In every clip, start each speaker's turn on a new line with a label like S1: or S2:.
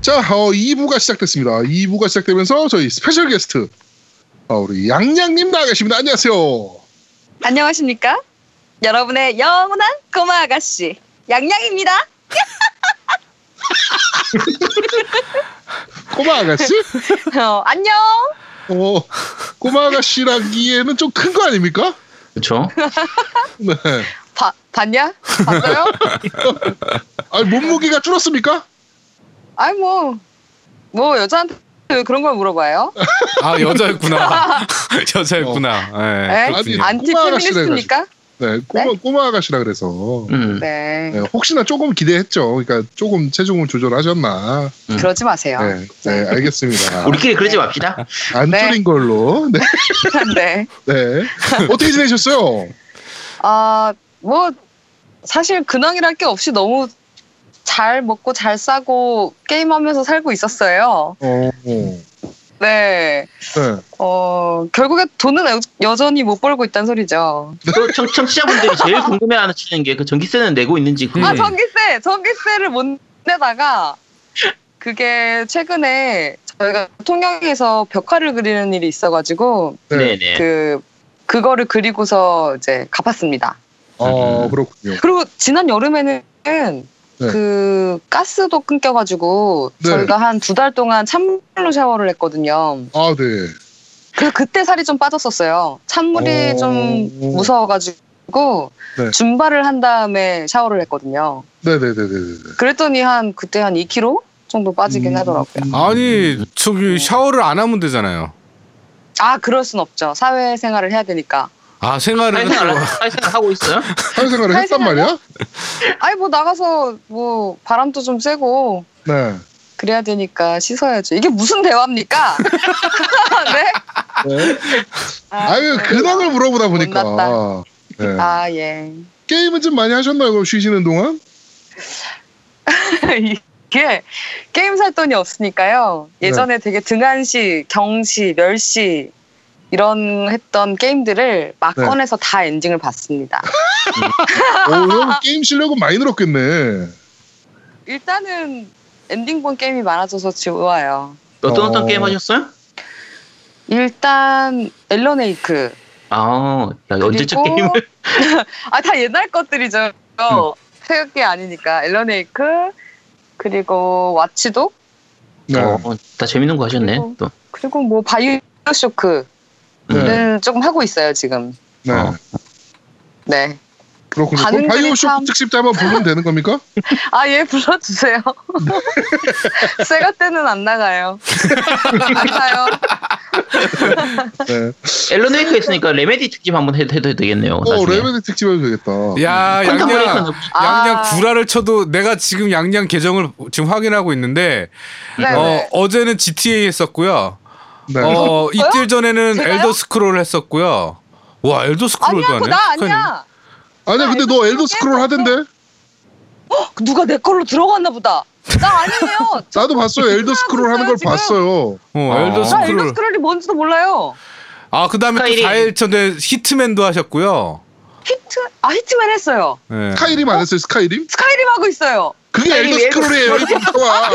S1: 자, 어, 2부가 시작됐습니다. 2부가 시작되면서 저희 스페셜 게스트 어, 우리 양양님 나와 계십니다. 안녕하세요.
S2: 안녕하십니까? 여러분의 영원한 꼬마 아가씨 양양입니다.
S1: 꼬마 아가씨?
S2: 어, 안녕.
S1: 어, 꼬마 아가씨라기에는 좀 큰 거 아닙니까?
S3: 그렇죠?
S1: 네.
S2: 봐 봤냐? 봤어요?
S1: 아니, 몸무게가 줄었습니까?
S2: 아이 뭐뭐 여자한테 그런 걸 물어봐요?
S3: 아 여자였구나. 여자였구나. 예,
S2: 네?
S1: 아니,
S3: 그렇군요.
S2: 안티
S1: 꼬마
S2: 페미니스트입니까?
S1: 네, 꼬마,
S2: 네?
S1: 꼬마 아가씨라 그래서
S3: 음,
S1: 네,
S2: 네.
S1: 혹시나 조금 기대했죠. 그러니까 조금 체중을 조절하셨나.
S3: 음.
S2: 그러지 마세요.
S1: 네, 네, 알겠습니다.
S4: 우리끼리 그러지 맙시다.
S1: 안
S2: 아, 네.
S1: 줄인 걸로. 네,
S2: 네.
S1: 네. 어떻게 지내셨어요?
S2: 아뭐 사실 근황이랄 게 없이 너무 잘 먹고 잘 싸고 게임하면서 살고 있었어요.
S1: 어, 네.
S2: 네. 어 결국에 돈은 여- 여전히 못 벌고 있다는 소리죠.
S4: 또 청, 청취자분들이 제일 궁금해하시는 게 그 전기세는 내고 있는지 그
S2: 아
S3: 음.
S2: 전기세 전기세를 못 내다가 그게 최근에 저희가 통영에서 벽화를 그리는 일이 있어가지고
S1: 네.
S4: 네네.
S2: 그 그거를 그리고서 이제 갚았습니다.
S1: 어,
S3: 음.
S1: 그렇군요.
S2: 그리고 지난 여름에는 그 가스도 끊겨가지고
S1: 네.
S2: 저희가 한 두 달 동안 찬물로 샤워를 했거든요.
S1: 아, 네.
S2: 그 그때 살이 좀 빠졌었어요. 찬물이
S1: 오.
S2: 좀 무서워가지고
S1: 네.
S2: 준발을 한 다음에 샤워를 했거든요.
S1: 네네네네네.
S2: 그랬더니 한 그때 한 2kg 정도 빠지긴
S1: 음.
S2: 하더라고요.
S3: 아니 저기 샤워를 안 하면 되잖아요.
S2: 아 그럴 순 없죠. 사회생활을 해야 되니까.
S3: 아 생활을
S4: 사회생활,
S3: 또-
S4: 사회생활 하고 있어요?
S1: 사회생활을 했단
S2: 사회생활이요?
S1: 말이야?
S2: 아니 뭐 나가서 뭐 바람도 좀 쐬고
S1: 네.
S2: 그래야 되니까 씻어야죠. 이게 무슨 대화입니까? 네?
S1: 네. 아유, 근황을 물어보다 보니까.
S2: 못났다.
S1: 네.
S2: 아 예.
S1: 게임은 좀 많이 하셨나요? 그럼 쉬시는 동안?
S2: 이게 게임 살 돈이 없으니까요.
S1: 네.
S2: 예전에 되게 등한시, 경시, 멸시 이런 했던 게임들을 막
S1: 네.
S2: 꺼내서 다 엔딩을 봤습니다.
S1: 오, 그럼 게임 실력은 많이 늘었겠네.
S2: 일단은 엔딩 본 게임이 많아져서 좋아요.
S4: 어떤
S1: 어.
S4: 어떤 게임 하셨어요?
S2: 일단 엘런에이크
S4: 아, 야, 언제쯤
S2: 그리고-
S4: 게임을? 음.
S2: 아 다 옛날 것들이죠. 어, 새벽 게 아니니까 엘런에이크 그리고 왓치독
S1: 네.
S4: 어, 다 재밌는 거 하셨네.
S2: 그리고-
S4: 또.
S2: 그리고 뭐 바이오쇼크는 음,
S1: 네.
S2: 조금 하고 있어요 지금.
S1: 네.
S4: 어.
S2: 네.
S1: 그렇군요. 그럼
S2: 반응들이
S1: 바이오쇼크
S2: 참-
S1: 특집 때 한번 부르면 되는 겁니까?
S2: 아, 예, 불러주세요. 새가 때는 안 나가요. 안 가요.
S1: 네.
S4: 앨런 웨이크 했으니까 레메디 특집 한번 해도, 해도 되겠네요.
S1: 오,
S4: 어, 나중에.
S1: 어, 레벨 특집 해도 되겠다.
S3: 야
S4: 퀀텀
S3: 양양
S4: 브레이크는
S2: 아.
S3: 양양 구라를 쳐도 내가 지금 양양 계정을 지금 확인하고 있는데
S2: 네,
S3: 어
S2: 네.
S3: 어제는 GTA 했었고요.
S1: 네.
S3: 어 이틀 전에는
S2: 제가요?
S3: 엘더 스크롤 했었고요. 와 엘더
S2: 아니야,
S3: 스크롤도
S2: 그거
S3: 하네.
S2: 나
S3: 착하네.
S2: 아니야.
S1: 아니야, 근데 너 엘더 스크롤 하던데?
S2: 누가 내 걸로 들어갔나 보다. 나 아니에요.
S1: 나도 봤어요. 엘더 스크롤 하는 걸
S2: 지금.
S1: 봤어요.
S3: 어
S4: 아.
S3: 엘더
S2: 나 엘더
S3: 스크롤.
S2: 스크롤이 뭔지도 몰라요.
S3: 아 그다음에 또
S4: 스카이림.
S3: 4일 전에 히트맨도 하셨고요.
S2: 히트, 아, 히트맨 했어요.
S4: 네.
S3: 예.
S1: 스카이림 안 했어요, 스카이림?
S2: 스카이림 하고 있어요.
S1: 그게 엘더
S4: 스카이림,
S1: 스크롤이에요, 이 멍청아.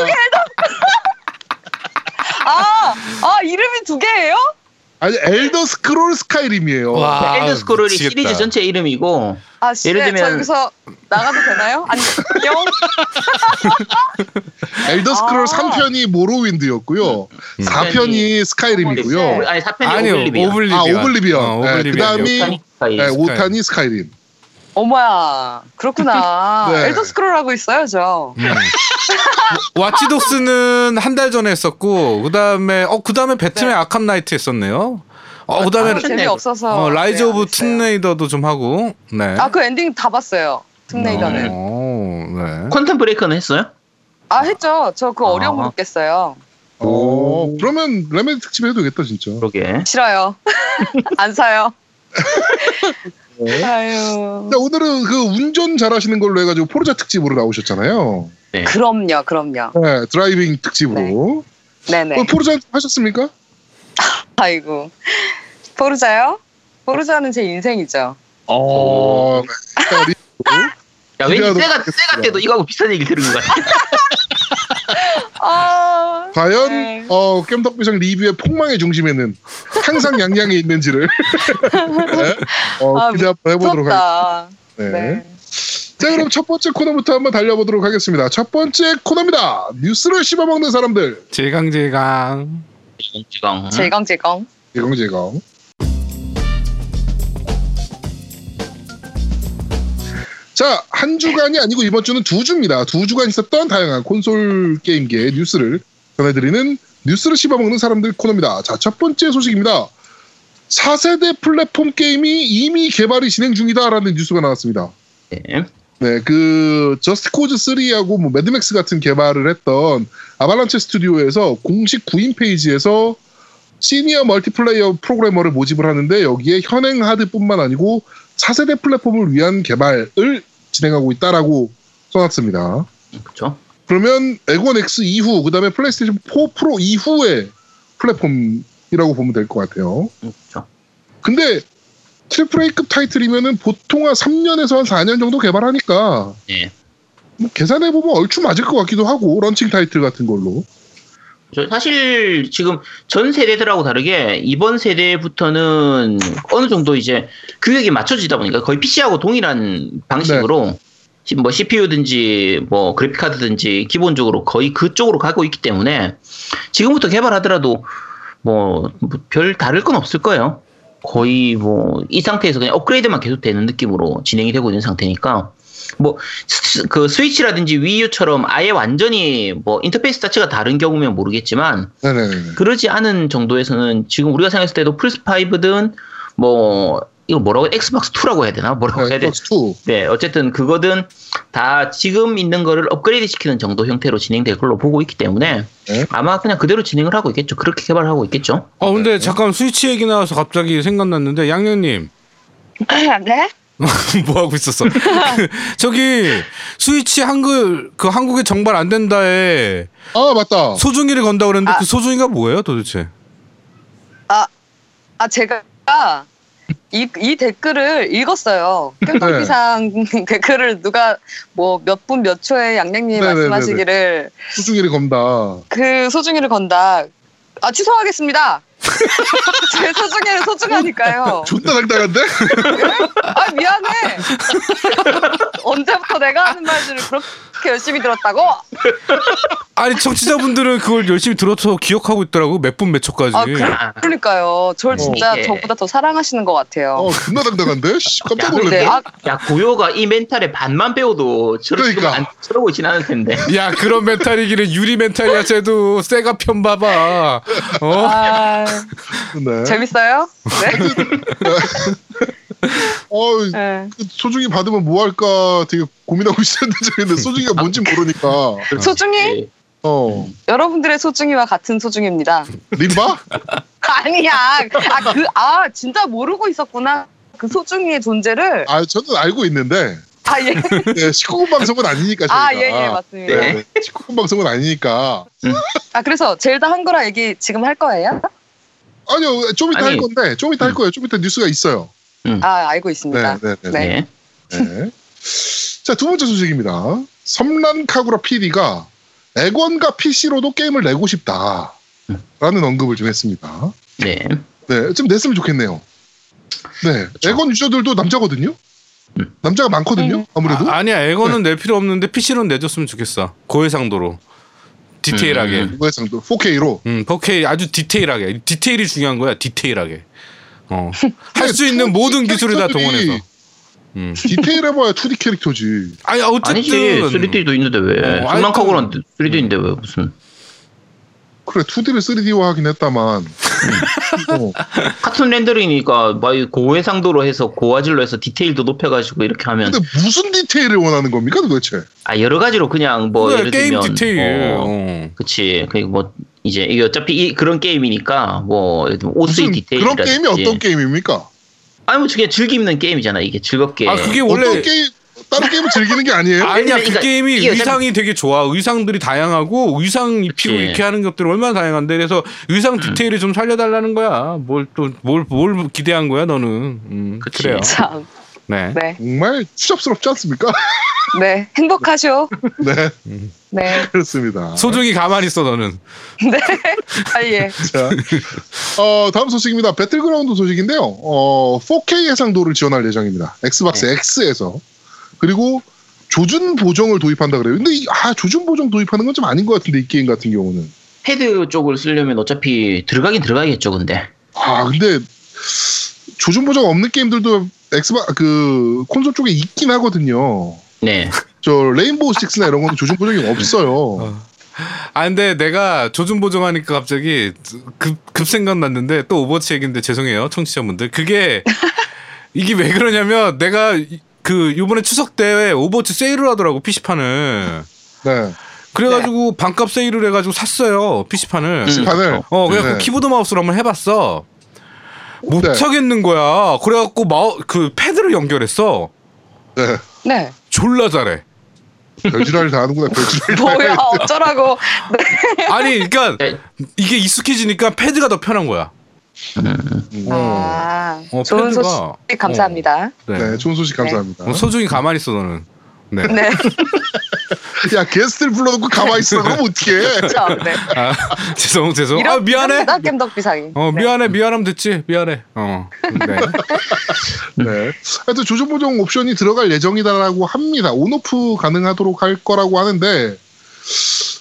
S2: 아, 아, 이름이 두 개예요?
S1: 아니, 엘더 스크롤 스카이림이에요.
S3: 와,
S4: 엘더 스크롤이
S3: 아, 미치겠다.
S4: 시리즈 전체 이름이고
S2: 아, 씨,
S4: 예를
S2: 네,
S4: 들면-
S2: 저 여기서 나가도 되나요? 안녕?
S1: 엘더 스크롤
S2: 아.
S1: 3편이 모로윈드였고요.
S3: 음.
S1: 4편이 스카이림이고요.
S2: 어,
S4: 네, 아니 사편이
S3: 아니요
S4: 오블리비언.
S3: 오블리비언.
S1: 아, 오블리비언. 네, 그다음이-
S4: 오타니 스카이.
S1: 네, 5탄이 스카이림.
S2: 어머야, 그렇구나.
S1: 네.
S2: 엘더 스크롤 하고 있어요, 저.
S3: 음. 와치독스는 한 달 전에 했었고 그다음에 어 그다음에 배트맨
S2: 네.
S3: 아캄 나이트 했었네요. 어
S2: 아,
S3: 그다음에
S4: 네.
S2: 재미없어서.
S3: 어,
S2: 네,
S3: 라이즈
S2: 안
S3: 오브
S2: 했어요.
S3: 툼레이더도 좀 하고. 네.
S2: 아 그 엔딩 다 봤어요. 툼레이더는.
S3: 오, 네.
S4: 퀀텀 브레이크는 했어요?
S2: 아 했죠. 저 그
S4: 아.
S2: 어려운 거 깼어요.
S1: 오. 그러면 레메디 특집 해도 되겠다, 진짜.
S4: 그러게.
S2: 싫어요. 안 사요. 아유.
S1: 자, 오늘은 그 운전 잘하시는 걸로 해가지고 포르자 특집으로 나오셨잖아요.
S4: 네.
S2: 그럼요, 그럼요.
S1: 네, 드라이빙 특집으로.
S2: 네네.
S1: 어, 포르자 하셨습니까?
S2: 아이고. 포르자요? 포르자는 제 인생이죠.
S1: 어, 네. 자, 리-
S4: 야 왠지
S1: 기대하도록
S4: 세가 세가 때도 이거하고 비슷한 얘기 들은 것 같아.
S2: 아,
S1: 과연
S2: 네.
S1: 어 겜덕비상 리뷰의 폭망의 중심에는 항상 양양이 있는지를 네. 어,
S2: 아,
S1: 기대 한번 해보도록 하겠습니다.
S2: 무섭다.
S1: 네.
S2: 네.
S1: 자 그럼 첫 번째 코너부터 한번 달려보도록 하겠습니다. 첫 번째 코너입니다. 뉴스를 씹어먹는 사람들
S3: 네. 제강제강.
S4: 지강.
S2: 질겅질겅.
S1: 제공제공. 자한 주간이 아니고 이번 주는 두 주입니다. 두 주간 있었던 다양한 콘솔 게임계의 뉴스를 전해드리는 뉴스를 씹어먹는 사람들 코너입니다. 자첫 번째 소식입니다. 4세대 플랫폼 게임이 이미 개발이 진행 중이다라는 뉴스가 나왔습니다.
S4: 네.
S1: 네, 그 저스트 코즈 3하고 뭐 매드맥스 같은 개발을 했던 아발란체 스튜디오에서 공식 구인 페이지에서 시니어 멀티플레이어 프로그래머를 모집을 하는데 여기에 현행 하드뿐만 아니고 차세대 플랫폼을 위한 개발을 진행하고 있다라고 써놨습니다.
S4: 그렇죠.
S1: 그러면 에곤 X 이후 그다음에 플레이스테이션 4 프로 이후의 플랫폼이라고 보면 될 것 같아요.
S4: 그렇죠.
S1: 근데 트리플 A급 타이틀이면은 보통 한 3년에서 한 4년 정도 개발하니까
S4: 예.
S1: 뭐 계산해 보면 얼추 맞을 것 같기도 하고 런칭 타이틀 같은 걸로
S4: 저 사실 지금 전 세대들하고 다르게 이번 세대부터는 어느 정도 이제 규격이 맞춰지다 보니까 거의 PC하고 동일한 방식으로 시- 뭐 CPU든지 뭐 그래픽카드든지 기본적으로 거의 그쪽으로 가고 있기 때문에 지금부터 개발하더라도 뭐 별 다를 건 없을 거예요. 거의 뭐 이 상태에서 그냥 업그레이드만 계속 되는 느낌으로 진행이 되고 있는 상태니까 뭐 그 스위치라든지 위유처럼 아예 완전히 뭐 인터페이스 자체가 다른 경우면 모르겠지만
S1: 네네네
S4: 그러지 않은 정도에서는 지금 우리가 생각했을 때도 플스 5든 뭐 이거 뭐라고 엑스박스 2라고 해야 되나 뭐라고 해야 돼?
S1: 엑박스 2
S4: 네, 어쨌든 그거든 다 지금 있는 거를 업그레이드 시키는 정도 형태로 진행될 걸로 보고 있기 때문에
S1: 네.
S4: 아마 그냥 그대로 진행을 하고 있겠죠. 그렇게 개발하고 있겠죠.
S3: 아 근데
S1: 네.
S3: 잠깐 스위치 얘기 나와서 갑자기 생각났는데 양양님
S2: 네?
S3: 뭐 하고 있었어? 저기 스위치 한글 그 한국에 정발 안 된다에
S1: 아 맞다
S3: 소중이를 건다 그랬는데
S2: 아.
S3: 그 소중이가 뭐예요 도대체?
S2: 아, 제가 이, 이 댓글을 읽었어요.
S1: 네.
S2: 끈끈비상 댓글을 누가 뭐 몇 분 몇 초에 양양님이
S1: 네네네네.
S2: 말씀하시기를
S1: 수중이를 검다
S2: 그 소중이를 건다. 아, 취소하겠습니다. 제 소중이는 소중하니까요.
S1: 존나 당당한데?
S2: 아, 미안해. 언제부터 내가 하는 말들을 그렇게 열심히 들었다고?
S3: 아니 청취자분들은 그걸 열심히 들어서 기억하고 있더라고 몇 분 몇 초까지.
S2: 아, 그래?
S4: 아, 네. 예.
S2: 그러니까요.
S1: 어.
S2: 절 진짜
S4: 이게-
S2: 저보다 더 사랑하시는 것 같아요.
S1: 어 존나 당당한데? 씨, 깜짝
S2: 근데
S1: 놀랐네
S2: 아,
S4: 야 고요가 이 멘탈의 반만 배워도 저러 지금 안
S1: 그러니까.
S4: 저러고 있진 않을 텐데.
S3: 야 그런 멘탈이기는 유리 멘탈이야 쟤도 세가 편 봐봐. 어?
S2: 아,
S1: 네.
S2: 재밌어요? 네.
S1: 어,
S2: 네.
S1: 소중이 받으면 뭐 할까 되게 고민하고 있었는데 근데 소중이가 뭔지 모르니까
S2: 소중히
S4: 예.
S1: 어
S2: 여러분들의 소중이와 같은 소중입니다.
S1: 림바?
S2: 아니야. 아, 그, 아, 진짜 모르고 있었구나. 그 소중이의 존재를.
S1: 아 저는 알고 있는데
S2: 아, 예.
S1: 네, 19금 방송은 아니니까 저희가
S2: 아, 예, 예, 맞습니다.
S4: 네.
S1: 19금 방송은 아니니까
S2: 아, 그래서 젤다 한글화 얘기 지금 할 거예요?
S1: 아니요 좀 이따 할
S4: 아니.
S1: 건데 좀 이따 할 거예요 좀 이따 뉴스가 있어요
S2: 아, 알고
S1: 네,
S2: 있습니다.
S1: 네, 네.
S2: 네.
S4: 예.
S1: 네. 자, 두 번째 소식입니다. 섬란 카구라 PD가 액원과 PC로도 게임을 내고 싶다. 라는 언급을 좀 했습니다.
S4: 네.
S1: 네, 좀 냈으면 좋겠네요. 네,
S4: 그쵸.
S1: 액원 유저들도 남자거든요.
S4: 음.
S1: 남자가 많거든요.
S2: 음.
S1: 아무래도.
S3: 아, 니야 에거는 낼 필요 없는데 PC로는 내줬으면 좋겠어 고해상도로 디테일하게.
S4: 음.
S3: 음.
S1: 누구의 상도 4K로.
S3: 4K 아주 디테일하게 디테일이 중요한 거야 디테일하게. 어할 수 있는 모든 기술을 다 동원해서. 음.
S1: 디테일해봐야 2D 캐릭터지.
S3: 아니 어쨌든
S4: 아니지 3D도 있는데 왜
S3: 어,
S4: 순만카고는 3D인데 왜 무슨
S1: 그래, 2D를 3D화 하긴 했다만. 어,
S4: 카툰 렌더링이니까 막 고해상도로 해서 고화질로 해서 디테일도 높여가지고 이렇게 하면
S1: 근데 무슨 디테일을 원하는 겁니까, 도대체?
S4: 아 여러 가지로 그냥 뭐
S3: 그래,
S4: 예를
S3: 게임
S4: 들면
S3: 디테일.
S4: 어,
S3: 어.
S4: 그치 그리고 뭐 이제 이게 어차피 이- 그런 게임이니까 뭐 예를 들면 옷의
S1: 무슨
S4: 디테일
S1: 그런 게임이 어떤 게임입니까?
S4: 아니 뭐 그게 즐기는 게임이잖아 이게 즐겁게
S3: 아 그게 원래
S1: 어떤 게임, 다른 게임을 즐기는 게 아니에요?
S3: 아니야 그
S4: 그러니까
S3: 게임이
S4: 이게
S3: 의상이 되게 좋아 의상들이 다양하고 의상 입히고
S4: 그치.
S3: 이렇게 하는 것들이 얼마나 다양한데 그래서 의상 디테일을 좀 살려달라는 거야 뭘 또 뭘 뭘 기대한 거야 너는 음,
S4: 그치.
S3: 그래요
S2: 참.
S3: 네.
S2: 네.
S1: 정말 추잡스럽지 않습니까?
S2: 네. 행복하쇼.
S1: 네,
S2: 네.
S1: 그렇습니다.
S3: 소중히 가만히 있어 너는.
S2: 네. 아, 예.
S1: 자, 어, 다음 소식입니다. 배틀그라운드 소식인데요. 어, 4K 해상도를 지원할 예정입니다. 엑스박스 X에서. 그리고 조준 보정을 도입한다 그래요. 근데 이, 아, 조준 보정 도입하는 건 좀 아닌 것 같은데 이 게임 같은 경우는.
S4: 패드 쪽을 쓰려면 어차피 들어가긴 들어가겠죠, 근데.
S1: 아, 근데 조준 보정 없는 게임들도 엑스박 그 콘솔 쪽에 있긴 하거든요.
S4: 네.
S1: 저 레인보우 식스나 이런 건 조준 보정이 없어요.
S3: 아 근데 내가 조준 보정하니까 갑자기 급, 급 생각났는데 또 오버워치 얘기인데 죄송해요 청취자분들 그게 이게 왜 그러냐면 내가 이- 그 요번에 추석 때 오버워치 세일을 하더라고 PC판을
S1: 네.
S3: 그래가지고 반값 세일을 해가지고 샀어요 PC판을
S4: 음.
S1: 판을
S3: 어 그냥
S1: 네.
S3: 그 키보드 마우스로 한번 해봤어 못
S1: 네.
S3: 하겠는 거야 그래갖고 마우 그 패드를 연결했어
S1: 네.
S2: 네.
S3: 졸라 잘해
S1: 별지랄 다 하는구나. 별지랄.
S2: 뭐야, 어쩌라고.
S3: 아니 그러니까
S4: 네.
S3: 이게 익숙해지니까 패드가 더 편한 거야 어.
S2: 아,
S3: 어,
S2: 좋은
S3: 팬들과-
S2: 소식 감사합니다.
S3: 네.
S1: 네, 좋은 소식 감사합니다.
S3: 어, 소중히 가만히 있어 너는. 네.
S2: 네.
S1: 야 게스트를 불러놓고 가만히 있어 그럼 어떡해
S2: 그렇죠. 네.
S3: 아, 죄송 죄송. 아
S2: 이런-
S3: 미안해.
S2: 이런 겜덕 비상이. 네.
S3: 어 미안해 미안하면 됐지 미안해. 어. 네.
S1: 네. 하여튼 조준 보정 옵션이 들어갈 예정이다라고 합니다 온오프 가능하도록 할 거라고 하는데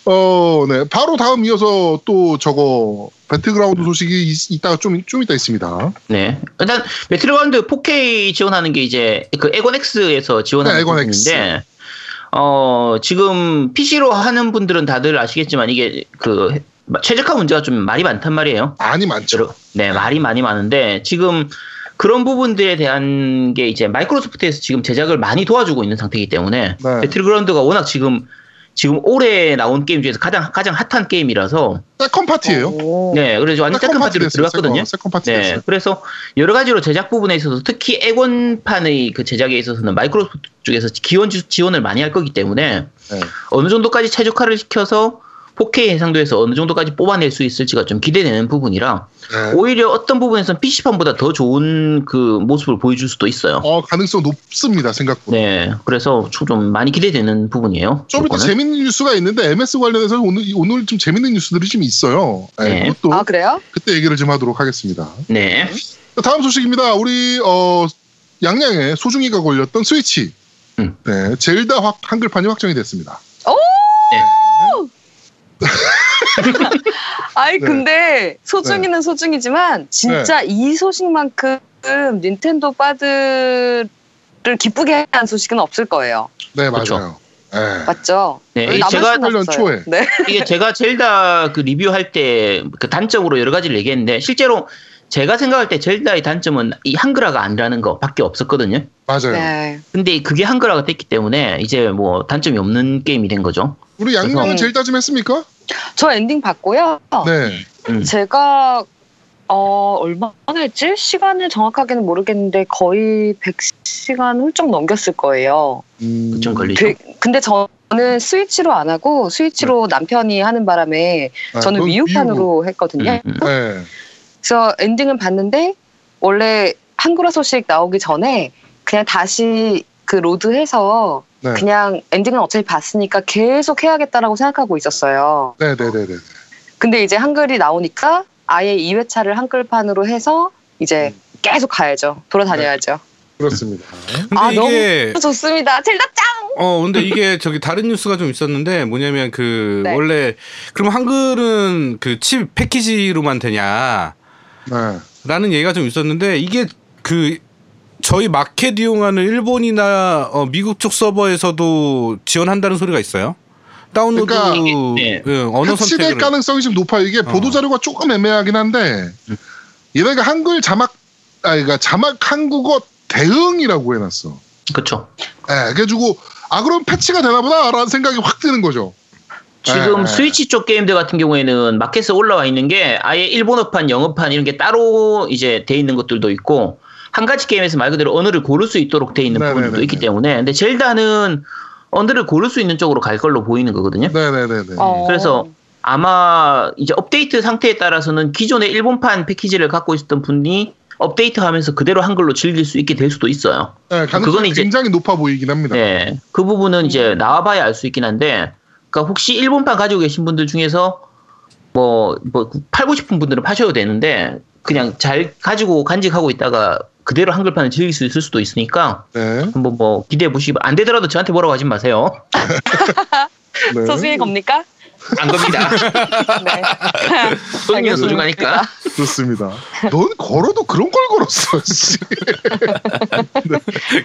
S1: 어네 바로 다음 이어서 또 저거 배틀그라운드 소식이 있, 있다가 좀, 좀 있다 있습니다
S4: 네. 일단 배틀그라운드 4K 지원하는 게 이제 그 에곤엑스에서 지원하는
S1: 네, 에곤
S4: 부분인데 어, 지금 PC로 하는 분들은 다들 아시겠지만 이게 그 최적화 문제가 좀 말이 많단 말이에요.
S1: 많이 많죠
S4: 여러- 네, 말이 많이 많은데 지금 그런 부분들에 대한 게 이제 마이크로소프트에서 지금 제작을 많이 도와주고 있는 상태이기 때문에
S1: 네.
S4: 배틀그라운드가 워낙 지금 지금 올해 나온 게임 중에서 가장 가장 핫한 게임이라서
S1: 세컨 파티예요
S2: 오.
S4: 네, 그래서 완전 세컨 파티로
S1: 어. 됐어요,
S4: 들어갔거든요.
S1: 세컨, 세컨 파티
S4: 네,
S1: 됐어요
S4: 그래서 여러 가지로 제작 부분에 있어서 특히 액원판의 그 제작에 있어서는 마이크로소프트 쪽에서 기원 지- 지원을 많이 할 거기 때문에
S1: 네.
S4: 어느 정도까지 최적화를 시켜서 4K 해상도에서 어느 정도까지 뽑아낼 수 있을지가 좀 기대되는 부분이라
S1: 네.
S4: 오히려 어떤 부분에서는 PC판보다 더 좋은 그 모습을 보여줄 수도 있어요.
S1: 어 가능성 높습니다 생각보다
S4: 네, 그래서 좀 많이 기대되는 부분이에요.
S1: 좀 이따
S4: 요거는.
S1: 재밌는 뉴스가 있는데 MS 관련해서 오늘 오늘 좀 재밌는 뉴스들이 좀 있어요 네,
S4: 네.
S1: 그것도
S2: 아, 그래요?
S1: 그때 얘기를 좀 하도록 하겠습니다
S4: 네,
S1: 다음 소식입니다. 우리 어, 양양에 소중이가 걸렸던 스위치.
S4: 음.
S1: 네, 젤다 확 한글판이 확정이 됐습니다. 네.
S2: 아이, 근데 소중이는 소중이지만 진짜 이 소식만큼 닌텐도 빠드를 기쁘게 한 소식은 없을 거예요.
S1: 네,
S4: 그쵸.
S1: 맞아요. 네.
S2: 맞죠?
S4: 네.
S1: 네,
S2: 남을
S4: 제가
S2: 순 없어요.
S1: 18년 초에.
S2: 네.
S4: 이게 제가 젤다 그 리뷰할 때 그 단점으로 여러 가지를 얘기했는데 실제로 제가 생각할 때 젤다의 단점은 이 한글화가 아니라는 것밖에 없었거든요.
S1: 맞아요.
S2: 네.
S4: 근데 그게 한글화가 됐기 때문에 이제 뭐 단점이 없는 게임이 된 거죠.
S1: 우리 양양은
S2: 그래서-
S1: 젤다 좀 했습니까?
S2: 저 엔딩 봤고요.
S1: 네.
S4: 음.
S2: 제가 어 얼마나 했지? 시간을 정확하게는 모르겠는데 거의 100시간 훌쩍 넘겼을 거예요.
S1: 음,
S4: 좀 걸리죠.
S2: 되- 근데 저는 스위치로 안 하고 스위치로 남편이 하는 바람에
S1: 네. 아,
S2: 저는
S1: 그건 미유.
S2: 미우판으로 했거든요.
S4: 음, 음.
S1: 네.
S2: 그래서 엔딩은 봤는데 원래 한글화 소식 나오기 전에 그냥 다시 그 로드해서
S1: 네.
S2: 그냥 엔딩은 어차피 봤으니까 계속 해야겠다라고 생각하고 있었어요.
S1: 네, 네, 네, 네.
S2: 근데 이제 한글이 나오니까 아예 2회차를 한글판으로 해서 이제
S1: 음.
S2: 계속 가야죠. 돌아다녀야죠.
S1: 그렇습니다.
S3: 근데
S2: 아,
S1: 네.
S3: 이게
S2: 좋습니다. 젤다 짱!
S3: 어 근데 이게 저기 다른 뉴스가 좀 있었는데 뭐냐면 그
S2: 네.
S3: 원래 그럼 한글은 그 칩 패키지로만 되냐?
S1: 네.
S3: 라는 얘기가 좀 있었는데 이게 그 저희 마켓 이용하는 일본이나 어, 미국 쪽 서버에서도 지원한다는 소리가 있어요. 다운로드
S1: 그러니까
S4: 이게-
S3: 예, 언어
S1: 패치될
S3: 선택을 어.
S1: 가능성이 좀 높아요. 이게 보도 자료가 조금 애매하긴 한데
S4: 음.
S1: 얘네가 한글 자막 아 그러니까 자막 한국어 대응이라고 해 놨어.
S4: 그쵸.
S1: 예, 그래가지고 아 그럼 패치가 되나보다라는 생각이 확 드는 거죠.
S4: 지금
S1: 네.
S4: 스위치 쪽 게임들 같은 경우에는 마켓에 올라와 있는 게 아예 일본어판, 영어판 이런 게 따로 이제 돼 있는 것들도 있고 한 가지 게임에서 말 그대로 언어를 고를 수 있도록 돼 있는
S1: 네, 네,
S4: 부분도
S1: 네,
S4: 있기
S1: 네.
S4: 때문에 근데 젤다는 언어를 고를 수 있는 쪽으로 갈 걸로 보이는 거거든요.
S1: 네네네네.
S2: 어.
S4: 그래서 아마 이제 업데이트 상태에 따라서는 기존의 일본판 패키지를 갖고 있었던 분이 업데이트하면서 그대로 한글로 즐길 수 있게 될 수도 있어요.
S1: 네,
S4: 그건
S1: 가능성이
S4: 이제-
S1: 굉장히 높아 보이긴 합니다.
S4: 예, 그 부분은
S2: 네.
S4: 이제 나와봐야 알 수 있긴 한데, 그러니까 혹시 일본판 가지고 계신 분들 중에서 뭐, 뭐 팔고 싶은 분들은 파셔도 되는데 그냥 잘 가지고 간직하고 있다가 그대로 한글판을 즐길 수 있을 수도 있으니까
S1: 네.
S4: 한번 뭐 기대해 보시고 안 되더라도 저한테 뭐라고 하지 마세요.
S1: 네.
S2: 소중히 겁니까?
S4: 안 겁니다.
S2: 네.
S4: 소중히
S2: 알겠습니다. 아,
S4: 소중하니까.
S1: 그렇습니다. 넌 걸어도 그런 걸 걸었어. 씨.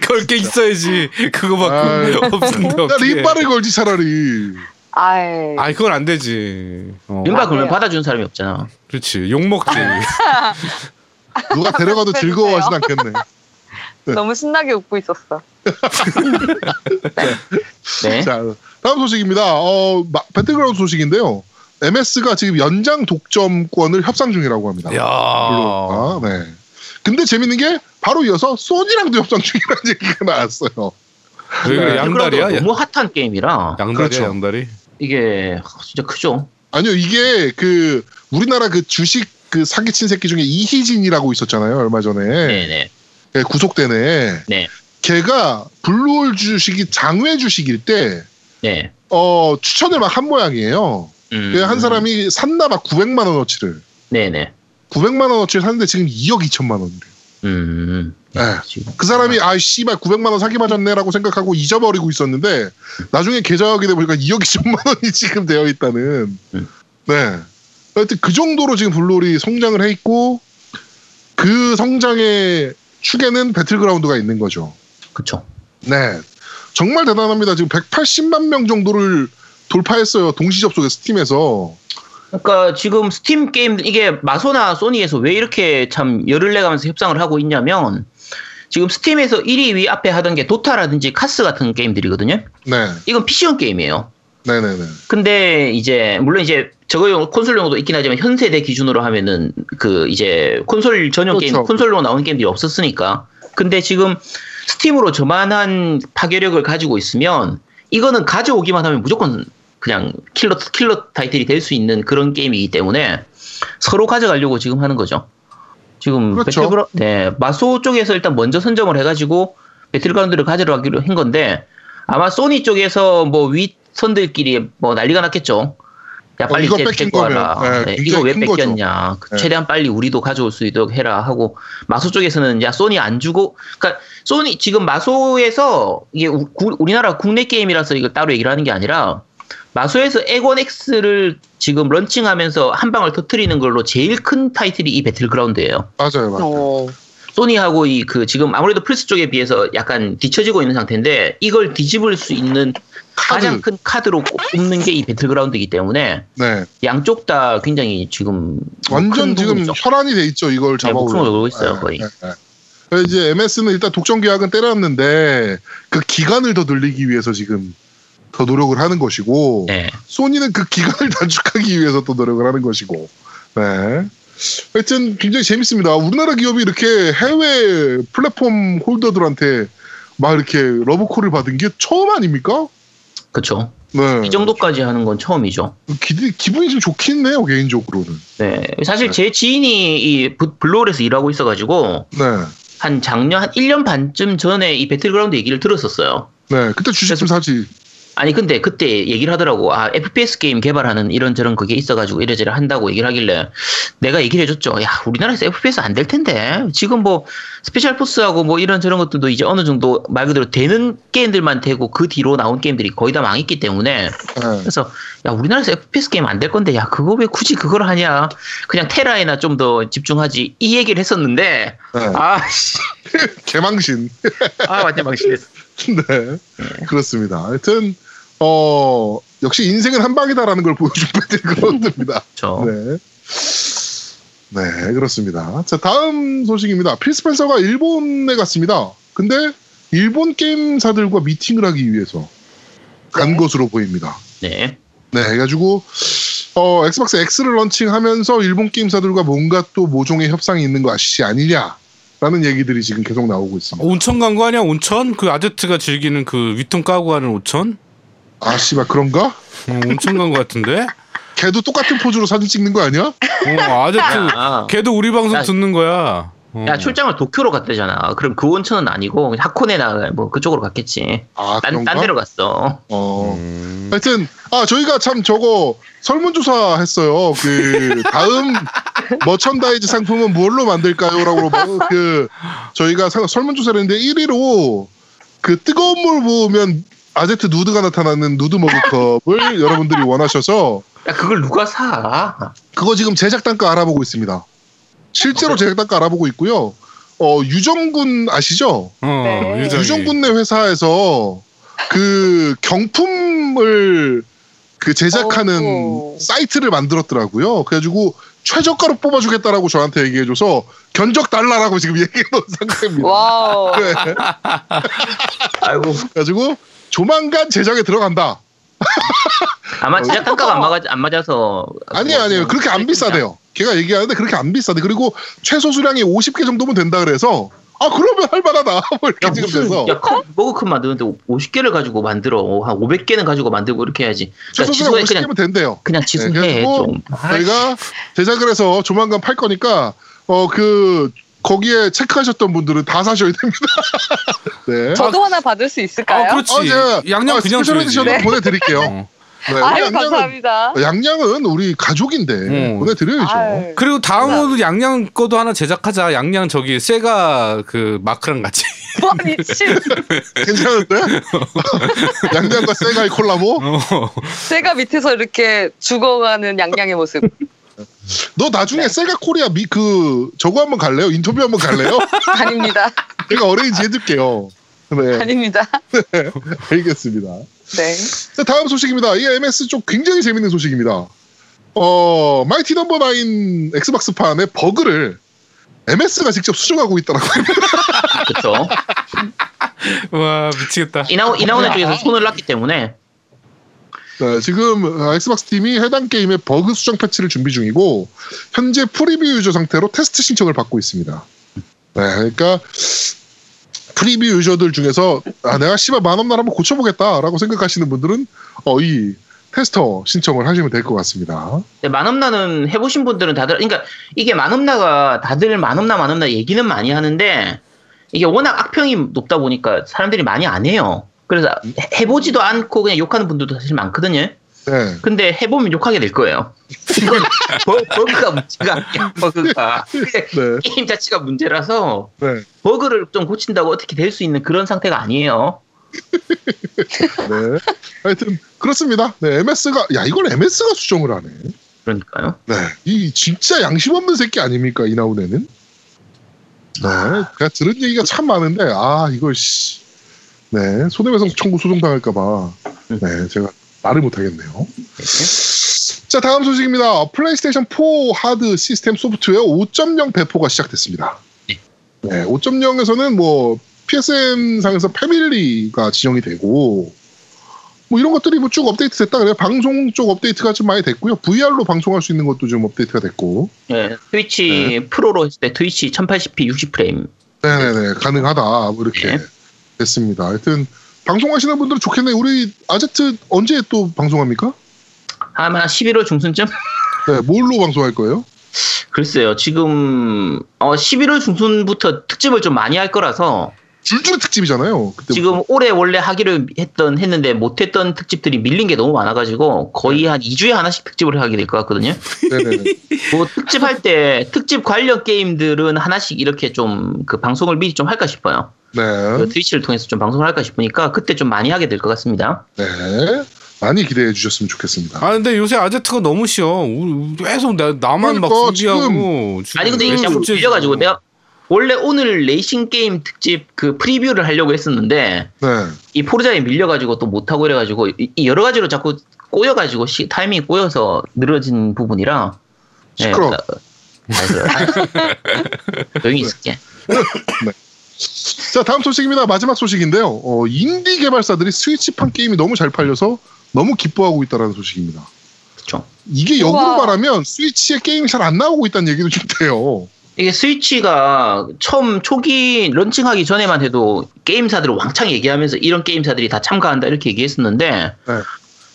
S3: 걸 게 있어야지.
S1: 아유. 네. 그러니까
S3: 그거밖에 없는데
S1: 나
S3: 어떻게?
S1: 림바를 걸지 차라리.
S2: 아이.
S3: 아 그건 안 되지. 어,
S4: 림바 그러면
S2: 맞아요.
S4: 받아주는 사람이 없잖아.
S3: 그렇지. 욕 먹지.
S1: 아. 누가 데려가도
S2: 그러세요?
S1: 즐거워하진 않겠네.
S2: 너무 신나게 웃고 있었어.
S4: 네.
S1: 자, 다음 소식입니다. 어, 마- 배틀그라운드 소식인데요. MS가 지금 연장 독점권을 협상 중이라고 합니다.
S3: 야.
S1: 아, 네. 근데 재밌는 게 바로 이어서 소니랑도 협상 중이라는 얘기가 나왔어요.
S3: 왜 그래? 양다리야?
S4: 림바도 네, 너무 핫한 게임이라
S3: 양다리야,
S1: 네. 뭐 그렇죠.
S3: 양다리.
S4: 이게 진짜 크죠.
S1: 아니요, 이게 그 우리나라 그 주식 그 사기친 새끼 중에 이희진이라고 있었잖아요, 얼마 전에.
S4: 네네.
S1: 예, 구속되네.
S4: 네.
S1: 걔가 블루홀 주식이 장외 주식일 때,
S4: 네.
S1: 어, 추천을 막 한 모양이에요.
S4: 음.
S1: 그한 사람이 샀나 막 900만원어치를.
S4: 네네.
S1: 900만원어치를 샀는데 지금 2억 2천만원이래요.
S4: 음.
S1: 예.
S4: 지금.
S1: 그 사람이 아 씨발 900만 원 사기 맞았네라고 생각하고 잊어버리고 있었는데 나중에 계좌 확인해 보니까 2억 2천만 원이 지금 되어 있다는.
S4: 음.
S1: 네. 하여튼 그 정도로 지금 블루홀이 성장을 해 있고 그 성장의 축에는 배틀그라운드가 있는 거죠.
S4: 그쵸.
S1: 네. 정말 대단합니다. 지금 180만 명 정도를 돌파했어요. 동시 접속에 스팀에서.
S4: 그러니까 지금 스팀 게임 이게 마소나 소니에서 왜 이렇게 참 열을 내가면서 협상을 하고 있냐면 지금 스팀에서 1위 위 앞에 하던 게 도타라든지 카스 같은 게임들이거든요.
S1: 네.
S4: 이건 PC용 게임이에요.
S1: 네네네.
S4: 근데 이제 물론 이제 저거용 콘솔용도 있긴 하지만 현 세대 기준으로 하면은 그 이제 콘솔 전용 게임
S1: 그렇죠.
S4: 콘솔로 나온 게임들이 없었으니까 근데 지금 스팀으로 저만한 파괴력을 가지고 있으면 이거는 가져오기만 하면 무조건 그냥 킬러 킬러 타이틀이 될 수 있는 그런 게임이기 때문에 서로 가져가려고 지금 하는 거죠. 지금
S1: 그렇죠.
S4: 배틀그라- 네, 마소 쪽에서 일단 먼저 선점을 해가지고 배틀그라운드를 가져가기로 한 건데 아마 소니 쪽에서 뭐 윗선들끼리 뭐 난리가 났겠죠. 야 빨리
S1: 어, 이거
S4: 이제
S1: 뺏긴
S4: 데리고 와라.
S1: 거면, 네,
S4: 네,
S1: 굉장히
S4: 이거 왜
S1: 큰 거죠.
S4: 뺏겼냐. 그
S1: 네.
S4: 최대한 빨리 우리도 가져올 수 있도록 해라 하고 마소 쪽에서는 야 소니 안 주고 그러니까 소니 지금 마소에서 이게 우, 리나라 국내 게임이라서 이걸 따로 얘기를 하는 게 아니라 마소에서 에곤 X를 지금 런칭하면서 한 방을 터트리는 걸로 제일 큰 타이틀이 이 배틀그라운드예요.
S1: 맞아요. 맞아요.
S2: 어.
S4: 소니하고 이 그 지금 아무래도 플스 쪽에 비해서 약간 뒤처지고 있는 상태인데 이걸 뒤집을 수 있는 가장
S1: 카드.
S4: 큰 카드로 꼽는 게 이 배틀그라운드이기 때문에
S1: 네.
S4: 양쪽 다 굉장히 지금 뭐
S1: 완전
S4: 큰
S1: 지금
S4: 부분이죠.
S1: 혈안이 돼 있죠. 이걸
S4: 네,
S1: 잡아오려고. 네,
S4: 목숨을 걸고 있어요, 거의.
S1: 그래서 이제 MS는 일단 독점 계약은 때렸는데 그 기간을 더 늘리기 위해서 지금 더 노력을 하는 것이고
S4: 네.
S1: 소니는 그 기간을 단축하기 위해서 또 노력을 하는 것이고. 네. 하여튼 굉장히 재밌습니다. 우리나라 기업이 이렇게 해외 플랫폼 홀더들한테 막 이렇게 러브콜을 받은 게 처음 아닙니까?
S4: 그렇죠.
S1: 네.
S4: 이 정도까지 하는 건 처음이죠.
S1: 기, 기분이 좀 좋긴 해요 개인적으로는.
S4: 네. 사실 제 지인이 이 부- 블루홀에서 일하고 있어가지고
S1: 네.
S4: 한 작년 한 1년 반쯤 전에 이 배틀그라운드 얘기를 들었었어요.
S1: 네. 그때 주식 좀 사지.
S4: 아니 근데 그때 얘기를 하더라고 아 FPS 게임 개발하는 이런저런 그게 있어가지고 이래저래 한다고 얘기를 하길래 내가 얘기를 해줬죠 야 우리나라에서 FPS 안 될 텐데 지금 뭐 스페셜 포스하고 뭐 이런저런 것들도 이제 어느 정도 말 그대로 되는 게임들만 되고 그 뒤로 나온 게임들이 거의 다 망했기 때문에
S1: 네.
S4: 그래서 야 우리나라에서 FPS 게임 안 될 건데 야 그거 왜 굳이 그걸 하냐 그냥 테라에나 좀 더 집중하지 이 얘기를 했었는데
S1: 네.
S4: 아씨
S1: 개망신.
S4: 아 완전 망신했어
S1: 네. 그렇습니다. 하여튼, 어, 역시 인생은 한 방이다라는 걸 보여준 배틀그라운드입니다.
S4: 저
S1: 네. 네, 그렇습니다. 자, 다음 소식입니다. 필스펜서가 일본에 갔습니다. 근데, 일본 게임사들과 미팅을 하기 위해서 간
S2: 네.
S1: 것으로 보입니다.
S4: 네
S1: 네, 해가지고, 어, 엑스박스 X를 런칭하면서 일본 게임사들과 뭔가 또 모종의 협상이 있는 것이 아니냐. 라는 얘기들이 지금 계속 나오고 있습니다.
S3: 온천 간 거 아니야? 온천? 그 아재트가 즐기는 그 위통 까고 가는 온천?
S1: 아, 씨발, 그런가?
S3: 어, 온천 간 거 같은데?
S1: 걔도 똑같은 포즈로 사진 찍는 거 아니야?
S3: 어, 아재트.
S4: 야.
S3: 걔도 우리 방송
S4: 야.
S3: 듣는 거야. 어.
S1: 음.
S4: 야 출장을 도쿄로 갔대잖아. 그럼 그 온천은 아니고 하코네나 뭐 그쪽으로 갔겠지.
S1: 아
S4: 딴,
S1: 그런가?
S4: 딴 데로 갔어.
S1: 어. 하여튼 아 저희가 참 저거 설문조사 했어요. 그 다음 머천다이즈 상품은 뭘로 만들까요?라고 그 저희가 사- 설문조사를 했는데 1위로 그 뜨거운 물 부으면 아제트 누드가 나타나는 누드 머그컵을 여러분들이 원하셔서
S4: 야 그걸 누가 사?
S1: 그거 지금 제작 단가 알아보고 있습니다. 실제로 제작 단가 알아보고 있고요. 어 유정군 아시죠?
S3: 어,
S2: 네.
S3: 유정이.
S1: 유정군내 회사에서 그 경품을 그 제작하는
S4: 어,
S2: 오.
S1: 사이트를 만들었더라고요. 그래가지고 최저가로 뽑아주겠다라고 저한테 얘기해줘서 견적 달라라고 지금 얘기해놓은
S4: 어?
S1: 상태입니다.
S2: 와우.
S1: 네.
S4: 아이고
S1: 그래가지고 조만간 제작에 들어간다.
S4: 아마 진짜 단가가 안, 맞아, 안 맞아서
S1: 어, 아니에요,
S4: 어,
S1: 아니에요. 그렇게 안 비싸대요. 걔가 얘기하는데 그렇게 안 비싸대. 그리고 최소 수량이 50개 정도면 된다 그래서 아 그러면 할만하다. 뭐
S4: 야
S1: 이렇게 지금 돼서
S4: 무슨 야 컵, 머그컵 만드는데 50개를 가지고 만들어 한 500개는 가지고 만들고 이렇게 해야지.
S1: 최소
S4: 그러니까
S1: 수량
S4: 지수에 그냥
S1: 50개면 된대요.
S4: 그냥
S1: 네,
S4: 지수해
S1: 그래서 뭐
S4: 좀. 아이,
S1: 저희가 제작을 해서 조만간 팔 거니까 어 그 거기에 체크하셨던 분들은 다 사셔야 됩니다. 네.
S2: 저도 하나 받을 수 있을까요? 어,
S3: 아, 그렇지.
S1: 제가,
S3: 양념
S1: 아,
S3: 그냥
S1: 스페셜
S3: 줘야지.
S1: 에디션 로 보내드릴게요.
S3: 어.
S1: 네, 우리
S2: 아유
S1: 양양은- 네,
S2: 감사합니다.
S1: 양양은 우리 가족인데
S3: 음.
S1: 보내드려야죠.
S2: 아유.
S3: 그리고 다음으로 양양 거도 하나 제작하자. 양양 저기 세가 그 마크랑 같이.
S2: 아니 실
S1: 괜찮은데? 양양과 세가의 콜라보?
S3: 어.
S2: 제가 밑에서 이렇게 죽어가는 양양의 모습.
S1: 너
S2: 네.
S1: 나중에 세가 코리아 미, 그 저거 한번 갈래요? 인터뷰 한번 갈래요?
S2: 아닙니다.
S1: 제가 어레인지 해줄게요. 네,
S2: 아닙니다.
S1: 알겠습니다.
S2: 네.
S1: 자, 다음 소식입니다. 이 MS 쪽 굉장히 재밌는 소식입니다. 어, 마이티 넘버 나인 엑스박스판의 버그를 MS가 직접 수정하고 있다라고.
S4: 그쵸.
S3: 와 미치겠다.
S4: 이나오 이나오네 쪽에서 손을 놨기 때문에
S1: 네, 지금 어, 엑스박스 팀이 해당 게임의 버그 수정 패치를 준비 중이고 현재 프리뷰 유저 상태로 테스트 신청을 받고 있습니다. 네, 그러니까 프리뷰 유저들 중에서 아 내가 씨발 만원 나라면 고쳐보겠다라고 생각하시는 분들은 어 이 테스터 신청을 하시면 될 것 같습니다.
S4: 근데 만음나는 네, 해보신 분들은 다들, 그러니까 이게 만음나가 다들 만음나 만음나 얘기는 많이 하는데 이게 워낙 악평이 높다 보니까 사람들이 많이 안 해요. 그래서 해- 해보지도 않고 그냥 욕하는 분들도 사실 많거든요.
S1: 네.
S4: 근데 해보면 욕하게 될 거예요. 이건 버- 버그가 문제가 아니야. 버그가 근데
S1: 네.
S4: 게임 자체가 문제라서
S1: 네.
S4: 버그를 좀 고친다고 어떻게 될 수 있는 그런 상태가 아니에요.
S1: 네. 하여튼 그렇습니다. 네, MS가 야 이걸 MS가 수정을 하네.
S4: 그러니까요.
S1: 네. 이 진짜 양심 없는 새끼 아닙니까 이나우네는? 네. 제가 들은 얘기가 참 많은데 아 이걸 씨. 네. 손해배상 청구 소송 당할까봐. 네. 제가 말을 못하겠네요. 자 다음 소식입니다. 플레이스테이션 4 하드 시스템 소프트웨어 5.0 배포가 시작됐습니다. 네, 5.0에서는 뭐 PSN 상에서 패밀리가 지정이 되고 뭐 이런 것들이 뭐 쭉 업데이트 됐다 그래요. 방송 쪽 업데이트가 좀 많이 됐고요. VR로 방송할 수 있는 것도 좀 업데이트가 됐고.
S4: 예, 트위치 프로로 했을 때 트위치 1080p 60프레임
S1: 네네네 가능하다 뭐 이렇게
S4: 예.
S1: 됐습니다. 하여튼 방송하시는 분들은 좋겠네. 우리 아제트 언제 또 방송합니까?
S4: 아마 11월 중순쯤?
S1: 네, 뭘로 방송할 거예요?
S4: 글쎄요, 지금 어, 11월 중순부터 특집을 좀 많이 할 거라서
S1: 줄줄이 특집이잖아요. 그때
S4: 지금 올해 원래 하기로 했던 했는데 못했던 특집들이 밀린 게 너무 많아가지고 거의 한 2주에 하나씩 특집을 하게 될 것 같거든요.
S1: 네네네.
S4: 뭐 특집 할 때 특집 관련 게임들은 하나씩 이렇게 좀 그 방송을 미리 좀 할까 싶어요.
S1: 네.
S4: 그 트위치를 통해서 좀 방송을 할까 싶으니까 그때 좀 많이 하게 될 것 같습니다.
S1: 네. 많이 기대해 주셨으면 좋겠습니다.
S3: 아 근데 요새 아제트가 너무 쉬어. 우- 계속 나, 나만
S1: 그러니까,
S3: 막 준비하고. 지금
S4: 아니 근데 이게
S3: 몇
S4: 자꾸
S3: 주째
S4: 밀려가지고
S3: 지금.
S4: 내가 원래 오늘 레이싱 게임 특집 그 프리뷰를 하려고 했었는데
S1: 네.
S4: 이 포르자에 밀려가지고 또 못하고 이래가지고 이- 이 여러 가지로 자꾸 꼬여가지고 시- 타이밍이 꼬여서 늘어진 부분이라 예,
S1: 시끄러워.
S4: 나- 알았어요. 아, 조용히 있을게
S1: 자 다음 소식입니다. 마지막 소식인데요. 어, 인디 개발사들이 스위치판 게임이 너무 잘 팔려서 너무 기뻐하고 있다라는 소식입니다.
S4: 그쵸.
S1: 이게 역으로
S2: 우와.
S1: 말하면 스위치에 게임이 잘 안 나오고 있다는 얘기도 좀 돼요.
S4: 이게 스위치가 처음 초기 런칭하기 전에만 해도 게임사들 왕창 얘기하면서 이런 게임사들이 다 참가한다 이렇게 얘기했었는데
S1: 네.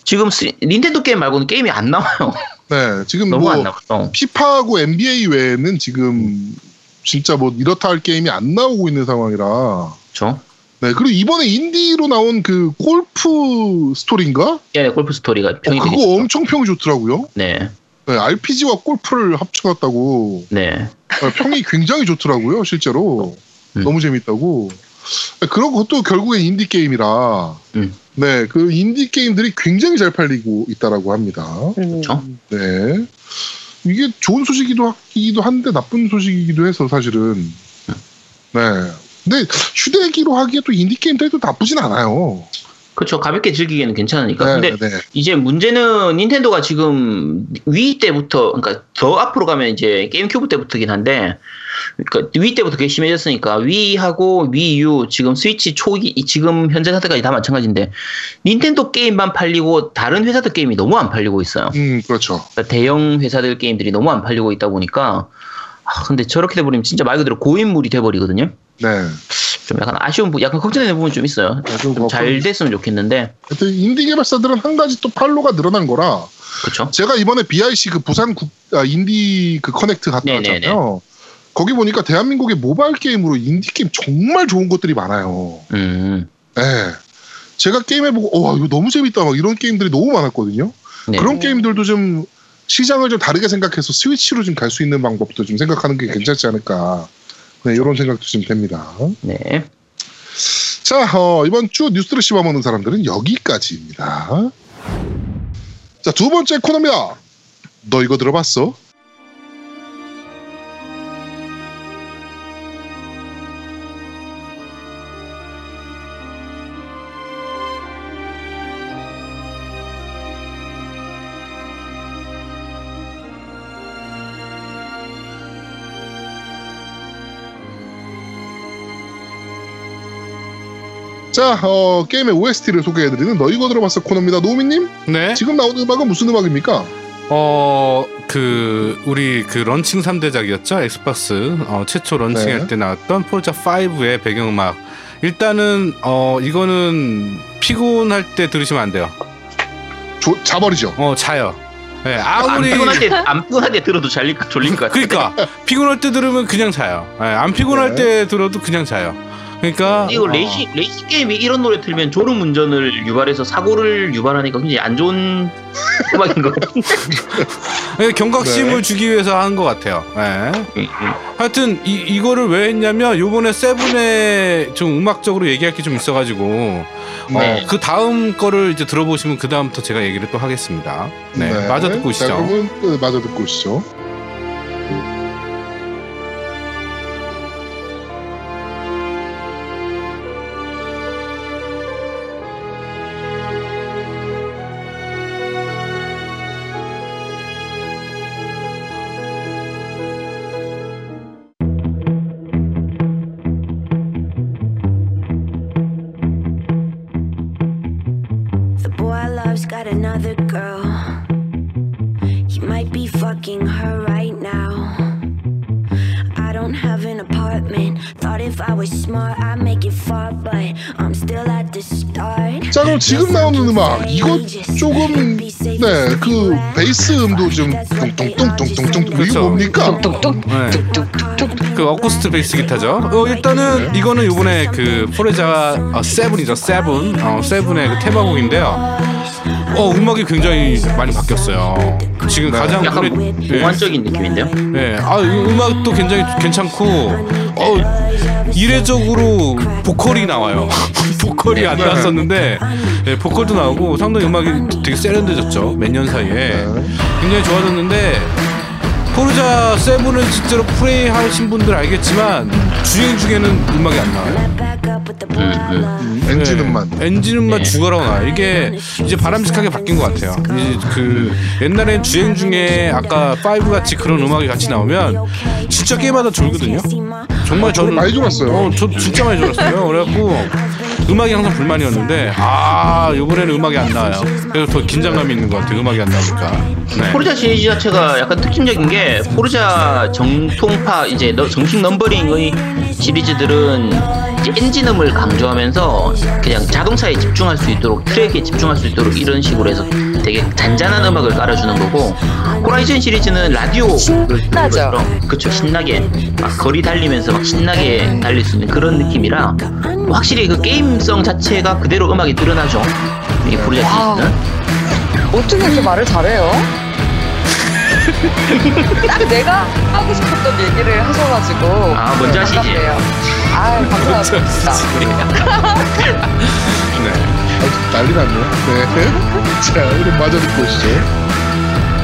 S4: 지금 스- 닌텐도 게임 말고는 게임이 안 나와요
S1: 네 지금
S4: 너무 안
S1: 뭐
S4: 나와요
S1: 피파하고 NBA 외에는 지금 진짜 뭐 이렇다 할 게임이 안 나오고 있는 상황이라.
S4: 그렇죠.
S1: 네, 그리고 이번에 인디로 나온 그 골프 스토리인가?
S4: 예, 골프 스토리가 평이
S1: 어,
S4: 되게
S1: 그거
S4: 좋죠.
S1: 엄청 평이 좋더라고요.
S4: 네,
S1: 네, RPG와 골프를 합쳐놨다고
S4: 네.
S1: 네, 평이 굉장히 좋더라고요, 실제로.
S4: 음.
S1: 너무 재밌다고. 네, 그런 것도 결국엔 인디 게임이라.
S4: 음.
S1: 네, 그 인디 게임들이 굉장히 잘 팔리고 있다라고 합니다.
S2: 음.
S4: 그렇죠.
S1: 네. 이게 좋은 소식이기도 하기도 한데 나쁜 소식이기도 해서 사실은. 네. 근데 휴대기로 하기에 또 인디 게임들이 또 나쁘진 않아요.
S4: 그렇죠. 가볍게 즐기기에는 괜찮으니까.
S1: 네,
S4: 그러니까 근데
S1: 네.
S4: 이제 문제는 닌텐도가 지금 위 때부터, 그러니까 더 앞으로 가면 이제 게임큐브 때부터긴 한데, 그러니까 위 때부터 그게 심해졌으니까 위하고 위유 지금 스위치 초기 이 지금 현재 상태까지 다 마찬가지인데 닌텐도 게임만 팔리고 다른 회사들 게임이 너무 안 팔리고 있어요.
S1: 음, 그렇죠.
S4: 그러니까 대형 회사들 게임들이 너무 안 팔리고 있다 보니까 아, 근데 저렇게 돼버리면 진짜 말 그대로 고인물이 돼버리거든요.
S1: 네.
S4: 좀 약간 아쉬운 부, 약간 걱정되는 부분 이좀 있어요.
S1: 좀
S4: 좀 잘 됐으면 좋겠는데
S1: 하여튼 인디 개발사들은 한 가지 또 팔로가 늘어난 거라
S4: 그렇죠.
S1: 제가 이번에 BIC 그 부산 국, 아, 인디 그 커넥트 갔다
S4: 네네네.
S1: 왔잖아요. 거기 보니까 대한민국의 모바일 게임으로 인디 게임 정말 좋은 것들이 많아요.
S4: 음,
S1: 예. 제가 게임해보고, 와, 이거 너무 재밌다. 막 이런 게임들이 너무 많았거든요.
S4: 네.
S1: 그런
S2: 음.
S1: 게임들도 좀 시장을 좀 다르게 생각해서 스위치로 좀 갈 수 있는 방법도 좀 생각하는 게 괜찮지 않을까. 네, 이런 생각도 좀 됩니다.
S4: 네.
S1: 자, 어, 이번 주 뉴스를 씹어먹는 사람들은 여기까지입니다. 자, 두 번째 코너입니다. 너 이거 들어봤어? 자, 어, 게임의 OST를 소개해드리는 너 이거 들어봤어 코너입니다. 노우미님,
S3: 네.
S1: 지금 나오는 음악은 무슨 음악입니까?
S3: 어, 그 우리 그 런칭 3대작이었죠. 엑스박스. 어, 최초 런칭할
S1: 네.
S3: 때 나왔던 폴자 5의 배경음악. 일단은 어, 이거는 피곤할 때 들으시면 안 돼요.
S1: 조- 자버리죠.
S3: 어, 자요. 예,
S4: 안
S3: 아무리
S4: 피곤할 때, 안 피곤할 때 들어도 잘릴, 졸릴 것 같아요.
S3: 그러니까 피곤할 때 들으면 그냥 자요. 예, 안
S1: 네.
S3: 피곤할 때 들어도 그냥 자요. 그러니까
S4: 이거
S3: 어,
S4: 레이싱, 레이싱 게임이 이런 노래 틀면 졸음 운전을 유발해서 사고를 유발하니까 굉장히 안 좋은 음악인 것 같아요.
S3: 예, 경각심을
S4: 네.
S3: 주기 위해서 한 것 같아요. 예.
S4: 음, 음.
S3: 하여튼 이 이거를 왜 했냐면 요번에 세븐에 좀 음악적으로 얘기할 게 좀 있어가지고
S4: 네.
S3: 어, 그 다음 거를 이제 들어보시면 그 다음부터 제가 얘기를 또 하겠습니다. 네, 맞아 듣고
S1: 자,
S3: 오시죠.
S1: 그러면 또 맞아 듣고 오시죠.
S5: The boy I love's got another girl. He might be fucking her right now. I don't have an apartment. Thought if I was smart, I'd make it far, but I'm still at the start.
S1: 자, 그럼 지금 나오는 음악 이거 조금 네, 그 베이스 음도 좀 뚱뚱뚱뚱뚱뚱 이게
S3: 그렇죠.
S1: 뭡니까?
S2: 뚝뚝뚝.
S3: 네. 그 어쿠스트 베이스 기타죠. 어, 일단은 이거는 요번에 그 포레자 어, 세븐이죠. 세븐. 어, 세븐의 그 테마곡인데요. 어, 음악이 굉장히 많이 바뀌었어요. 지금
S1: 네.
S3: 가장
S4: 약간 뭐
S3: 노래- 예.
S4: 공환적인 느낌인데요.
S3: 네, 아, 이 음악도 굉장히 괜찮고, 어, 이례적으로 보컬이 나와요. 보컬이 안 나왔었는데, 네, 보컬도 나오고, 상당히 음악이 되게 세련되졌죠. 몇 년 사이에. 굉장히 좋아졌는데, 포르자 세븐은 실제로 플레이 하신 분들 알겠지만, 주행 중에는 음악이 안 나와요.
S1: 음, 엔진음만.
S3: 네, 엔진음만
S4: 네.
S3: 죽어라고 나. 이게 이제 바람직하게 바뀐 것 같아요. 이제 그 옛날엔 주행 중에 아까 5 같이 그런 음악이 같이 나오면 진짜 게임하다 졸거든요. 정말 저는
S1: 아, 많이 졸았어요.
S3: 어, 저 진짜 많이 졸았어요. 그래갖고 음악이 항상 불만이었는데 아 이번에는 음악이 안 나와요. 그래서 더 긴장감이 있는 것 같아요. 음악이 안 나오니까. 네.
S4: 포르자 시리즈 자체가 약간 특징적인 게 포르자 정통파 이제 너- 정식 넘버링의 시리즈들은 이제 엔진음을 강조하면서 그냥 자동차에 집중할 수 있도록 트랙에 집중할 수 있도록 이런 식으로 해서 되게 잔잔한 음악을 깔아주는 거고 호라이즌 시리즈는 라디오를 듣는
S2: 신나죠?
S4: 것처럼 그쵸 신나게 막 거리 달리면서 막 신나게 달릴 수 있는 그런 느낌이라 확실히 그 게임성 자체가 그대로 음악이 드러나죠 이 포르자
S2: 와우.
S4: 시리즈는
S2: 어떻게 이렇게 말을 잘해요? 딱 내가 하고 싶었던 얘기를 하셔가지고
S4: 아, 뭔지 아시지?
S2: 반갑네요. 아유 감사합니다
S3: 네.
S1: 아, 난리 났네요. 네. 자, 그럼 마저 듣고 오시죠.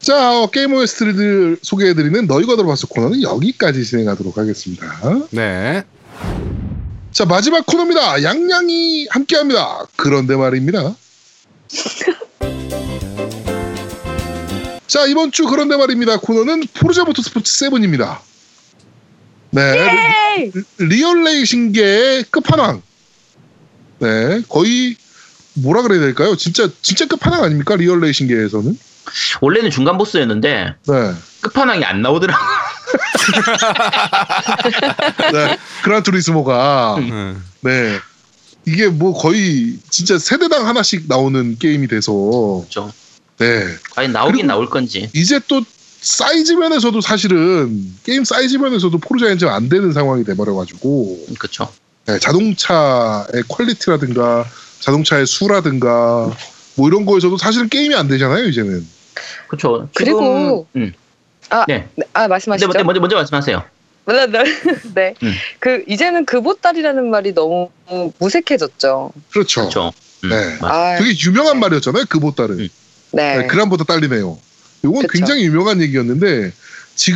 S1: 자, 어, 게임 OST를 소개해드리는 너희가 들어봤어 코너는 여기까지 진행하도록 하겠습니다.
S3: 네.
S1: 자, 마지막 코너입니다. 양양이 함께합니다. 그런데 말입니다. 자, 이번 주 그런데 말입니다. 코너는 포르자 모터스포츠 7입니다. 네,
S2: 예이!
S1: 리얼 레이싱계의 끝판왕. 네, 거의 뭐라 그래야 될까요? 진짜 진짜 끝판왕 아닙니까? 리얼 레이싱계에서는.
S4: 원래는 중간 보스였는데
S1: 네,
S4: 끝판왕이 안 나오더라고.
S1: 네, 그란투리스모가
S3: 네.
S1: 네 이게 뭐 거의 진짜 세대당 하나씩 나오는 게임이 돼서
S4: 죠
S1: 네
S4: 과연 나오긴
S1: 그리고-
S4: 나올 건지.
S1: 이제 또 사이즈 면에서도 사실은 게임 사이즈 면에서도 포르자 엔진 안 되는 상황이 돼버려가지고
S4: 그쵸.
S1: 네, 자동차의 퀄리티라든가 자동차의 수라든가 뭐 이런 거에서도 사실은 게임이 안 되잖아요 이제는
S4: 그쵸. 지금-
S2: 그리고-
S4: 음.
S2: 아,
S4: 네.
S2: 아
S4: 근데
S2: 말씀하시죠
S4: 먼저, 먼저, 먼저 말씀하세요.
S2: 네, 네. 네.
S4: 음.
S2: 그 이제는 그보딸이라는 말이 너무 무색해졌죠
S1: 그렇죠
S4: 그쵸. 음,
S1: 네.
S4: 맞-
S2: 아,
S1: 되게 유명한 말이었잖아요 그보따는
S4: 음.
S2: 네.
S1: 네, 그람보다 딸리네요 이건
S2: 그쵸.
S1: 굉장히 유명한 얘기였는데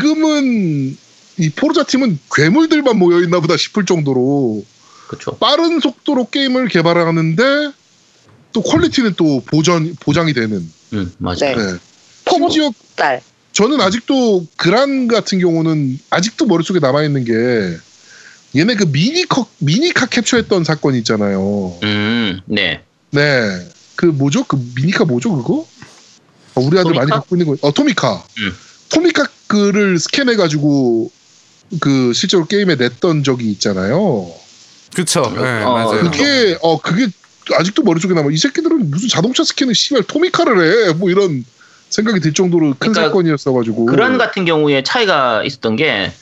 S1: 지금은 이 포르자 팀은 괴물들만 모여있나 보다 싶을 정도로
S4: 그쵸.
S1: 빠른 속도로 게임을 개발하는데 또 퀄리티는 또 보전 보장이 되는.
S4: 음, 맞아요.
S2: 네.
S1: 네.
S2: 포모
S1: 심지어
S2: 딸
S1: 저는 아직도 그란 같은 경우는 아직도 머릿속에 남아 있는 게 얘네 그 미니컵 미니카 캡처했던 사건 있잖아요.
S4: 음, 네.
S1: 네. 그 뭐죠? 그 미니카 뭐죠 그거? 어, 우리 아들 많이
S4: 토미카?
S1: 갖고 있는 거. 어 토미카.
S4: 음.
S1: 토미카 그를 스캔해 가지고 그 실제로 게임에 냈던 적이 있잖아요.
S3: 그쵸. 네,
S4: 어,
S3: 맞아요.
S1: 그게 어 그게 아직도 머릿속에 남아 이 새끼들은 무슨 자동차 스캔을 씨발 토미카를 해 뭐 이런 생각이 들 정도로 큰
S4: 그러니까
S1: 사건이었어가지고
S4: 그런 같은 경우에 차이가 있었던 게,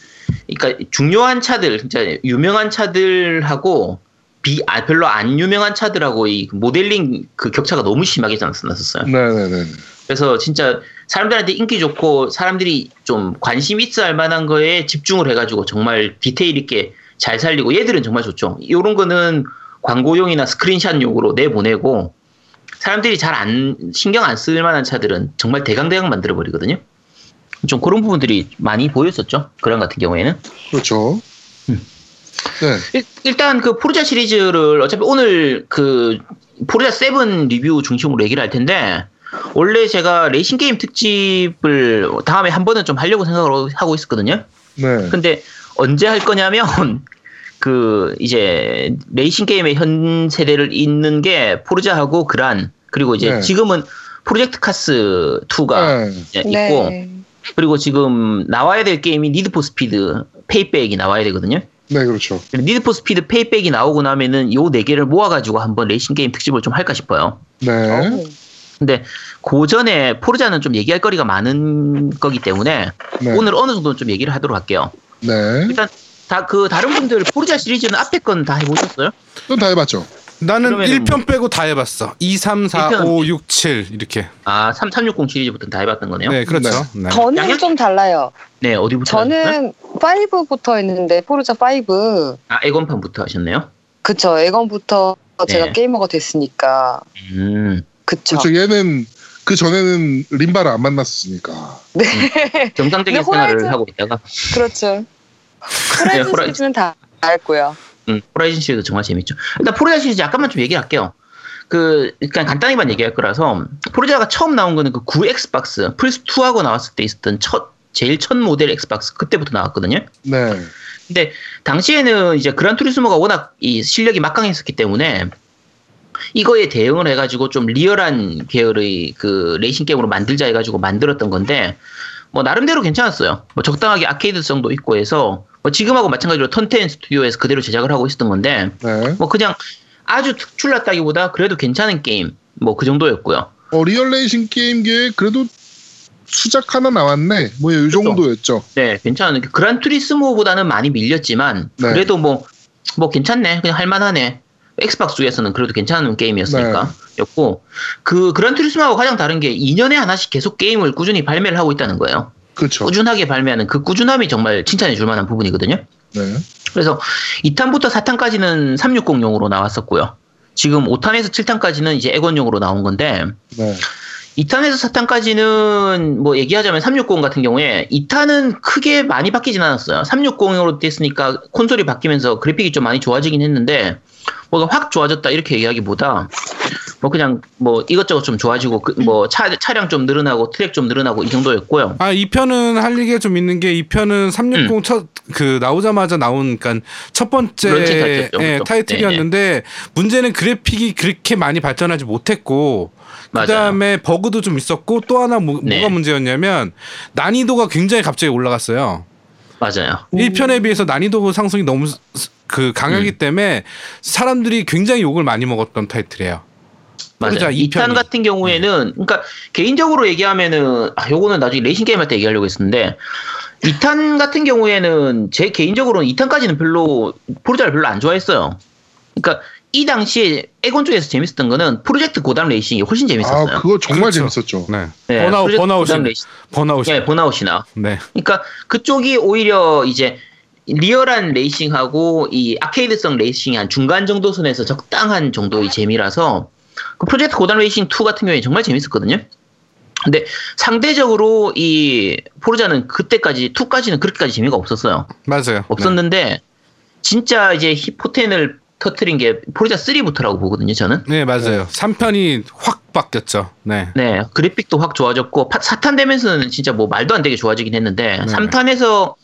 S4: 그러니까 중요한 차들, 진짜 유명한 차들하고 비, 아, 별로 안 유명한 차들하고 이 모델링 그 격차가 너무 심하게 났었어요.
S1: 네네네
S4: 그래서 진짜 사람들한테 인기 좋고 사람들이 좀 관심 있어 할 만한 거에 집중을 해가지고 정말 디테일 있게 잘 살리고 얘들은 정말 좋죠. 이런 거는 광고용이나 스크린샷용으로 내보내고 사람들이 잘 안 신경 안 쓸 만한 차들은 정말 대강대강 만들어 버리거든요. 좀 그런 부분들이 많이 보였었죠. 그런 같은 경우에는
S1: 그렇죠
S4: 음.
S1: 네
S4: 일, 일단 그 포르자 시리즈를 어차피 오늘 그 포르자 7 리뷰 중심으로 얘기를 할 텐데 원래 제가 레이싱 게임 특집을 다음에 한 번은 좀 하려고 생각을 하고 있었거든요.
S1: 네.
S4: 근데 언제 할 거냐면 그 이제 레이싱 게임의 현 세대를 잇는 게 포르자하고 그란 그리고 이제
S1: 네.
S4: 지금은 프로젝트 카스 2가
S1: 네.
S4: 이제 있고
S2: 네.
S4: 그리고 지금 나와야 될 게임이 니드 포 스피드 페이백이 나와야 되거든요.
S1: 네 그렇죠
S4: 니드 포 스피드 페이백이 나오고 나면은 요 네 개를 모아가지고 한번 레이싱 게임 특집을 좀 할까 싶어요.
S1: 네네
S2: 어우,
S4: 근데 그 전에 포르자는 좀 얘기할 거리가 많은 거기 때문에
S1: 네.
S4: 오늘 어느 정도는 좀 얘기를 하도록 할게요.
S1: 네.
S4: 일단 다 그 다른 분들 포르자 시리즈는 앞에 건 다 해보셨어요?
S1: 좀 다 해봤죠
S3: 나는
S4: 그러면은
S3: 1편 빼고 다 해봤어. 2, 3, 4,
S4: 1편.
S3: 5, 6, 7 이렇게.
S4: 아, 3360 시리즈부터는 다 해봤던 거네요.
S3: 네, 그렇죠. 네.
S2: 저는
S4: 양양?
S2: 좀 달라요
S4: 네, 어디부터? 하셨나요?
S2: 저는 5부터 했는데 포르자 5
S4: 아, 에건판부터 하셨네요.
S2: 그쵸 에건부터 제가
S4: 네.
S2: 게이머가 됐으니까
S4: 음,
S2: 그쵸
S1: 그렇죠 얘는 그 전에는 림바를 안 만났으니까
S4: 정상적인
S2: 네. 근데 호라이즌-
S4: 생활을 하고 있다가
S2: 그렇죠
S4: 네,
S2: 호라이즌
S4: 호라이즌.
S2: 시리즈는 다 알고요
S4: 음, 호라이즌 시리즈 정말 재밌죠. 일단 포르자 시리즈 잠깐만 좀 얘기할게요. 그 그냥 간단히만 얘기할 거라서 포르자가 처음 나온 거는 그 9 엑스박스 플스 2하고 나왔을 때 있었던 첫 제일 첫 모델 엑스박스 그때부터 나왔거든요.
S1: 네.
S4: 근데 당시에는 이제 그란 투리스모가 워낙 이 실력이 막강했었기 때문에 이거에 대응을 해가지고 좀 리얼한 계열의 그 레이싱 게임으로 만들자 해가지고 만들었던 건데 뭐 나름대로 괜찮았어요. 뭐 적당하게 아케이드성도 있고 해서 뭐 지금하고 마찬가지로 턴텐 스튜디오에서 그대로 제작을 하고 있었던 건데
S1: 네.
S4: 뭐 그냥 아주 특출났다기보다 그래도 괜찮은 게임 뭐 그 정도였고요.
S1: 어, 리얼레이싱 게임계에 그래도 수작 하나 나왔네. 뭐 이 정도였죠.
S4: 네, 괜찮은 게 그란 투리스모보다는 많이 밀렸지만
S1: 네.
S4: 그래도 뭐 뭐 괜찮네. 그냥 할 만하네. 엑스박스 쪽에서는 그래도 괜찮은 게임이었으니까
S1: 네.
S4: 였고 그 그란 투리스모하고 가장 다른 게 2년에 하나씩 계속 게임을 꾸준히 발매를 하고 있다는 거예요.
S1: 그렇죠.
S4: 꾸준하게 발매하는 그 꾸준함이 정말 칭찬해 줄 만한 부분이거든요.
S1: 네.
S4: 그래서 2탄부터 4탄까지는 360용으로 나왔었고요. 지금 5탄에서 7탄까지는 이제 액원용으로 나온 건데
S1: 네.
S4: 2탄에서 4탄까지는 뭐 얘기하자면 360 같은 경우에 2탄은 크게 많이 바뀌진 않았어요. 360으로 됐으니까 콘솔이 바뀌면서 그래픽이 좀 많이 좋아지긴 했는데 뭐가 확 좋아졌다 이렇게 얘기하기보다 뭐 그냥 뭐 이것저것 좀 좋아지고 그 뭐 차, 차량 좀 늘어나고 트랙 좀 늘어나고 이 정도였고요.
S3: 아, 이 편은 할 얘기가 좀 있는 게 이 편은 360 첫, 그, 나오자마자 나온, 그니까, 첫
S4: 음. 런칭
S3: 번째
S4: 타이틀이죠, 네,
S3: 예,
S4: 그죠?
S3: 타이틀이었는데, 문제는 그래픽이 그렇게 많이 발전하지 못했고, 그
S4: 맞아요.
S3: 다음에 버그도 좀 있었고, 또 하나 뭐,
S4: 네.
S3: 가 문제였냐면, 난이도가 굉장히 갑자기 올라갔어요.
S4: 맞아요.
S3: 1편에 비해서 난이도 상승이 너무 스- 스- 그 강하기
S4: 음.
S3: 때문에 사람들이 굉장히 욕을 많이 먹었던 타이틀이에요.
S4: 맞아요.
S3: 그러자 그렇죠. 이
S4: 2탄
S3: 편이. 네.
S4: 같은 경우에는 그러니까 개인적으로 얘기하면은 아 요거는 나중에 레이싱 게임 할 때 얘기하려고 했었는데 2탄 같은 경우에는 제 개인적으로는 2탄까지는 별로 포르자를 별로 안 좋아했어요. 그러니까 이 당시에 에곤 쪽에서 재밌었던 거는 프로젝트 고담 레이싱이 훨씬 재밌었어요.
S1: 아, 그거 정말
S3: 그렇죠.
S1: 재밌었죠.
S3: 네.
S4: 네,
S3: 번아웃,
S4: 프로젝트
S3: 번아웃이.
S4: 고담 레이싱.
S3: 번아웃이.
S4: 예, 번아웃이나
S3: 네.
S4: 그러니까 그쪽이 오히려 이제 리얼한 레이싱하고 이 아케이드성 레이싱이 한 중간 정도 선에서 적당한 정도의 재미라서 그 프로젝트 고단 레이싱 2 같은 경우에 정말 재밌었거든요. 근데 상대적으로 이 포르자는 그때까지 2까지는 그렇게까지 재미가 없었어요.
S3: 맞아요.
S4: 없었는데 진짜 이제 히포텐을 터트린 게 포르자 3부터라고 보거든요, 저는.
S3: 네. 네, 맞아요. 3편이 확 바뀌었죠. 네.
S4: 네, 그래픽도 확 좋아졌고, 4탄 되면서는 진짜 뭐 말도 안 되게 좋아지긴 했는데,
S3: 네.
S4: 3탄에서,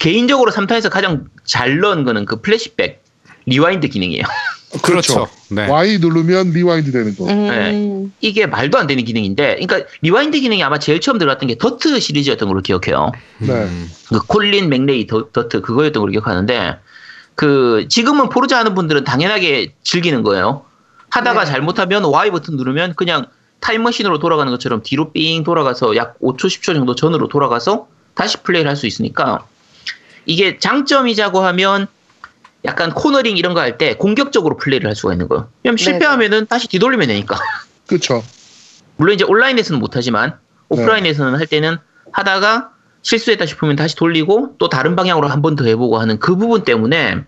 S4: 개인적으로 3탄에서 가장 잘 넣은 거는 그 플래시백, 리와인드 기능이에요.
S3: 그렇죠. 네.
S1: Y 누르면 리와인드 되는 거.
S4: 네.
S2: 음,
S4: 이게 말도 안 되는 기능인데, 그러니까 리와인드 기능이 아마 제일 처음 들어갔던 게 더트 시리즈였던 걸로 기억해요.
S1: 네.
S3: 음.
S4: 그 콜린 맥레이 더, 더트 그거였던 걸로 기억하는데, 그, 지금은 포르자 하는 분들은 당연하게 즐기는 거예요. 하다가
S2: 네.
S4: 잘못하면 Y 버튼 누르면 그냥 타임머신으로 돌아가는 것처럼 뒤로 삥 돌아가서 약 5초, 10초 정도 전으로 돌아가서 다시 플레이를 할 수 있으니까 이게 장점이자고 하면 약간 코너링 이런 거 할 때 공격적으로 플레이를 할 수가 있는 거예요. 왜냐면
S2: 네.
S4: 실패하면은 다시 뒤돌리면 되니까.
S1: 그렇죠.
S4: 물론 이제 온라인에서는
S1: 네.
S4: 못하지만 오프라인에서는 할 때는 하다가 실수했다 싶으면 다시 돌리고 또 다른 방향으로 한 번 더 해보고 하는 그 부분 때문에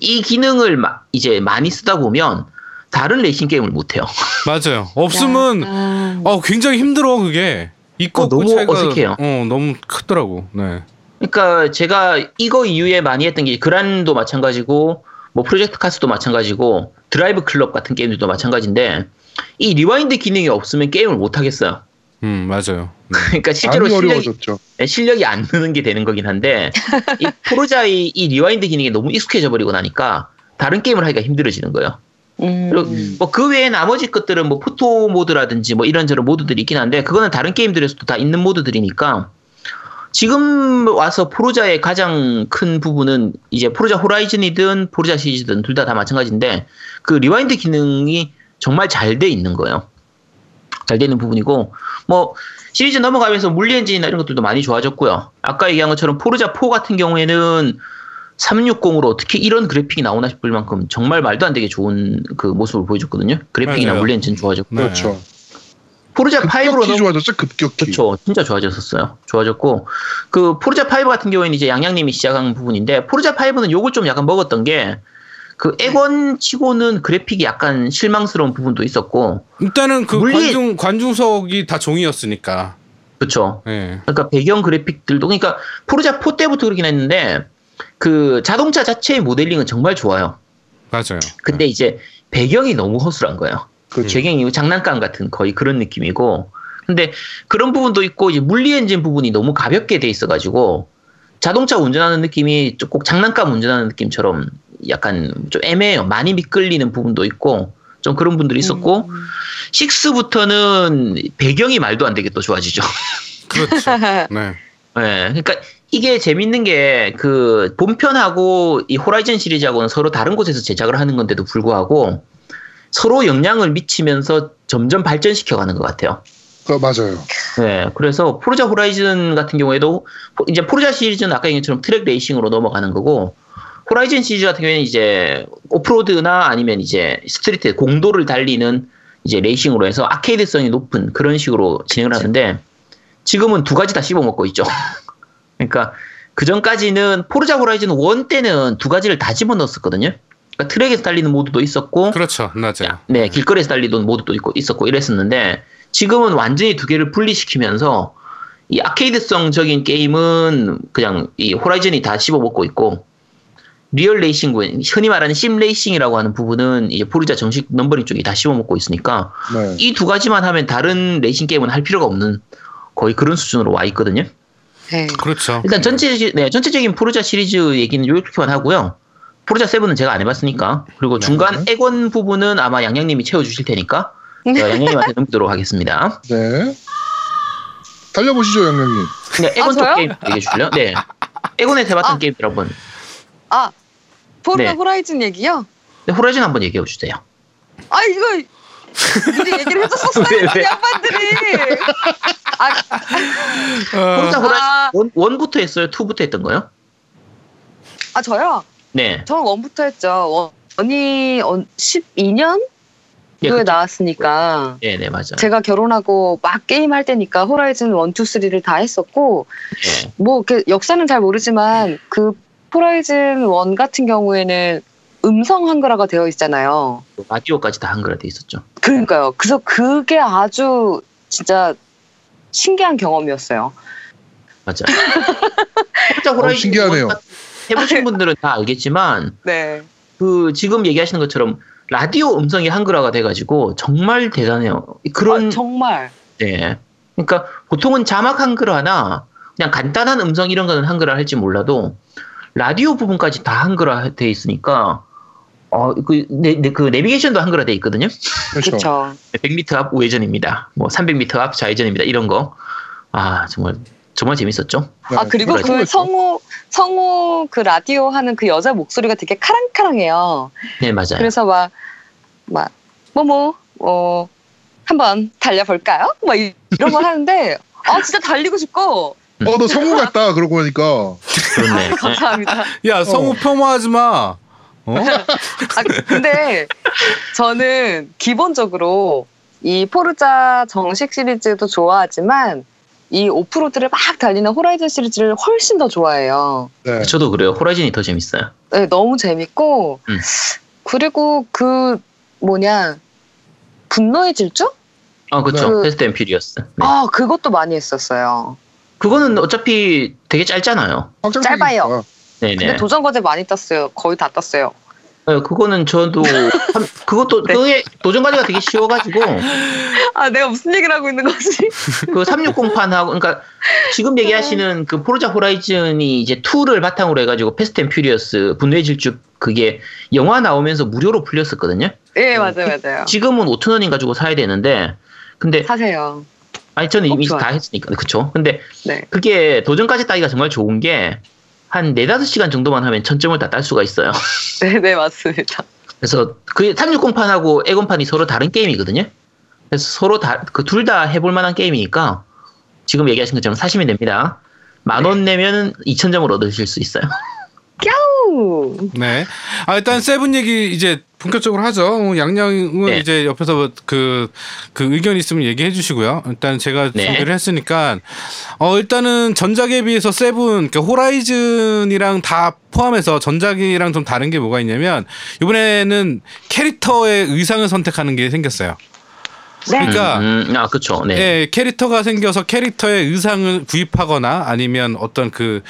S4: 이 기능을 마- 이제 많이 쓰다 보면 다른 레이싱 게임을 못해요.
S3: 맞아요. 없으면
S2: 음.
S3: 어 굉장히 힘들어 그게. 있고
S4: 어,
S3: 없고
S4: 너무
S3: 차이가
S4: 어색해요.
S3: 어 너무 크더라고. 네.
S4: 그러니까 제가 이거 이후에 많이 했던 게 그란도 마찬가지고 뭐 프로젝트 카스도 마찬가지고 드라이브 클럽 같은 게임들도 마찬가지인데 이 리와인드 기능이 없으면 게임을 못 하겠어요.
S3: 음 맞아요. 네.
S4: 그러니까 실제로
S1: 많이
S4: 실력이
S1: 어려워졌죠.
S4: 네, 실력이 안 느는 게 되는 거긴 한데 이 포르자의 이 리와인드 기능이 너무 익숙해져 버리고 나니까 다른 게임을 하기가 힘들어지는 거예요.
S2: 음.
S4: 그리고 뭐 그 외에 나머지 것들은 뭐 포토 모드라든지 뭐 이런저런 모드들이 있긴 한데 그거는 다른 게임들에서도 다 있는 모드들이니까 지금 와서 포르자의 가장 큰 부분은 이제 포르자 호라이즌이든 포르자 시리즈든 둘 다 다 마찬가지인데 그 리와인드 기능이 정말 잘 돼 있는 거예요. 잘 되는 부분이고 뭐 시리즈 넘어가면서 물리 엔진이나 이런 것들도 많이 좋아졌고요. 아까 얘기한 것처럼 포르자 4 같은 경우에는 360으로 어떻게 이런 그래픽이 나오나 싶을 만큼 정말 말도 안 되게 좋은 그 모습을 보여줬거든요. 그래픽이나
S3: 맞아요. 그
S4: 물리 엔진 좋아졌고
S3: 네.
S1: 그렇죠.
S4: 포르자 5로
S1: 급격히
S4: 그 넘어
S1: 좋아졌죠. 급격히.
S4: 그렇죠. 진짜 좋아졌었어요. 좋아졌고 그 포르자 5 같은 경우에는 이제 양양님이 시작한 부분인데 포르자 5는 요걸 좀 약간 먹었던 게 그 액원치고는 그래픽이 약간 실망스러운 부분도 있었고
S3: 일단은 그
S4: 물리-
S3: 관중 관중석이 다 종이었으니까.
S4: 그렇죠.
S3: 네.
S4: 그러니까 배경 그래픽들도 그러니까 포르자 4 때부터 그러긴 했는데 그 자동차 자체의 모델링은 정말 좋아요.
S3: 맞아요.
S4: 근데 이제 배경이 너무 허술한 거예요.
S1: 음. 그렇죠.
S4: 배경이 장난감 같은 거의 그런 느낌이고. 근데 그런 부분도 있고 이제 물리 엔진 부분이 너무 가볍게 돼 있어가지고 자동차 운전하는 느낌이 좀꼭 장난감 운전하는 느낌처럼 약간 좀 애매해요. 많이 미끌리는 부분도 있고 좀 그런 분들이 있었고 식스부터는 배경이 말도 안 되게 또 좋아지죠.
S3: 그렇죠. 네.
S4: 네, 그러니까 이게 재밌는 게 그 본편하고 이 호라이즌 시리즈하고는 서로 다른 곳에서 제작을 하는 건데도 불구하고 서로 영향을 미치면서 점점 발전시켜가는 것 같아요.
S1: 그, 맞아요.
S4: 네, 그래서 포르자 호라이즌 같은 경우에도 포- 이제 포르자 시리즈는 아까 얘기한 것처럼 트랙 레이싱으로 넘어가는 거고 호라이즌 시리즈 같은 경우에는 이제 오프로드나 아니면 이제 스트리트 공도를 달리는 이제 레이싱으로 해서 아케이드성이 높은 그런 식으로 진행을 하는데 지금은 두 가지 다 씹어먹고 있죠. 그러니까 그 전까지는 포르자 호라이즌 1 때는 두 가지를 다 집어넣었었거든요. 그러니까 트랙에서 달리는 모드도 있었고
S3: 그렇죠. 맞아요.
S4: 네, 길거리에서 달리던 모드도 있고 있었고 이랬었는데 지금은 완전히 두 개를 분리시키면서 이 아케이드성적인 게임은 그냥 이 호라이즌이 다 씹어먹고 있고 리얼 레이싱, 흔히 말하는 심 레이싱이라고 하는 부분은 이제 포르자 정식 넘버링 쪽이 다 씹어먹고 있으니까
S1: 네.
S4: 이 두 가지만 하면 다른 레이싱 게임은 할 필요가 없는 거의 그런 수준으로 와 있거든요.
S2: 네.
S3: 그렇죠.
S4: 일단 전체 네 전체적인 포르자 시리즈 얘기는 이렇게만 하고요. 포르자 7은 제가 안 해봤으니까
S2: 네.
S4: 그리고 중간 액원 부분은 아마 양양님이 채워주실 테니까
S2: 네.
S4: 제가 양양님한테 넘기도록 하겠습니다.
S1: 네. 달려보시죠, 양양님.
S4: 그냥 액원 쪽
S2: 아, 저요?
S4: 게임 얘기해 주실래요? 네. 액원에 해봤던
S2: 아.
S4: 게임 여러분.
S2: 아 포르자
S4: 네.
S2: 호라이즌 얘기요?
S4: 네, 호라이즌 한번 얘기해 주세요.
S2: 아 이거 미리 얘기를 해줬었어요
S4: 왜, 왜?
S2: 이 양반들이. 아
S3: 어,
S4: 포르자
S2: 아.
S4: 호라이즌 원, 부터 했어요? 투부터 했던 거요?
S2: 아, 저요?
S4: 네.
S2: 저는 원부터 했죠. 원- 원이 12년도에
S4: 예, 그쵸.
S2: 나왔으니까.
S4: 네, 네, 맞아요.
S2: 제가 결혼하고 막 게임 할 때니까 호라이즌 1, 2, 3를 다 했었고
S4: 네.
S2: 뭐 이렇게 역사는 잘 모르지만 그 호라이즌 1 같은 경우에는 음성 한글화가 되어 있잖아요.
S4: 그 라디오까지 다 한글화 돼 있었죠.
S2: 그러니까요. 그래서 그게 아주 진짜 신기한 경험이었어요.
S4: 맞아요.
S2: 어,
S4: 포르자 호라이즌
S1: 신기하네요.
S4: 원 같은- 해보신 분들은 다 알겠지만
S2: 네.
S4: 그 지금 얘기하시는 것처럼 라디오 음성이 한글화가 돼가지고 정말 대단해요. 그런
S2: 아, 정말.
S4: 네. 그러니까 보통은 자막 한글화나 그냥 간단한 음성 이런 거는 한글화 할지 몰라도 라디오 부분까지 다 한글화 돼 있으니까 어그 그 내비게이션도 한글화 돼 있거든요.
S1: 그렇죠.
S2: 그렇죠.
S4: 100m 앞 우회전입니다. 뭐 300m 앞 좌회전입니다. 이런 거. 아 정말 정말 재밌었죠.
S1: 네,
S2: 아 그리고 그
S1: 그렇죠.
S2: 성우 성우 그 라디오 하는 그 여자 목소리가 되게 카랑카랑해요.
S4: 네 맞아요.
S2: 그래서 막, 막, 뭐뭐, 어, 한번 달려볼까요? 막 이- 이런 걸 하는데, 아, 진짜 달리고 싶고.
S1: 어, 너 성우 같다. 그러고 보니까.
S4: 그렇네.
S2: 아, 감사합니다.
S3: 야 성우
S1: 어.
S3: 폄하하지 마. 어?
S2: 아, 근데 저는 기본적으로 이 포르자 정식 시리즈도 좋아하지만, 이 오프로드를 막 달리는 호라이즌 시리즈를 훨씬 더 좋아해요.
S1: 네.
S4: 저도 그래요. 호라이즌이 더 재밌어요.
S2: 네, 너무 재밌고,
S4: 음.
S2: 그리고 그, 뭐냐, 분노의 질주?
S4: 아 그렇죠.
S2: 그-
S4: 테스트 앤 퓨리어스. 네.
S2: 아, 그것도 많이 했었어요.
S4: 그거는 어차피 되게 짧잖아요.
S1: 확장팩이니까.
S2: 짧아요. 근데
S4: 네네.
S2: 도전 과제 많이 땄어요. 거의 다 땄어요.
S4: 네, 그거는 저도 한- 그것도
S2: 네.
S4: 그게 도전 과제가 되게 쉬워가지고
S2: 아, 내가 무슨 얘기를 하고 있는 거지?
S4: 그 360판하고 그러니까 지금
S2: 네.
S4: 얘기하시는 그 포르자 호라이즌이 이제 2를 바탕으로 해가지고 패스트 앤 퓨리어스 분노의 질주 그게 영화 나오면서 무료로 풀렸었거든요.
S2: 예, 맞아요, 맞아요.
S4: 지금은 5천 원인 가지고 사야 되는데 근데
S2: 사세요.
S4: 아니 저는 이미
S2: 없죠.
S4: 다 했으니까 그쵸? 근데
S2: 네.
S4: 그게 도전까지 따기가 정말 좋은 게 한 4, 5시간 정도만 하면 천점을 다 딸 수가 있어요.
S2: 네, 네, 맞습니다.
S4: 그래서 그 360판하고 에건판이 서로 다른 게임이거든요. 그래서 서로 다 그 둘 다 해볼 만한 게임이니까 지금 얘기하신 것처럼 사시면 됩니다. 만 원
S3: 네.
S4: 내면 2천 점을 얻으실 수 있어요.
S2: 우.
S3: 네. 아 일단 세븐 얘기 이제 본격적으로 하죠. 어, 양양은
S4: 네.
S3: 이제 옆에서 그, 그 의견 있으면 얘기해 주시고요. 일단 제가
S4: 네.
S3: 소개를 했으니까 어 일단은 전작에 비해서 세븐 그러니까 호라이즌이랑 다 포함해서 전작이랑 좀 다른 게 뭐가 있냐면 이번에는 캐릭터의 의상을 선택하는 게 생겼어요.
S2: 네.
S3: 그러니까
S4: 음, 아 그렇죠. 네.
S3: 예, 캐릭터가 생겨서 캐릭터의 의상을 구입하거나 아니면 어떤 그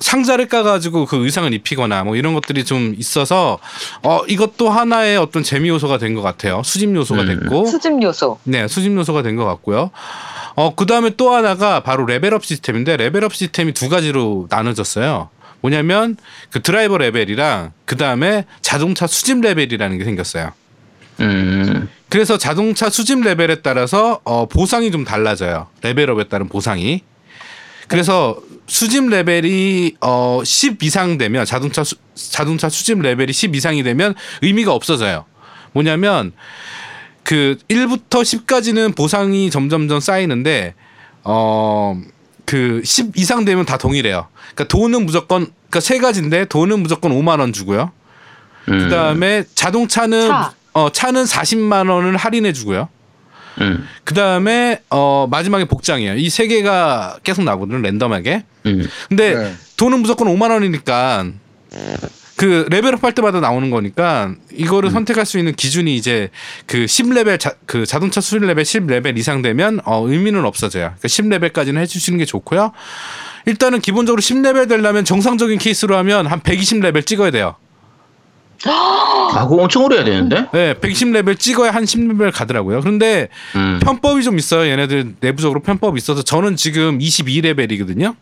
S3: 상자를 까가지고 그 의상을 입히거나 뭐 이런 것들이 좀 있어서 어 이것도 하나의 어떤 재미 요소가 된 것 같아요. 수집 요소가
S4: 음.
S3: 됐고
S2: 수집 요소.
S3: 네, 수집 요소가 된 것 같고요. 어, 그 다음에 또 하나가 바로 레벨업 시스템인데, 레벨업 시스템이 두 가지로 나눠졌어요. 뭐냐면, 그 드라이버 레벨이랑, 그 다음에 자동차 수집 레벨이라는 게 생겼어요.
S4: 음.
S3: 그래서 자동차 수집 레벨에 따라서, 어, 보상이 좀 달라져요. 레벨업에 따른 보상이. 그래서 수집 레벨이, 어, 10 이상 되면, 자동차, 수, 자동차 수집 레벨이 10 이상이 되면 의미가 없어져요. 뭐냐면, 그 1부터 10까지는 보상이 점점점 쌓이는데 어 그 10 이상 되면 다 동일해요. 그러니까 돈은 무조건 그러니까 세 가지인데 돈은 무조건 5만 원 주고요.
S4: 음.
S3: 그다음에 자동차는
S2: 차.
S3: 어 차는 40만 원을 할인해 주고요.
S4: 음.
S3: 그다음에 어 마지막에 복장이에요. 이 세 개가 계속 나거든요. 랜덤하게.
S4: 음.
S3: 근데
S1: 네.
S3: 돈은 무조건 5만 원이니까 그 레벨업 할 때마다 나오는 거니까 이거를 선택할 수 있는 기준이 이제 그 10레벨 자, 그 자동차 수입 레벨 10레벨 이상 되면 어 의미는 없어져요. 그러니까 10레벨까지는 해 주시는 게 좋고요. 일단은 기본적으로 10레벨 되려면 정상적인 케이스로 하면 한 120레벨 찍어야 돼요.
S4: 아, 그거 엄청 오래 해야 되는데?
S3: 네, 120레벨 찍어야 한 10레벨 가더라고요. 그런데
S4: 음.
S3: 편법이 좀 있어요. 얘네들 내부적으로 편법이 있어서 저는 지금 22레벨이거든요.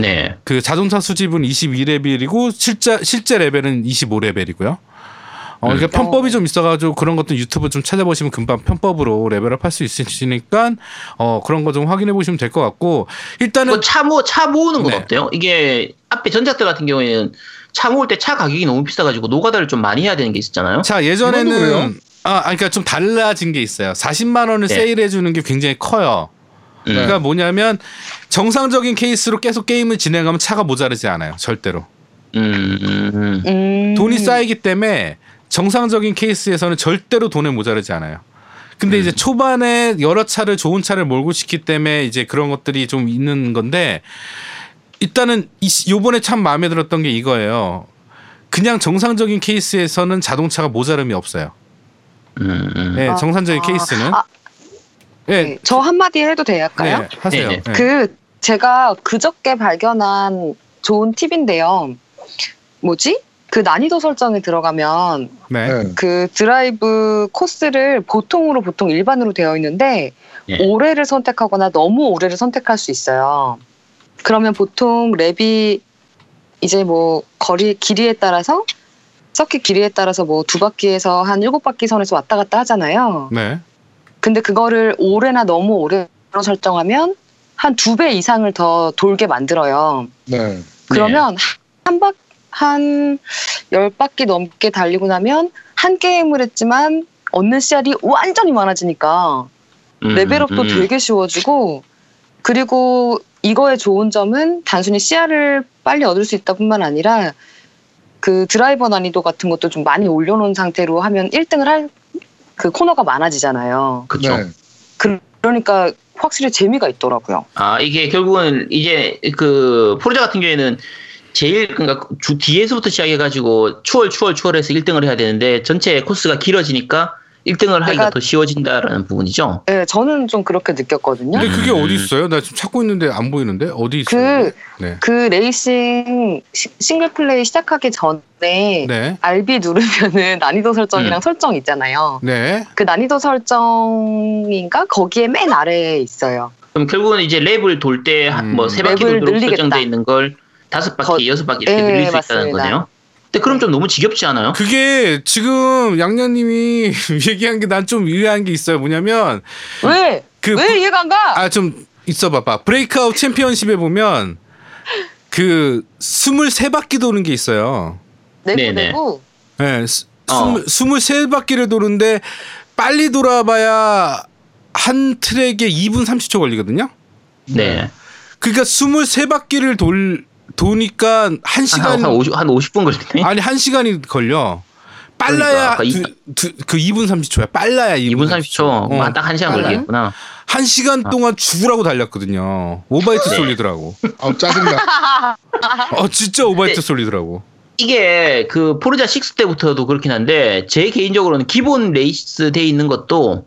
S4: 네.
S3: 그 자동차 수집은 22레벨이고 실제 실제 레벨은 25레벨이고요. 어, 그러니까
S1: 음.
S3: 편법이 좀 있어가지고 그런 것도 유튜브 좀 찾아보시면 금방 편법으로 레벨업 할 수 있으시니까 어 그런 거 좀 확인해 보시면 될 것 같고
S1: 뭐,
S3: 일단은
S4: 그차 모, 차 모으는 건
S3: 네.
S4: 어때요? 이게 앞에 전작들 같은 경우에는 차 모을 때 차 가격이 너무 비싸가지고 노가다를 좀 많이 해야 되는 게 있었잖아요.
S3: 자
S1: 이건 그래요? 예.
S3: 예전에는 아 아, 그러니까 좀 달라진 게 있어요. 40만 원을
S4: 네.
S3: 세일해 주는 게 굉장히 커요.
S4: 음.
S3: 그러니까 뭐냐면 정상적인 케이스로 계속 게임을 진행하면 차가 모자르지 않아요. 절대로.
S4: 음, 음, 음.
S2: 음.
S3: 돈이 쌓이기 때문에 정상적인 케이스에서는 절대로 돈에 모자르지 않아요. 근데 이제 초반에 여러 차를 좋은 차를 몰고 싶기 때문에 이제 그런 것들이 좀 있는 건데 일단은 이 시- 요번에 참 마음에 들었던 게 이거예요. 그냥 정상적인 케이스에서는 자동차가 모자름이 없어요.
S4: 음, 음.
S3: 예,
S2: 아,
S3: 정상적인
S2: 아,
S3: 케이스는.
S2: 아,
S3: 예,
S2: 네. 저 한마디 해도 될까요?
S3: 네, 하세요.
S4: 네,
S3: 예.
S4: 네.
S2: 그 제가 그저께 발견한 좋은 팁인데요. 뭐지? 그 난이도 설정에 들어가면
S3: 네.
S1: 네.
S2: 그 드라이브 코스를 보통으로 보통 일반으로 되어 있는데
S4: 예.
S2: 올해를 선택하거나 너무 올해를 선택할 수 있어요. 그러면 보통 랩이 이제 뭐 거리 길이에 따라서 서킷 길이에 따라서 뭐 두 바퀴에서 한 일곱 바퀴 선에서 왔다 갔다 하잖아요.
S3: 네.
S2: 근데 그거를 올해나 너무 올해로 설정하면 한 두 배 이상을 더 돌게 만들어요.
S1: 네.
S2: 그러면 한 박, 한 열바퀴 넘게 달리고 나면 한 게임을 했지만 얻는 씨알이 완전히 많아지니까
S4: 음,
S2: 레벨업도
S4: 음.
S2: 되게 쉬워지고 그리고 이거의 좋은 점은 단순히 씨알을 빨리 얻을 수 있다 뿐만 아니라 그 드라이버 난이도 같은 것도 좀 많이 올려놓은 상태로 하면 1등을 할 그 코너가 많아지잖아요.
S4: 그쵸.
S1: 네.
S2: 그러니까 확실히 재미가 있더라고요.
S4: 아, 이게 결국은 이제 그 포르자 같은 경우에는 제일 그러니까 주 뒤에서부터 시작해가지고 추월 추월 추월해서 1등을 해야 되는데 전체 코스가 길어지니까 1등을 하기가
S2: 내가-
S4: 더 쉬워진다라는 부분이죠.
S2: 네, 저는 좀 그렇게 느꼈거든요.
S3: 근데 그게
S4: 음.
S3: 어디 있어요? 나 지금 찾고 있는데 안 보이는데 어디 있어요?
S2: 그,
S3: 네.
S2: 그 레이싱 시- 싱글 플레이 시작하기 전에
S3: 네.
S2: RB 누르면은 난이도 설정이랑
S4: 음.
S2: 설정 있잖아요.
S3: 네.
S2: 그 난이도 설정인가 거기에 맨 아래에 있어요.
S4: 그럼 결국은 이제 랩을 돌 때
S3: 음.
S4: 뭐 세 바퀴
S2: 랩을
S4: 정도로
S2: 늘리겠다.
S4: 설정돼 있는 걸 다섯 바퀴, 여섯 바퀴 이렇게
S2: 예,
S4: 늘릴 수 있다는
S2: 맞습니다.
S4: 거네요. 근데 그럼 좀 너무 지겹지 않아요?
S3: 그게 지금 양양님이 얘기한 게 난 좀 의아한 게 있어요. 뭐냐면
S2: 왜?
S3: 그
S2: 왜 이해가 안 가?
S3: 아 좀 있어 봐봐. 브레이크아웃 챔피언십에 보면 그 23바퀴 도는 게 있어요.
S2: 내고
S4: 네네.
S2: 내고
S3: 예. 스-
S4: 어.
S3: 스물 23바퀴를 도는데 빨리 돌아봐야 한 트랙에 2분 30초 걸리거든요.
S4: 네.
S3: 그러니까 23바퀴를 돌 도니까 한시
S4: 한
S3: 간
S4: 50, 한 50분 걸리네.
S3: 아니 한시간이 걸려. 빨라야
S4: 예? 그러니까 아까 이-
S3: 두- 두- 그 2분 30초야. 빨라야 2분,
S4: 2분 30초. 아,
S3: 어.
S4: 딱 1시간
S2: 빨라요?
S4: 걸리겠구나.
S3: 한 시간 동안 죽으라고 달렸거든요. 오바이트
S4: 네.
S3: 쏠리더라고.
S1: 아 짜증나.
S3: 어 진짜 오바이트
S4: 근데-
S3: 쏠리더라고.
S4: 이게 그 포르자 6 때부터도 그렇긴 한데 제 개인적으로는 기본 레이스 돼 있는 것도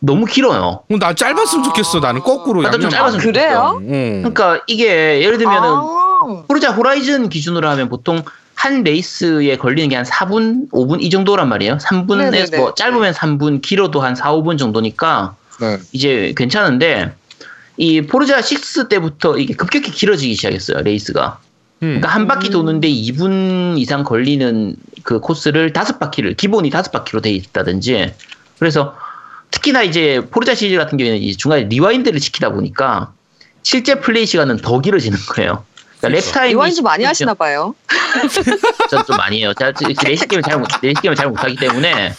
S4: 너무 길어요.
S3: 어, 나 아, 짧았으면 좋겠어. 나는 거꾸로
S4: 아. 나도 좀
S3: 양념
S4: 짧았으면
S3: 안-
S2: 그래요?
S3: 응.
S2: 아.
S4: 그러니까 이게 그러니까 예를 들면은
S2: 엄청.
S4: 포르자 호라이즌 기준으로 하면 보통 한 레이스에 걸리는 게 한 4분, 5분 이 정도란 말이에요. 3분에서
S2: 네네네.
S4: 뭐 짧으면 3분, 길어도 한 4, 5분 정도니까
S1: 네.
S4: 이제 괜찮은데 이 포르자 6 때부터 이게 급격히 길어지기 시작했어요. 레이스가.
S3: 음.
S4: 그러니까 한 바퀴
S2: 음.
S4: 도는데 2분 이상 걸리는 그 코스를 다섯 바퀴를 기본이 다섯 바퀴로 돼 있다든지 그래서 특히나 이제 포르자 시리즈 같은 경우에는 이 중간에 리와인드를 시키다 보니까 실제 플레이 시간은 더 길어지는 거예요. 그러니까
S3: 그렇죠.
S4: 랩타임이
S2: 이완주 많이 하시나 봐요.
S4: 저좀 많이 해요. 제가 저- 레이스 게임을 잘 못, 레이스 게임을 잘 못하기 때문에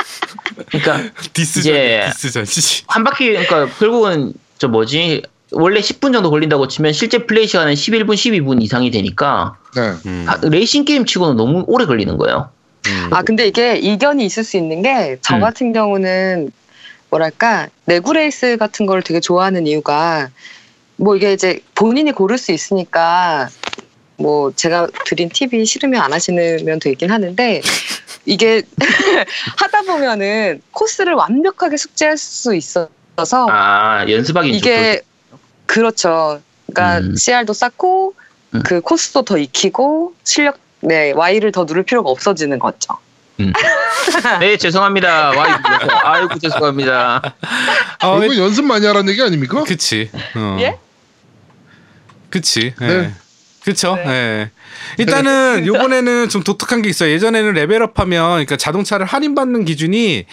S4: 그러니까
S3: 디스전
S4: 이제-
S3: 디스전 씨.
S4: 한 바퀴 그러니까 결국은 저 뭐지 원래 10분 정도 걸린다고 치면 실제 플레이 시간은 11분, 12분 이상이 되니까
S1: 네.
S3: 음.
S4: 하- 레이싱 게임 치고는 너무 오래 걸리는 거예요.
S3: 음.
S2: 아 근데 이게 이견이 있을 수 있는 게 저
S4: 음.
S2: 같은 경우는 뭐랄까 레그레이스 같은 걸 되게 좋아하는 이유가 뭐 이게 이제 본인이 고를 수 있으니까 뭐 제가 드린 팁이 싫으면 안 하시면 되긴 하는데 이게 하다 보면은 코스를 완벽하게 숙지할 수 있어서
S4: 아 연습하기 는
S2: 이게 그렇죠. 그러니까
S4: 음.
S2: CR도 쌓고
S4: 음.
S2: 그 코스도 더 익히고 실력 네 Y를 더 누를 필요가 없어지는 거죠.
S4: 네 죄송합니다. 와 이거 아이고 죄송합니다.
S3: 아,
S1: 결국 연습 많이 하라는 얘기 아닙니까?
S3: 그치. 어.
S2: 예?
S3: 그치. 예.
S1: 네.
S3: 그쵸.
S2: 네.
S3: 예. 일단은 요번에는 좀 독특한 게 있어요. 예전에는 레벨업 하면 그러니까 자동차를 할인받는 기준이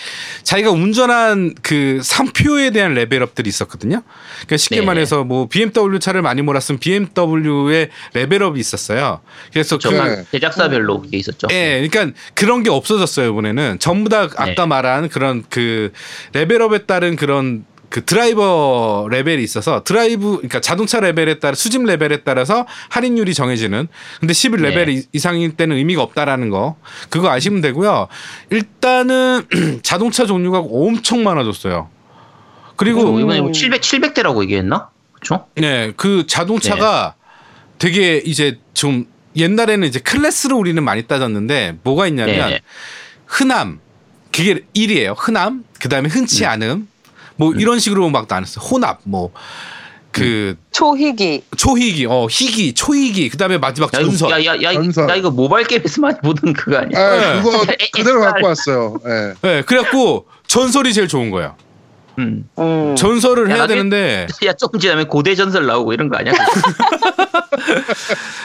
S3: 자기가 운전한 그 상표에 대한 레벨업들이 있었거든요. 그러니까 쉽게
S4: 네.
S3: 말해서 뭐 BMW 차를 많이 몰았으면 BMW의 레벨업이 있었어요. 그래서 그
S4: 정말
S1: 네.
S4: 제작사별로 그게 있었죠.
S3: 예, 그러니까 그런 게 없어졌어요 이번에는 전부 다 아까
S4: 네.
S3: 말한 그런 그 레벨업에 따른 그런 그 드라이버 레벨이 있어서 드라이브 그러니까 자동차 레벨에 따라 수집 레벨에 따라서 할인율이 정해지는 근데 11레벨
S4: 네.
S3: 이- 이상일 때는 의미가 없다라는 거 그거 아시면 되고요 일단은 자동차 종류가 엄청 많아졌어요 그리고
S4: 그리고 이번에
S2: 음.
S4: 뭐 700, 700대라고 얘기했나? 그렇죠?
S3: 네, 그 자동차가
S4: 네.
S3: 되게 이제 좀 옛날에는 이제 클래스로 우리는 많이 따졌는데 뭐가 있냐면
S4: 네.
S3: 흔함 그게 1이에요. 흔함 그다음에 흔치 않음 뭐 이런 식으로 막 나눴어요. 혼합 뭐 그
S4: 음.
S2: 초희기.
S3: 초희기 어 희기 초희기 그다음에 마지막
S4: 야, 이거,
S3: 전설
S4: 야, 야, 야,
S1: 전설.
S4: 나 이거 모바일 게임에서 많이 보던 그거 아니야?
S1: 아,
S3: 네.
S1: 그거 그대로
S4: SR.
S1: 갖고 왔어요. 예.
S3: 네, 그래갖고 전설이 제일 좋은 거예요.
S4: 음.
S2: 음.
S3: 전설을
S4: 야,
S3: 해야
S4: 나중에-
S3: 되는데
S4: 야, 조금 지나면 고대 전설 나오고 이런 거 아니야?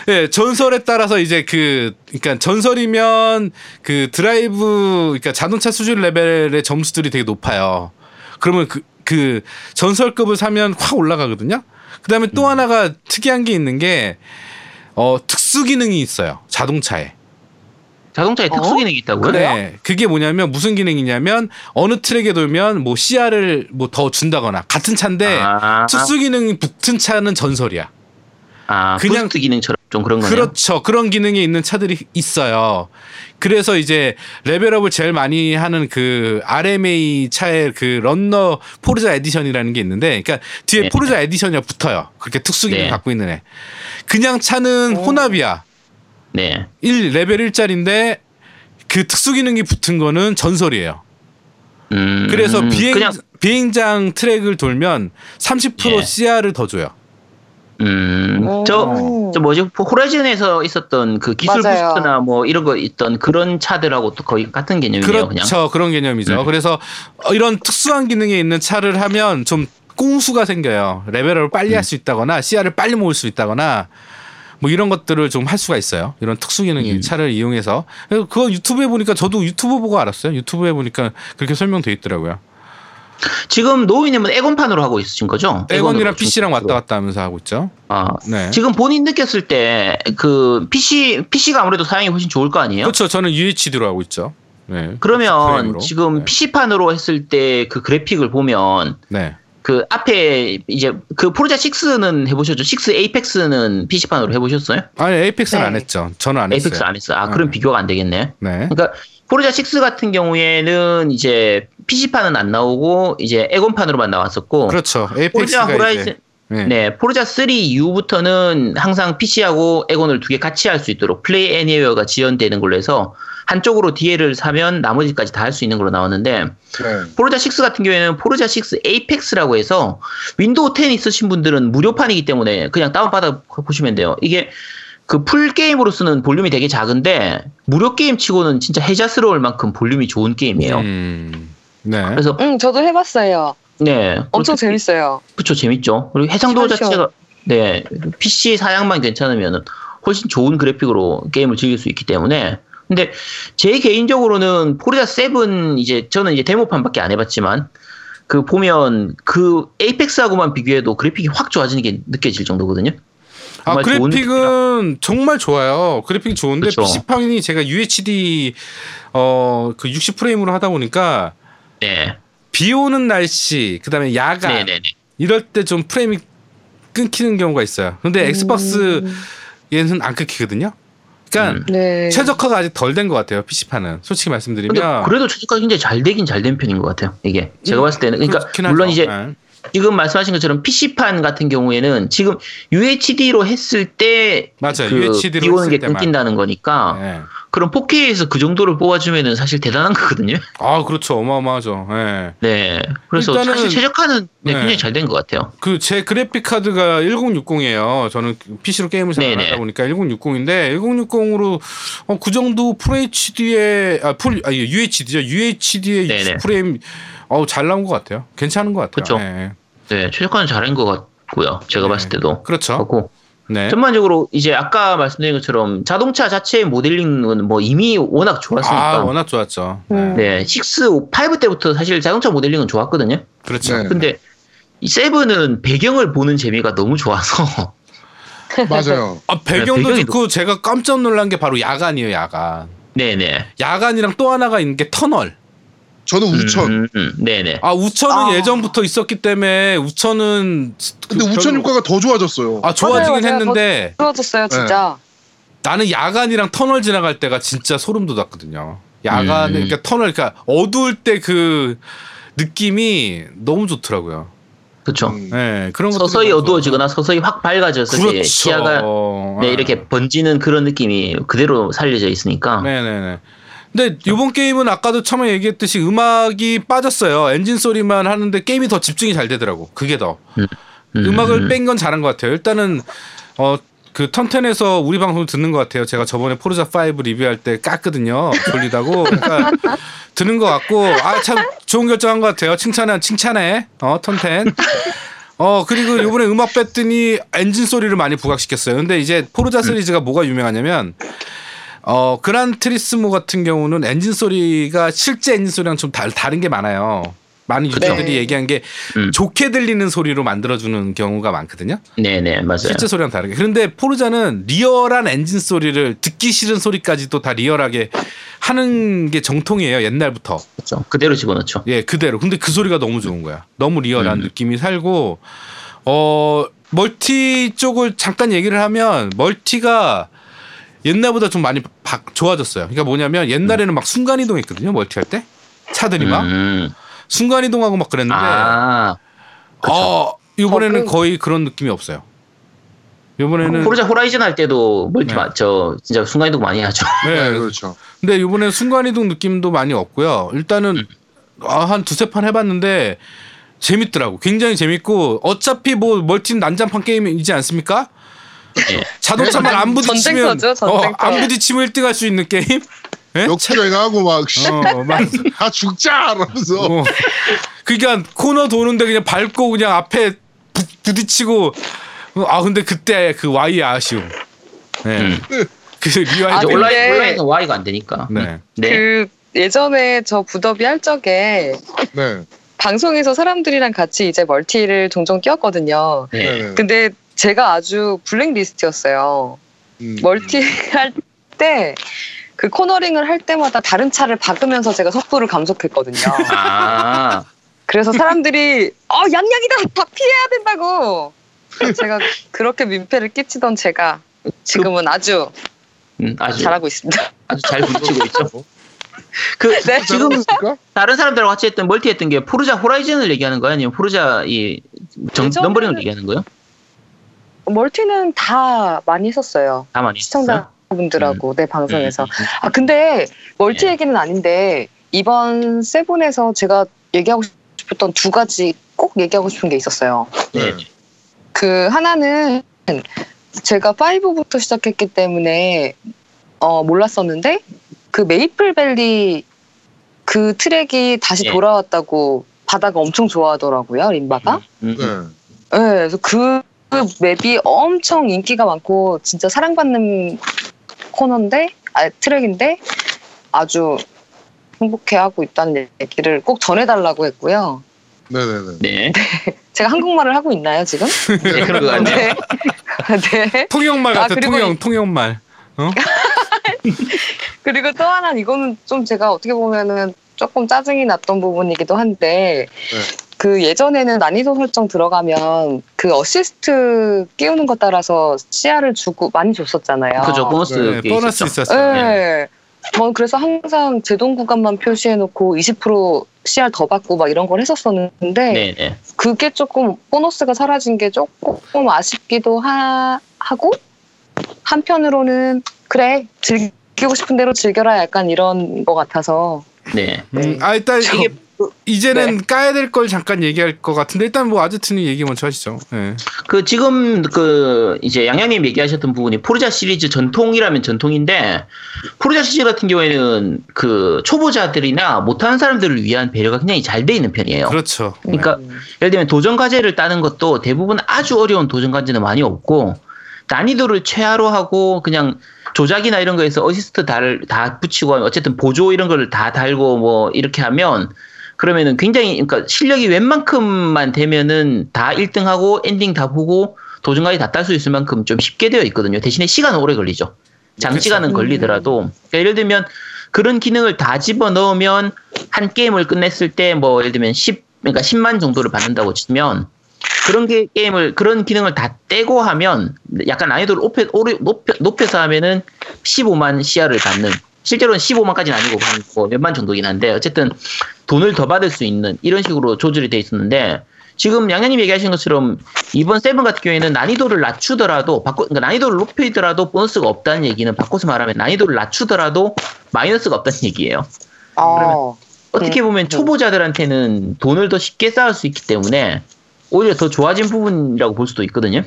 S3: 예, 전설에 따라서 이제 그, 그러니까 전설이면 그 드라이브, 그러니까 자동차 수준 레벨의 점수들이 되게 높아요. 그러면 그, 그 전설급을 사면 확 올라가거든요. 그 다음에 또 하나가 특이한 게 있는 게, 어, 특수 기능이 있어요. 자동차에.
S4: 자동차에 특수 기능이 있다고요?
S3: 네. 어? 그게 뭐냐면 무슨 기능이냐면 어느 트랙에 돌면 뭐 CR을 뭐 더 준다거나 같은 차인데
S4: 아,
S3: 특수 기능이 붙은 차는 전설이야.
S4: 아,
S3: 그냥-
S4: 부스트 기능처럼 좀 그런 거네요.
S3: 그렇죠. 그런 기능이 있는 차들이 있어요. 그래서 이제 레벨업을 제일 많이 하는 그 RMA 차의 그 런너 포르자 에디션이라는 게 있는데, 그러니까 뒤에
S4: 네.
S3: 포르자 에디션이 붙어요. 그렇게 특수 기능 을
S4: 네.
S3: 갖고 있는 애. 그냥 차는 혼합이야.
S4: 네.
S3: 1 레벨 1짜리인데 그 특수 기능이 붙은 거는 전설이에요.
S4: 음,
S3: 그래서 비행
S4: 그냥
S3: 비행장 트랙을 돌면 30%
S4: 예.
S3: CR을 더 줘요.
S2: 오.
S4: 음, 저, 저 뭐지? 호라이즌에서 있었던 그 기술
S2: 맞아요.
S4: 부스트나 뭐 이런 거 있던 그런 차들하고 또 거의 같은 개념이네요,
S3: 그렇죠.
S4: 그냥.
S3: 그런 개념이죠.
S4: 네.
S3: 그래서 어, 이런 특수한 기능이 있는 차를 하면 좀 꽁수가 생겨요. 레벨업을 빨리
S4: 음.
S3: 할 수 있다거나 CR을 빨리 모을 수 있다거나 뭐 이런 것들을 좀 할 수가 있어요. 이런 특수 기능인
S4: 음.
S3: 차를 이용해서 그래서 그거 유튜브에 보니까 저도 유튜브 보고 알았어요. 유튜브에 보니까 그렇게 설명돼 있더라고요.
S4: 지금 노우이님은 에건판으로 하고 있으신 거죠?
S3: 에건이랑
S4: 에건으로
S3: PC랑
S4: 지금.
S3: 왔다 갔다 하면서 하고 있죠.
S4: 아,
S3: 네.
S4: 지금 본인 느꼈을 때 그 PC PC가 아무래도 사양이 훨씬 좋을 거 아니에요?
S3: 그렇죠. 저는 UHD로 하고 있죠. 네.
S4: 그러면
S3: 프레임으로.
S4: 지금
S3: 네.
S4: PC판으로 했을 때 그 그래픽을 보면
S3: 네.
S4: 그 앞에 이제 그 포르자 6는 해보셨죠? 6 에이펙스는 PC판으로 해보셨어요?
S3: 아니 에이펙스는
S2: 네.
S3: 안 했죠. 저는 안 했어요.
S4: 에이펙스 안 했어. 아, 그럼
S3: 네.
S4: 비교가 안 되겠네.
S3: 네.
S4: 그러니까 포르자 6 같은 경우에는 이제 PC판은 안 나오고 이제 에곤판으로만 나왔었고
S3: 그렇죠.
S4: 포르자
S3: 에이펙스가
S4: 호라이즌
S3: 이제 네.
S4: 네, 포르자 3 이후부터는 항상 PC하고 에곤을 두 개 같이 할 수 있도록 플레이 애니웨어가 지연되는 걸로 해서 한쪽으로 DL을 사면 나머지까지 다 할 수 있는 걸로 나왔는데
S1: 네.
S4: 포르자 6 같은 경우에는 포르자 6 에이펙스라고 해서 윈도우 10 있으신 분들은 무료판이기 때문에 그냥 다운받아 보시면 돼요. 이게 그 풀 게임으로서는 볼륨이 되게 작은데 무료 게임 치고는 진짜 해자스러울 만큼 볼륨이 좋은 게임이에요.
S3: 음. 네.
S4: 그래서
S2: 응, 저도 해봤어요.
S4: 네
S2: 엄청
S4: 그렇게-
S2: 재밌어요.
S4: 그쵸 재밌죠. 그리고 해상도
S2: 시원시원.
S4: 자체가 네 PC 사양만 괜찮으면 훨씬 좋은 그래픽으로 게임을 즐길 수 있기 때문에. 근데 제 개인적으로는 포르자 7 이제 저는 이제 데모판밖에 안 해봤지만 그 보면 그 에이펙스하고만 비교해도 그래픽이 확 좋아지는 게 느껴질 정도거든요.
S3: 아
S4: 정말 좋은 그렇죠.
S3: 그래픽은 정말 좋아요. 그래픽이 좋은데
S4: 그쵸.
S3: PC판이 제가 UHD 어그 60프레임으로 하다 보니까
S4: 네.
S3: 비 오는 날씨 그다음에 야간
S4: 네네네.
S3: 이럴 때 좀 프레임이 끊기는 경우가 있어요. 근데 엑스박스 얘는 안 끊기거든요. 그러니까
S4: 음.
S2: 네.
S3: 최적화가 아직 덜 된 것 같아요. PC판은 솔직히
S4: 근데
S3: 말씀드리면
S4: 그래도 최저가 굉장히 잘 되긴 잘 된 편인 것 같아요. 이게 제가 봤을 때는 그러니까
S3: 음, 그렇긴
S4: 물론
S3: 하죠.
S4: 이제
S3: 네.
S4: 지금 말씀하신 것처럼 PC판 같은 경우에는 지금 UHD로 했을 때
S3: 맞아요.
S4: 그
S3: UHD 로
S4: 비오는 게
S3: 했을 때만.
S4: 끊긴다는 거니까
S3: 네.
S4: 그럼 4K에서 그 정도를 뽑아주면은 사실 대단한 거거든요.
S3: 아 그렇죠. 어마어마하죠. 예.
S4: 네. 그래서
S3: 일단은-
S4: 사실 최적화는 네,
S3: 네.
S4: 굉장히 잘 된 것 같아요.
S3: 그 제 그래픽 카드가 1060이에요. 저는 PC로 게임을 잘 안
S4: 네네.
S3: 하다 보니까 1060인데 1060으로 어, 그 정도 FHD에 아, 풀 아, UHD죠. UHD에
S4: 네네.
S3: 60프레임 어우 잘 나온 것 같아요. 괜찮은 것 같아요.
S4: 그쵸.
S3: 예.
S4: 네. 최적화는 잘한 것 같고요. 제가
S3: 네.
S4: 봤을 때도.
S3: 그렇죠.
S4: 그렇고
S3: 네.
S4: 전반적으로 이제 아까 말씀드린 것처럼 자동차 자체의 모델링은 뭐 이미 워낙 좋았으니까.
S3: 아 워낙 좋았죠. 네.
S2: 음.
S4: 네, 6, 5 때부터 사실 자동차 모델링은 좋았거든요.
S3: 그렇죠.
S1: 네.
S4: 근데 이 세븐은 배경을 보는 재미가 너무 좋아서
S1: 맞아요.
S3: 아, 배경도
S4: 네, 배경이
S3: 좋고 제가 깜짝 놀란 게 바로 야간이에요. 야간.
S4: 네네
S3: 야간이랑 또 하나가 있는 게 터널.
S1: 저는 우천.
S4: 음, 음, 네네
S3: 아 우천은
S2: 아.
S3: 예전부터 있었기 때문에 우천은
S1: 근데
S3: 그
S1: 우천
S3: 별로-
S1: 효과가 더 좋아졌어요.
S3: 아 좋아지긴
S2: 맞아요, 맞아요.
S3: 했는데
S2: 좋아졌어요, 진짜.
S3: 나는 야간이랑 터널 지나갈 때가 진짜 소름 돋았거든요. 야간
S4: 음.
S3: 그러니까 터널 그러니까 어두울 때 그 느낌이 너무 좋더라고요.
S4: 그쵸
S1: 음.
S3: 네, 그런 것들이
S4: 서서히
S3: 너무
S4: 어두워지거나 서서히 확 밝아졌을
S3: 좋아요.
S4: 때
S3: 그렇죠.
S4: 시야가 네, 이렇게 번지는 그런 느낌이 그대로 살려져 있으니까
S3: 네네네. 근데 이번 게임은 아까도 처음에 얘기했듯이 음악이 빠졌어요. 엔진 소리만 하는데 게임이 더 집중이 잘 되더라고. 그게 더 음. 악을 뺀 건 잘한 것 같아요. 일단은 어그 턴텐에서 우리 방송 듣는 것 같아요. 제가 저번에 포르자 5 리뷰할 때 깠거든요. 졸리다고 그러니까 듣는 것 같고 아 참 좋은 결정한 것 같아요. 칭찬한 칭찬해 어 턴텐. 어 그리고 요번에 음악 뺐더니 엔진 소리를 많이 부각시켰어요. 근데 이제 포르자
S4: 네.
S3: 시리즈가 뭐가 유명하냐면 어 그란 트리스모 같은 경우는 엔진 소리가 실제 엔진 소리랑 좀 달, 다른 게 많아요. 많은
S4: 그쵸.
S3: 유저들이
S2: 네.
S3: 얘기한 게
S4: 음.
S3: 좋게 들리는 소리로 만들어주는 경우가 많거든요.
S4: 네네 맞아요
S3: 실제 소리랑 다르게. 그런데 포르자는 리얼한 엔진 소리를 듣기 싫은 소리까지도 다 리얼하게 하는 게 정통이에요. 옛날부터.
S4: 그쵸. 그대로 집어넣죠
S3: 예, 그대로. 근데 그 소리가 너무 좋은 거야. 너무 리얼한
S4: 음.
S3: 느낌이 살고, 어, 멀티 쪽을 잠깐 얘기를 하면, 멀티가 옛날보다 좀 많이 바, 좋아졌어요. 그러니까 뭐냐면, 옛날에는 막 순간이동 했거든요, 멀티 할 때. 차들이 막.
S4: 음.
S3: 순간이동하고 막 그랬는데,
S4: 아
S3: 어, 이번에는
S2: 어, 그-
S3: 거의 그런 느낌이 없어요. 이번에는
S4: 포르자 호라이즌 할 때도 멀티
S3: 네.
S4: 마- 저 진짜 순간이동 많이 하죠
S1: 네,
S3: 네,
S1: 그렇죠.
S3: 근데 이번에 순간이동 느낌도 많이 없고요.
S2: 네.
S3: 일단은 아, 한 두세 판 해봤는데 재밌더라고. 굉장히 재밌고 어차피 뭐 멀티는 난장판 게임이지 않습니까?
S4: 예.
S3: 자동차만 안 부딪히면
S2: 네. 전쟁터죠, 전쟁터.
S3: 어, 안 부딪히면 1등할 수 있는 게임? 예?
S1: 역주행하고 막 씨,
S3: 어, 맞-
S1: 다 죽자 이러면서
S3: 어. 그러니까 코너 도는데 그냥 밟고 그냥 앞에 부, 부딪히고 어, 아 근데 그때 그 Y의 아쉬움. 네.
S4: 음.
S3: 그 리와이드.
S2: 아,
S4: 이제
S2: 근데-
S4: 온라인, 온라인은 Y가 안 되니까
S3: 네.
S4: 네.
S2: 그 예전에 저 부더비 할 적에
S1: 네,
S2: 방송에서 사람들이랑 같이 이제 멀티를 종종 끼웠거든요.
S4: 네.
S1: 네.
S2: 근데 제가 아주 블랙리스트였어요.
S1: 음.
S2: 멀티 할 때 그 코너링을 할 때마다 다른 차를 박으면서 제가 속도를 감속했거든요.
S4: 아,
S2: 그래서 사람들이 어 양양이다 다 피해야 된다고 제가 그렇게 민폐를 끼치던 제가 지금은 아주
S4: 음, 아주,
S2: 잘하고 있습니다.
S4: 아주 잘 부딪히고
S3: 어,
S4: 있죠. 그,
S2: 네.
S4: 지금
S1: 잘하셨습니까?
S4: 다른 사람들하고 같이 했던, 멀티 했던 게 포르자 호라이즌을 얘기하는 거야? 아니면 포르자 이, 정,
S2: 예전에는-
S4: 넘버링을 얘기하는 거요?
S2: 멀티는 다 많이 했었어요.
S4: 다 많이. 했어요?
S2: 시청자분들하고 내
S4: 음,
S2: 방송에서
S4: 음, 음.
S2: 아 근데 멀티
S4: 네.
S2: 얘기는 아닌데 이번 세븐에서 제가 얘기하고 싶었던 두 가지 꼭 얘기하고 싶은 게 있었어요.
S4: 네.
S1: 네.
S2: 그 하나는 제가 5부터 시작했기 때문에 어, 몰랐었는데 그 메이플밸리 그 트랙이 다시
S4: 예.
S2: 돌아왔다고 바다가 엄청 좋아하더라고요 림바가.
S4: 음,
S1: 네.
S2: 네, 그래서 그 맵이 엄청 인기가 많고 진짜 사랑받는 코너인데 아, 트랙인데 아주 행복해하고 있다는 얘기를 꼭 전해달라고 했고요.
S1: 네네네.
S4: 네.
S2: 제가 한국말을 하고 있나요 지금?
S4: 네, 그런 것 같네요.
S2: 네. 네.
S3: 통영말
S2: 아,
S3: 같아
S2: 그리고
S3: 통영
S2: 이-
S3: 통영말
S2: 그리고 또 하나 는 이거는 좀 제가 어떻게 보면은 조금 짜증이 났던 부분이기도 한데
S1: 네.
S2: 그 예전에는 난이도 설정 들어가면 그 어시스트 끼우는 것 따라서 시야를 주고 많이 줬었잖아요.
S4: 그죠 뭐 보너스
S3: 네,
S4: 게
S3: 보너스
S4: 있었죠.
S3: 있었어. 요
S2: 네. 뭐 그래서 항상 제동 구간만 표시해놓고 20% CR 더 받고 막 이런 걸 했었었는데
S4: 네, 네.
S2: 그게 조금 보너스가 사라진 게 조금 아쉽기도 하, 고 한편으로는 그래 즐기고 싶은 대로 즐겨라 약간 이런 거 같아서
S4: 네.
S3: 음, 아 일단
S2: 저-
S3: 이게 이제는 까야 될 걸 잠깐 얘기할 것 같은데 일단 뭐 아제트님 얘기 먼저 하시죠. 예.
S4: 그 지금 그 이제 양양님 얘기하셨던 부분이 포르자 시리즈 전통이라면 전통인데 포르자 시리즈 같은 경우에는 그 초보자들이나 못하는 사람들을 위한 배려가 굉장히 잘 돼 있는 편이에요.
S3: 그렇죠.
S4: 그러니까
S2: 음,
S4: 예를 들면 도전 과제를 따는 것도 대부분 아주 어려운 도전 과제는 많이 없고 난이도를 최하로 하고 그냥 조작이나 이런 거에서 어시스트 달, 다 붙이고 하면 어쨌든 보조 이런 걸 다 달고 뭐 이렇게 하면 그러면은 굉장히 그러니까 실력이 웬만큼만 되면은 다 1등하고 엔딩 다 보고 도전 과제 다 딸 수 있을 만큼 좀 쉽게 되어 있거든요. 대신에 시간은 오래 걸리죠. 장시간은
S2: 그쵸.
S4: 걸리더라도 그러니까 예를 들면 그런 기능을 다 집어 넣으면 한 게임을 끝냈을 때 뭐 예를 들면 10 그러니까 10만 정도를 받는다고 치면 그런 게 게임을 그런 기능을 다 떼고 하면 약간 난이도를 높여, 오래- 높여, 높여서 하면은 15만 CR을 받는 실제로는 15만까지는 아니고 한 뭐 몇만 정도긴 한데 어쨌든 돈을 더 받을 수 있는 이런 식으로 조절이 돼 있었는데 지금 양현님 얘기하신 것처럼 이번 세븐 같은 경우에는 난이도를 낮추더라도 바꿔 그러니까 난이도를 높이더라도 보너스가 없다는 얘기는 바꿔서 말하면 난이도를 낮추더라도 마이너스가 없다는 얘기예요.
S2: 아,
S4: 어떻게 보면 초보자들한테는 돈을 더 쉽게 쌓을 수 있기 때문에 오히려 더 좋아진 부분이라고 볼 수도 있거든요.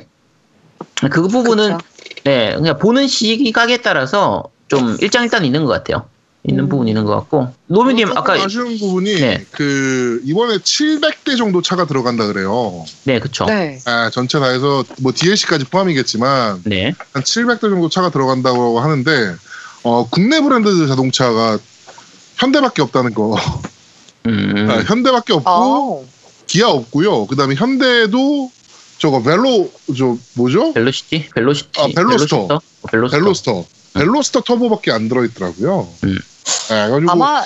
S4: 그 부분은
S2: 그쵸.
S4: 네, 그냥 보는 시각에 따라서 좀 일장일단 있는 것 같아요. 있는
S2: 음.
S4: 부분 있는 것 같고 노미님
S1: 조금
S4: 아까
S1: 아쉬운 부분이
S4: 네.
S1: 그 이번에 700대 정도 차가 들어간다 그래요.
S4: 네
S3: 어.
S4: 그쵸
S2: 네.
S1: 아, 전체 다 해서 뭐 DLC까지 포함이겠지만
S4: 네
S1: 한 700대 정도 차가 들어간다고 하는데 어, 국내 브랜드 자동차가 현대밖에 없다는 거.
S4: 음,
S1: 아, 현대밖에 없고
S2: 아,
S1: 기아 없고요. 그다음에 현대도 저거 벨로 저 뭐죠?
S4: 벨로시티 벨로시티
S1: 아, 벨로스터.
S4: 벨로스터 벨로스터
S1: 벨로스터. 벨로스터 터보밖에 안 들어있더라고요.
S4: 음.
S1: 아, 그래가지고
S2: 아마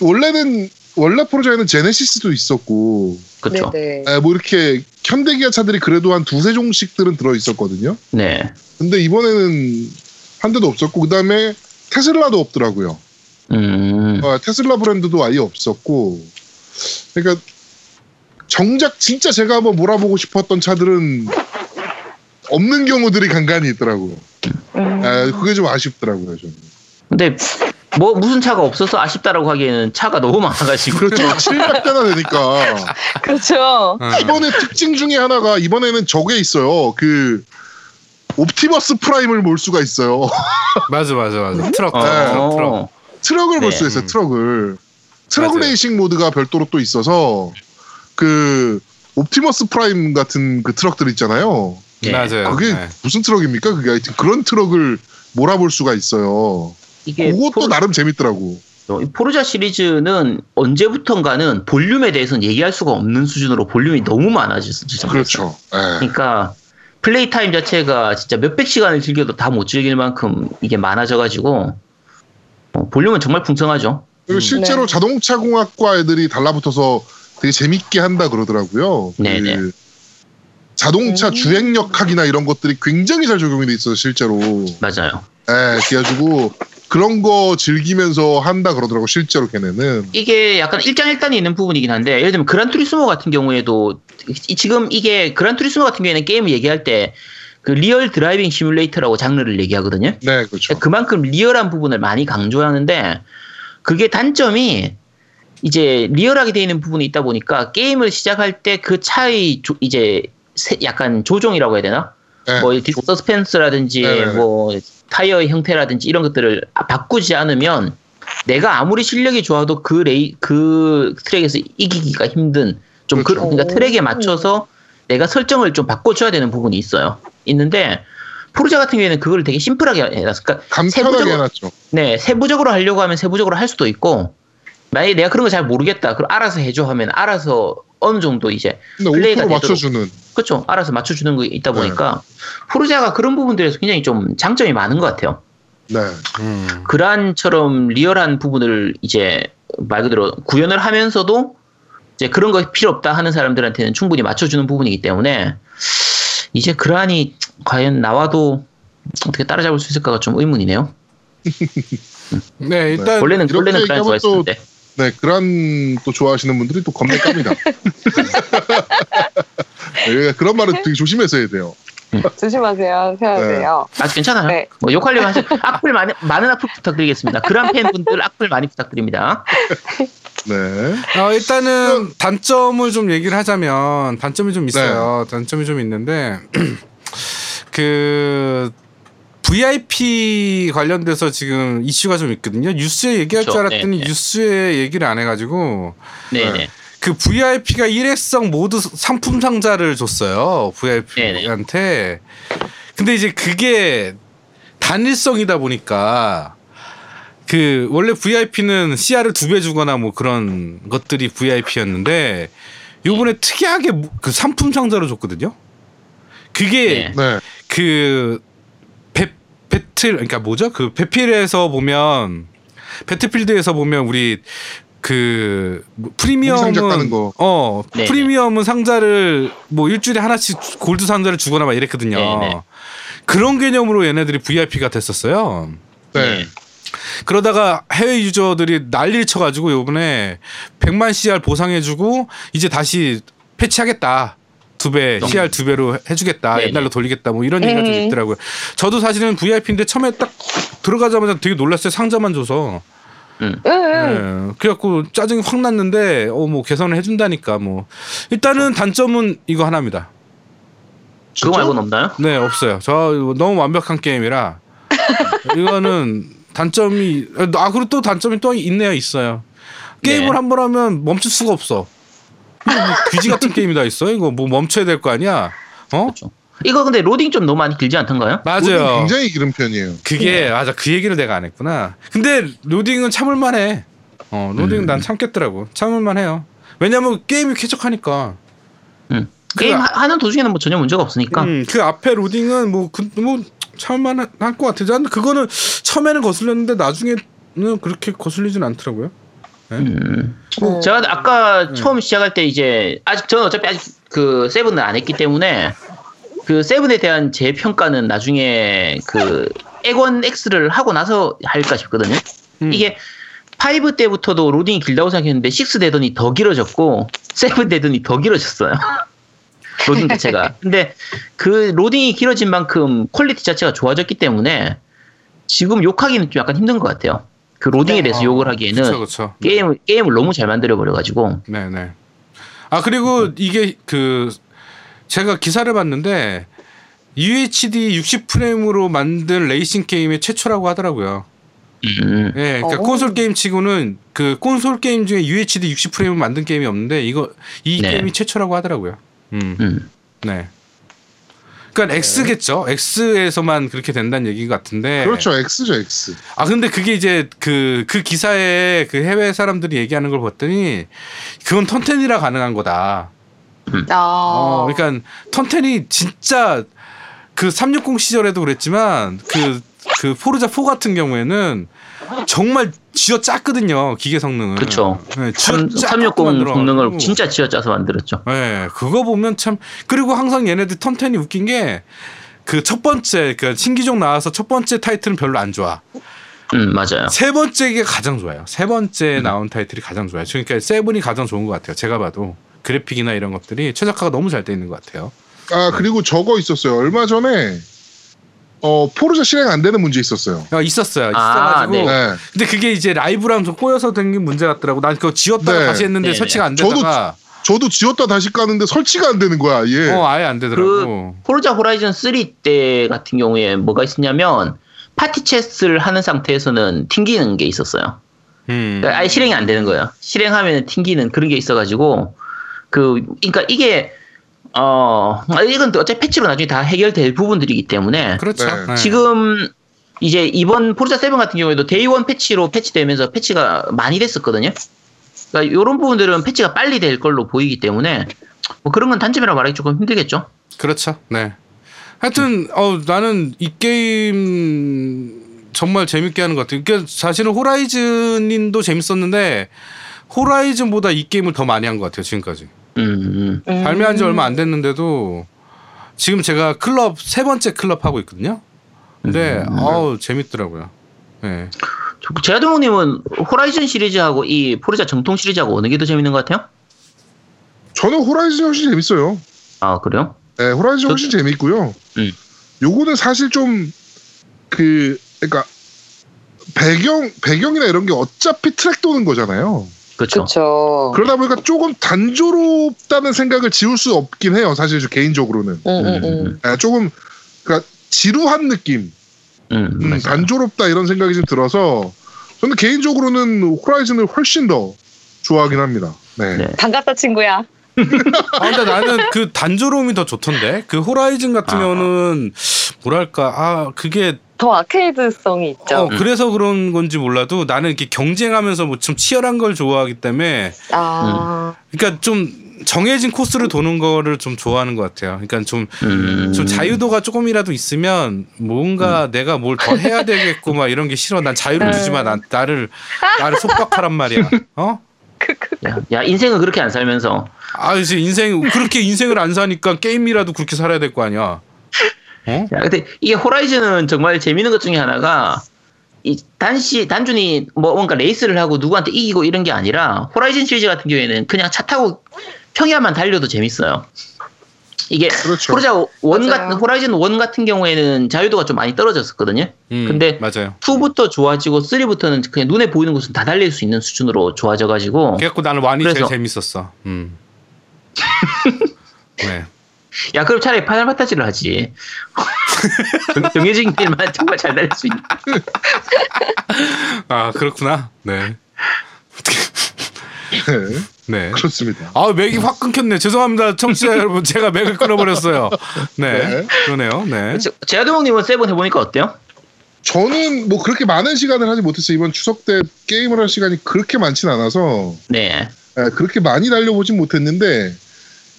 S1: 원래는 원래 포르자에는 제네시스도 있었고
S4: 그쵸
S2: 네네
S1: 아, 뭐 이렇게 현대기아 차들이 그래도 한 두세 종씩들은 들어있었거든요.
S4: 네
S1: 근데 이번에는 한 대도 없었고 그다음에 테슬라도 없더라고요.
S4: 음,
S1: 아, 테슬라 브랜드도 아예 없었고 그러니까 정작 진짜 제가 한번 몰아보고 싶었던 차들은 없는 경우들이 간간히 있더라고요.
S2: 음.
S1: 아, 그게 좀 아쉽더라고요. 저는.
S4: 근데 뭐 무슨 차가 없어서 아쉽다라고 하기에는 차가 너무 많아가지고
S1: 그렇죠. 700대나 되니까
S2: 그렇죠
S3: 어.
S4: 아,
S1: 이번에 특징 중에 하나가 이번에는 저게 있어요. 그 옵티머스 프라임을 몰 수가 있어요.
S3: 맞아 맞아 맞아 트럭
S1: 네,
S4: 어,
S3: 트럭, 트럭.
S1: 트럭을 볼
S4: 네.
S1: 수 있어요.
S3: 음.
S1: 트럭을 트럭
S3: 맞아요.
S1: 레이싱 모드가 별도로 또 있어서 그 옵티머스 프라임 같은 그 트럭들 있잖아요.
S4: 네.
S3: 맞아요.
S1: 그게
S3: 네.
S1: 무슨 트럭입니까? 그게 하여튼 그런 트럭을 몰아볼 수가 있어요.
S4: 이게
S1: 그것도
S4: 포르-
S1: 나름 재밌더라고.
S4: 어, 이 포르자 시리즈는 언제부턴가는 볼륨에 대해서는 얘기할 수가 없는 수준으로 볼륨이 너무 많아졌어요.
S1: 그렇죠. 예.
S4: 그러니까 플레이 타임 자체가 진짜 몇백 시간을 즐겨도 다 못 즐길 만큼 이게 많아져가지고 어, 볼륨은 정말 풍성하죠.
S1: 그리고 실제로
S2: 네.
S1: 자동차 공학과 애들이 달라붙어서 되게 재밌게 한다 그러더라고요. 그
S4: 네, 네.
S1: 자동차
S2: 음.
S1: 주행력학이나 이런 것들이 굉장히 잘 적용이 돼 있어요, 실제로.
S4: 맞아요.
S1: 예, 그래가지고 그런 거 즐기면서 한다 그러더라고 실제로 걔네는.
S4: 이게 약간 일장일단이 있는 부분이긴 한데 예를 들면 그란투리스모 같은 경우에도 이- 지금 이게 그란투리스모 같은 경우에는 게임을 얘기할 때 그 리얼 드라이빙 시뮬레이터라고 장르를 얘기하거든요.
S1: 네, 그렇죠.
S4: 그만큼 리얼한 부분을 많이 강조하는데 그게 단점이 이제 리얼하게 되어 있는 부분이 있다 보니까 게임을 시작할 때 그 차의 조- 이제 세- 약간 조종이라고 해야 되나?
S1: 네.
S4: 뭐이 디스 서스펜스라든지
S1: 네네네.
S4: 뭐 타이어의 형태라든지 이런 것들을 바꾸지 않으면 내가 아무리 실력이 좋아도 그 레이 그 트랙에서 이기기가 힘든 좀 그,
S1: 그렇죠.
S4: 그러니까 트랙에
S2: 오.
S4: 맞춰서 내가 설정을 좀 바꿔줘야 되는 부분이 있어요. 있는데 포르자 같은 경우에는 그걸 되게 심플하게 해놨어. 그러니까
S1: 간편하게
S4: 세부적으로-
S1: 해놨죠.
S4: 네, 세부적으로 하려고 하면 세부적으로 할 수도 있고, 만약에 내가 그런 거 잘 모르겠다. 그럼 알아서 해줘 하면 알아서 어느 정도 이제
S1: 근데
S4: 플레이가
S1: 5%
S4: 되도록.
S1: 맞춰주는.
S4: 그렇죠. 알아서 맞춰주는 거 있다
S1: 네.
S4: 보니까 포르자가 그런 부분들에서 굉장히 좀 장점이 많은 것 같아요.
S1: 네.
S3: 음.
S4: 그란처럼 리얼한 부분을 이제 말 그대로 구현을 하면서도 이제 그런 거 필요 없다 하는 사람들한테는 충분히 맞춰주는 부분이기 때문에 이제 그란이 과연 나와도 어떻게 따라잡을 수 있을까가 좀 의문이네요.
S3: 네 일단
S4: 원래는
S1: 이렇게
S4: 원래는 그란
S1: 얘기하면
S4: 좋아했었는데.
S1: 네, 그런 또 좋아하시는 분들이 또 겁내 깝니다. 네, 그런 말은 되게 조심해서 해야 돼요.
S2: 조심하세요. 해야
S1: 네.
S2: 돼요.
S4: 아 괜찮아요.
S2: 네.
S4: 뭐 욕하려고 하시 악플 많이 많은 악플 부탁드리겠습니다. 그란 팬분들 악플 많이 부탁드립니다.
S1: 네.
S3: 어, 일단은 단점을 좀 얘기를 하자면 단점이 좀 있어요.
S4: 네.
S3: 단점이 좀 있는데 그 VIP 관련돼서 지금 이슈가 좀 있거든요. 뉴스에 얘기할
S4: 그쵸.
S3: 줄 알았더니
S4: 네, 네.
S3: 뉴스에 얘기를 안 해가지고
S4: 네네.
S1: 네.
S3: 그 VIP가 일회성 모두 상품 상자를 줬어요. VIP한테. 근데 이제 그게 단일성이다 보니까 그 원래 VIP는 CR을 두 배 주거나 뭐 그런 것들이 VIP였는데 요번에 특이하게 그 상품 상자로 줬거든요. 그게
S4: 네.
S1: 네.
S3: 그 배, 배틀 그러니까 뭐죠? 그 배필에서 보면 배틀필드에서 보면 우리 그
S1: 공상자 따는
S3: 프리미엄은
S1: 거.
S3: 어
S4: 네네.
S3: 프리미엄은 상자를 뭐 일주일에 하나씩 주- 골드 상자를 주거나 막 이랬거든요.
S4: 네네.
S3: 그런 개념으로 얘네들이 VIP가 됐었어요.
S1: 네.
S3: 그러다가 해외 유저들이 난리를 쳐가지고 요번에 100만 CR 보상해주고 이제 다시 패치하겠다. 두 배,
S4: 음.
S3: CR 두 배로 해주겠다.
S4: 네네.
S3: 옛날로 돌리겠다. 뭐 이런 얘기가 좀
S2: 음.
S3: 있더라고요. 저도 사실은 VIP인데 처음에 딱 들어가자마자 되게 놀랐어요. 상자만 줘서.
S2: 응, 응.
S3: 예, 그래갖고 짜증이 확 났는데, 어, 뭐 개선을 해준다니까 뭐. 일단은 단점은 이거 하나입니다.
S4: 그거 말고는 없나요?
S3: 네, 없어요. 저 이거 너무 완벽한 게임이라 이거는 단점이 아 그리고 또 단점이 또 있네요. 있어요. 게임을
S4: 네.
S3: 한 번 하면 멈출 수가 없어. 이거 뭐 귀지 같은 게임이 다 있어. 이거 뭐 멈춰야 될 거 아니야. 어?
S4: 이거 근데 로딩 좀 너무 많이 길지 않던가요?
S1: 우리는
S3: 맞아요.
S1: 굉장히 네. 기른 편이에요.
S3: 그게 맞아. 그 얘기를 내가 안 했구나. 근데 로딩은 참을만해. 어, 로딩은
S4: 음.
S3: 난 참겠더라고. 참을만해요. 왜냐면 게임이 쾌적하니까.
S4: 음. 게임
S3: 그거-
S4: 하, 는 도중에는 뭐 전혀 문제가 없으니까.
S3: 음, 그 앞에 로딩은 뭐, 그, 뭐, 참만 할 것 같아요. 근데 그거는 처음에는 거슬렸는데 나중에는 그렇게 거슬리진 않더라고요.
S4: 음.
S2: 네.
S4: 제가 아까
S3: 예. 음.
S4: 처음 시작할 때 이제 아직 저는 어차피 아직 그 세븐을 안 했기 때문에 그 세븐에 대한 제 평가는 나중에 그 액원 X를 하고 나서 할까 싶거든요.
S3: 음.
S4: 이게 5 때부터도 로딩이 길다고 생각했는데 6 되더니 더 길어졌고 7 되더니 더 길어졌어요. 로딩 자체가. 근데 그 로딩이 길어진 만큼 퀄리티 자체가 좋아졌기 때문에 지금 욕하기는 좀 약간 힘든 것 같아요. 그 로딩에 대해서 욕을 하기에는
S3: 그쵸, 그쵸.
S4: 게임을 게임을 너무 잘 만들어 버려 가지고
S3: 네네. 아, 그리고 이게 그, 제가 기사를 봤는데, UHD 60프레임으로 만든 레이싱 게임의 최초라고 하더라고요.
S4: 음,
S3: 예, 그러니까
S2: 어.
S3: 콘솔 게임 치고는 그 콘솔 게임 중에 UHD 60프레임을 만든 게임이 없는데, 이거, 이
S4: 네.
S3: 게임이 최초라고 하더라고요. 음.
S4: 음.
S3: 네.
S4: 네.
S3: 그러니까 X겠죠. X에서만 그렇게 된다는 얘기 같은데.
S1: 그렇죠. X죠, X.
S3: 아 근데 그게 이제 그 그 기사에 그 해외 사람들이 얘기하는 걸 봤더니 그건 턴텐이라 가능한 거다.
S2: 아.
S3: 어, 그러니까 턴텐이 진짜 그 360 시절에도 그랬지만 그 그 포르자 4 같은 경우에는 정말 쥐어 짰거든요 기계 성능을.
S4: 그쵸.
S3: 네, 쥐어
S4: 360
S3: 짜고 만들어가지고.
S4: 성능을 진짜 쥐어짜서 만들었죠.
S3: 예, 그거 보면 참 그리고 항상 얘네들 턴텐이 웃긴 게 그 첫 번째 그 신기종 나와서 첫 번째 타이틀은 별로 안 좋아.
S4: 음, 맞아요. 음.
S3: 세 번째 게 가장 좋아요. 세 번째 나온 타이틀이 가장 좋아요. 그러니까 세븐이 가장 좋은 것 같아요. 제가 봐도 그래픽이나 이런 것들이 최적화가 너무 잘 돼 있는 것 같아요.
S1: 아, 그리고 저거 있었어요. 얼마 전에, 어, 포르자 실행 안 되는 문제 있었어요.
S3: 아, 있었어요.
S4: 아,
S3: 있어가지고
S4: 네.
S1: 네.
S3: 근데 그게 이제 라이브랑 좀 꼬여서 된 게 문제 같더라고. 난 그거 지웠다가
S1: 네.
S3: 다시 했는데
S4: 네,
S3: 설치가 안
S1: 저도
S3: 되다가
S1: 저도 지웠다 다시 까는데 설치가 안 되는 거야. 예.
S3: 어 아예 안
S4: 그
S3: 되더라고.
S4: 포르자 호라이즌 3 때 같은 경우에 뭐가 있었냐면 파티 체스를 하는 상태에서는 튕기는 게 있었어요.
S3: 음.
S4: 그러니까 아예 실행이 안 되는 거예요. 실행하면 튕기는 그런 게 있어가지고 그 그러니까 이게 어 아, 이건 또 어차피 패치로 나중에 다 해결될 부분들이기 때문에
S3: 그렇죠.
S1: 네.
S3: 네.
S4: 지금 이제 이번 포르자 7 같은 경우에도 데이원 패치로 패치되면서 패치가 많이 됐었거든요. 그러니까 이런 부분들은 패치가 빨리 될 걸로 보이기 때문에 뭐 그런 건 단점이라 말하기 조금 힘들겠죠.
S3: 그렇죠. 네. 하여튼 어 나는 이 게임 정말 재밌게 하는 것 같아요. 그러니까 사실은 호라이즌인도 재밌었는데 호라이즌보다 이 게임을 더 많이 한 것 같아요 지금까지.
S4: 음, 음.
S2: 음.
S3: 발매한 지 얼마 안 됐는데도 지금 제가 클럽 세 번째 클럽 하고 있거든요. 근데
S4: 음, 네.
S3: 어우 재밌더라고요. 네.
S4: 저- 제아동님은 호라이즌 시리즈하고 이 포르자 정통 시리즈하고 어느 게 더 재밌는 것 같아요?
S1: 저는 호라이즌이 훨씬 재밌어요.
S4: 아 그래요?
S1: 네, 호라이즌 훨씬
S4: 그렇죠.
S1: 재밌고요.
S4: 음.
S1: 요거는 사실 좀 그 그러니까 배경 배경이나 이런 게 어차피 트랙 도는 거잖아요.
S4: 그렇죠.
S2: 그쵸.
S1: 그러다 보니까 조금 단조롭다는 생각을 지울 수 없긴 해요. 사실 저 개인적으로는
S2: 음, 음, 음.
S4: 음,
S1: 네, 조금 그러니까 지루한 느낌,
S4: 음,
S1: 음,
S4: 맞아요.
S1: 단조롭다 이런 생각이 좀 들어서 저는 개인적으로는 호라이즌을 훨씬 더 좋아하긴 합니다. 네.
S4: 네.
S2: 반갑다 친구야.
S3: 아 근데 나는 그 단조로움이 더 좋던데 그 호라이즌 같은
S4: 아.
S3: 경우는 뭐랄까 아 그게
S2: 더 아케이드성이 있죠.
S3: 어, 그래서 그런 건지 몰라도 나는 이렇게 경쟁하면서 뭐 좀 치열한 걸 좋아하기 때문에
S2: 아,
S3: 그러니까 좀 정해진 코스를 도는 거를 좀 좋아하는 것 같아요. 그러니까 좀,
S4: 음.
S3: 좀 자유도가 조금이라도 있으면 뭔가 내가 뭘 더 해야 되겠고 막 이런 게 싫어. 난 자유를
S2: 음.
S4: 네.
S3: 주지 마. 난 나를 나를 속박하란 말이야. 어?
S4: 야, 야, 인생은 그렇게 안 살면서
S3: 아 이제 인생 그렇게 인생을 안 사니까 게임이라도 그렇게 살아야 될 거 아니야. 어?
S4: 야, 근데 이게 호라이즌은 정말 재밌는 것 중에 하나가 이 단시 단순히 뭐 뭔가 레이스를 하고 누구한테 이기고 이런 게 아니라 호라이즌 시리즈 같은 경우에는 그냥 차 타고 평야만 달려도 재밌어요. 이게
S1: 그렇죠.
S4: 호라자 원
S2: 맞아요.
S4: 같은 호라이즌 원 같은 경우에는 자유도가 좀 많이 떨어졌었거든요.
S3: 음,
S4: 근데
S3: 맞아요.
S4: 2부터 좋아지고 3부터는 그냥 눈에 보이는 곳은 다 달릴 수 있는 수준으로 좋아져 가지고
S3: 그래갖고 나는 완이 제일
S4: 그래서-
S3: 재밌었어. 음. 네.
S4: 야 그럼 차라리 파이널 판타지를 하지. 정- 정해진 길만 정말 잘 달릴 수 있는
S3: 아 그렇구나. 네.
S1: 네,
S3: 네.
S1: 그렇습니다.
S3: 아 맥이 확 끊겼네. 죄송합니다, 청취자 여러분. 제가 맥을 끊어버렸어요. 네.
S1: 네.
S3: 그러네요. 네.
S4: 제아도목님은 세븐 해보니까 어때요?
S1: 저는 뭐 그렇게 많은 시간을 하지 못했어요. 이번 추석 때 게임을 할 시간이 그렇게 많진 않아서
S4: 네.
S1: 예, 그렇게 많이 달려보진 못했는데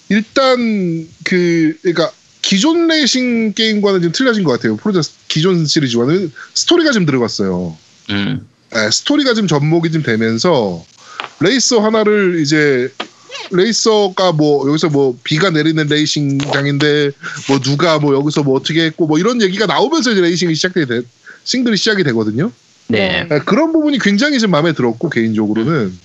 S1: 일단 그 그러니까 기존 레이싱 게임과는 좀 틀려진 것 같아요. 프로젝트 기존 시리즈와는 스토리가 좀 들어갔어요.
S4: 음.
S1: 예, 스토리가 좀 접목이 좀 되면서 레이서 하나를 이제 레이서가 뭐 여기서 뭐 비가 내리는 레이싱장인데 뭐 누가 뭐 여기서 뭐 어떻게 했고 뭐 이런 얘기가 나오면서 이제 레이싱이 시작돼 싱글이 시작이 되거든요.
S4: 네.
S1: 네, 그런 부분이 굉장히 좀 마음에 들었고 개인적으로는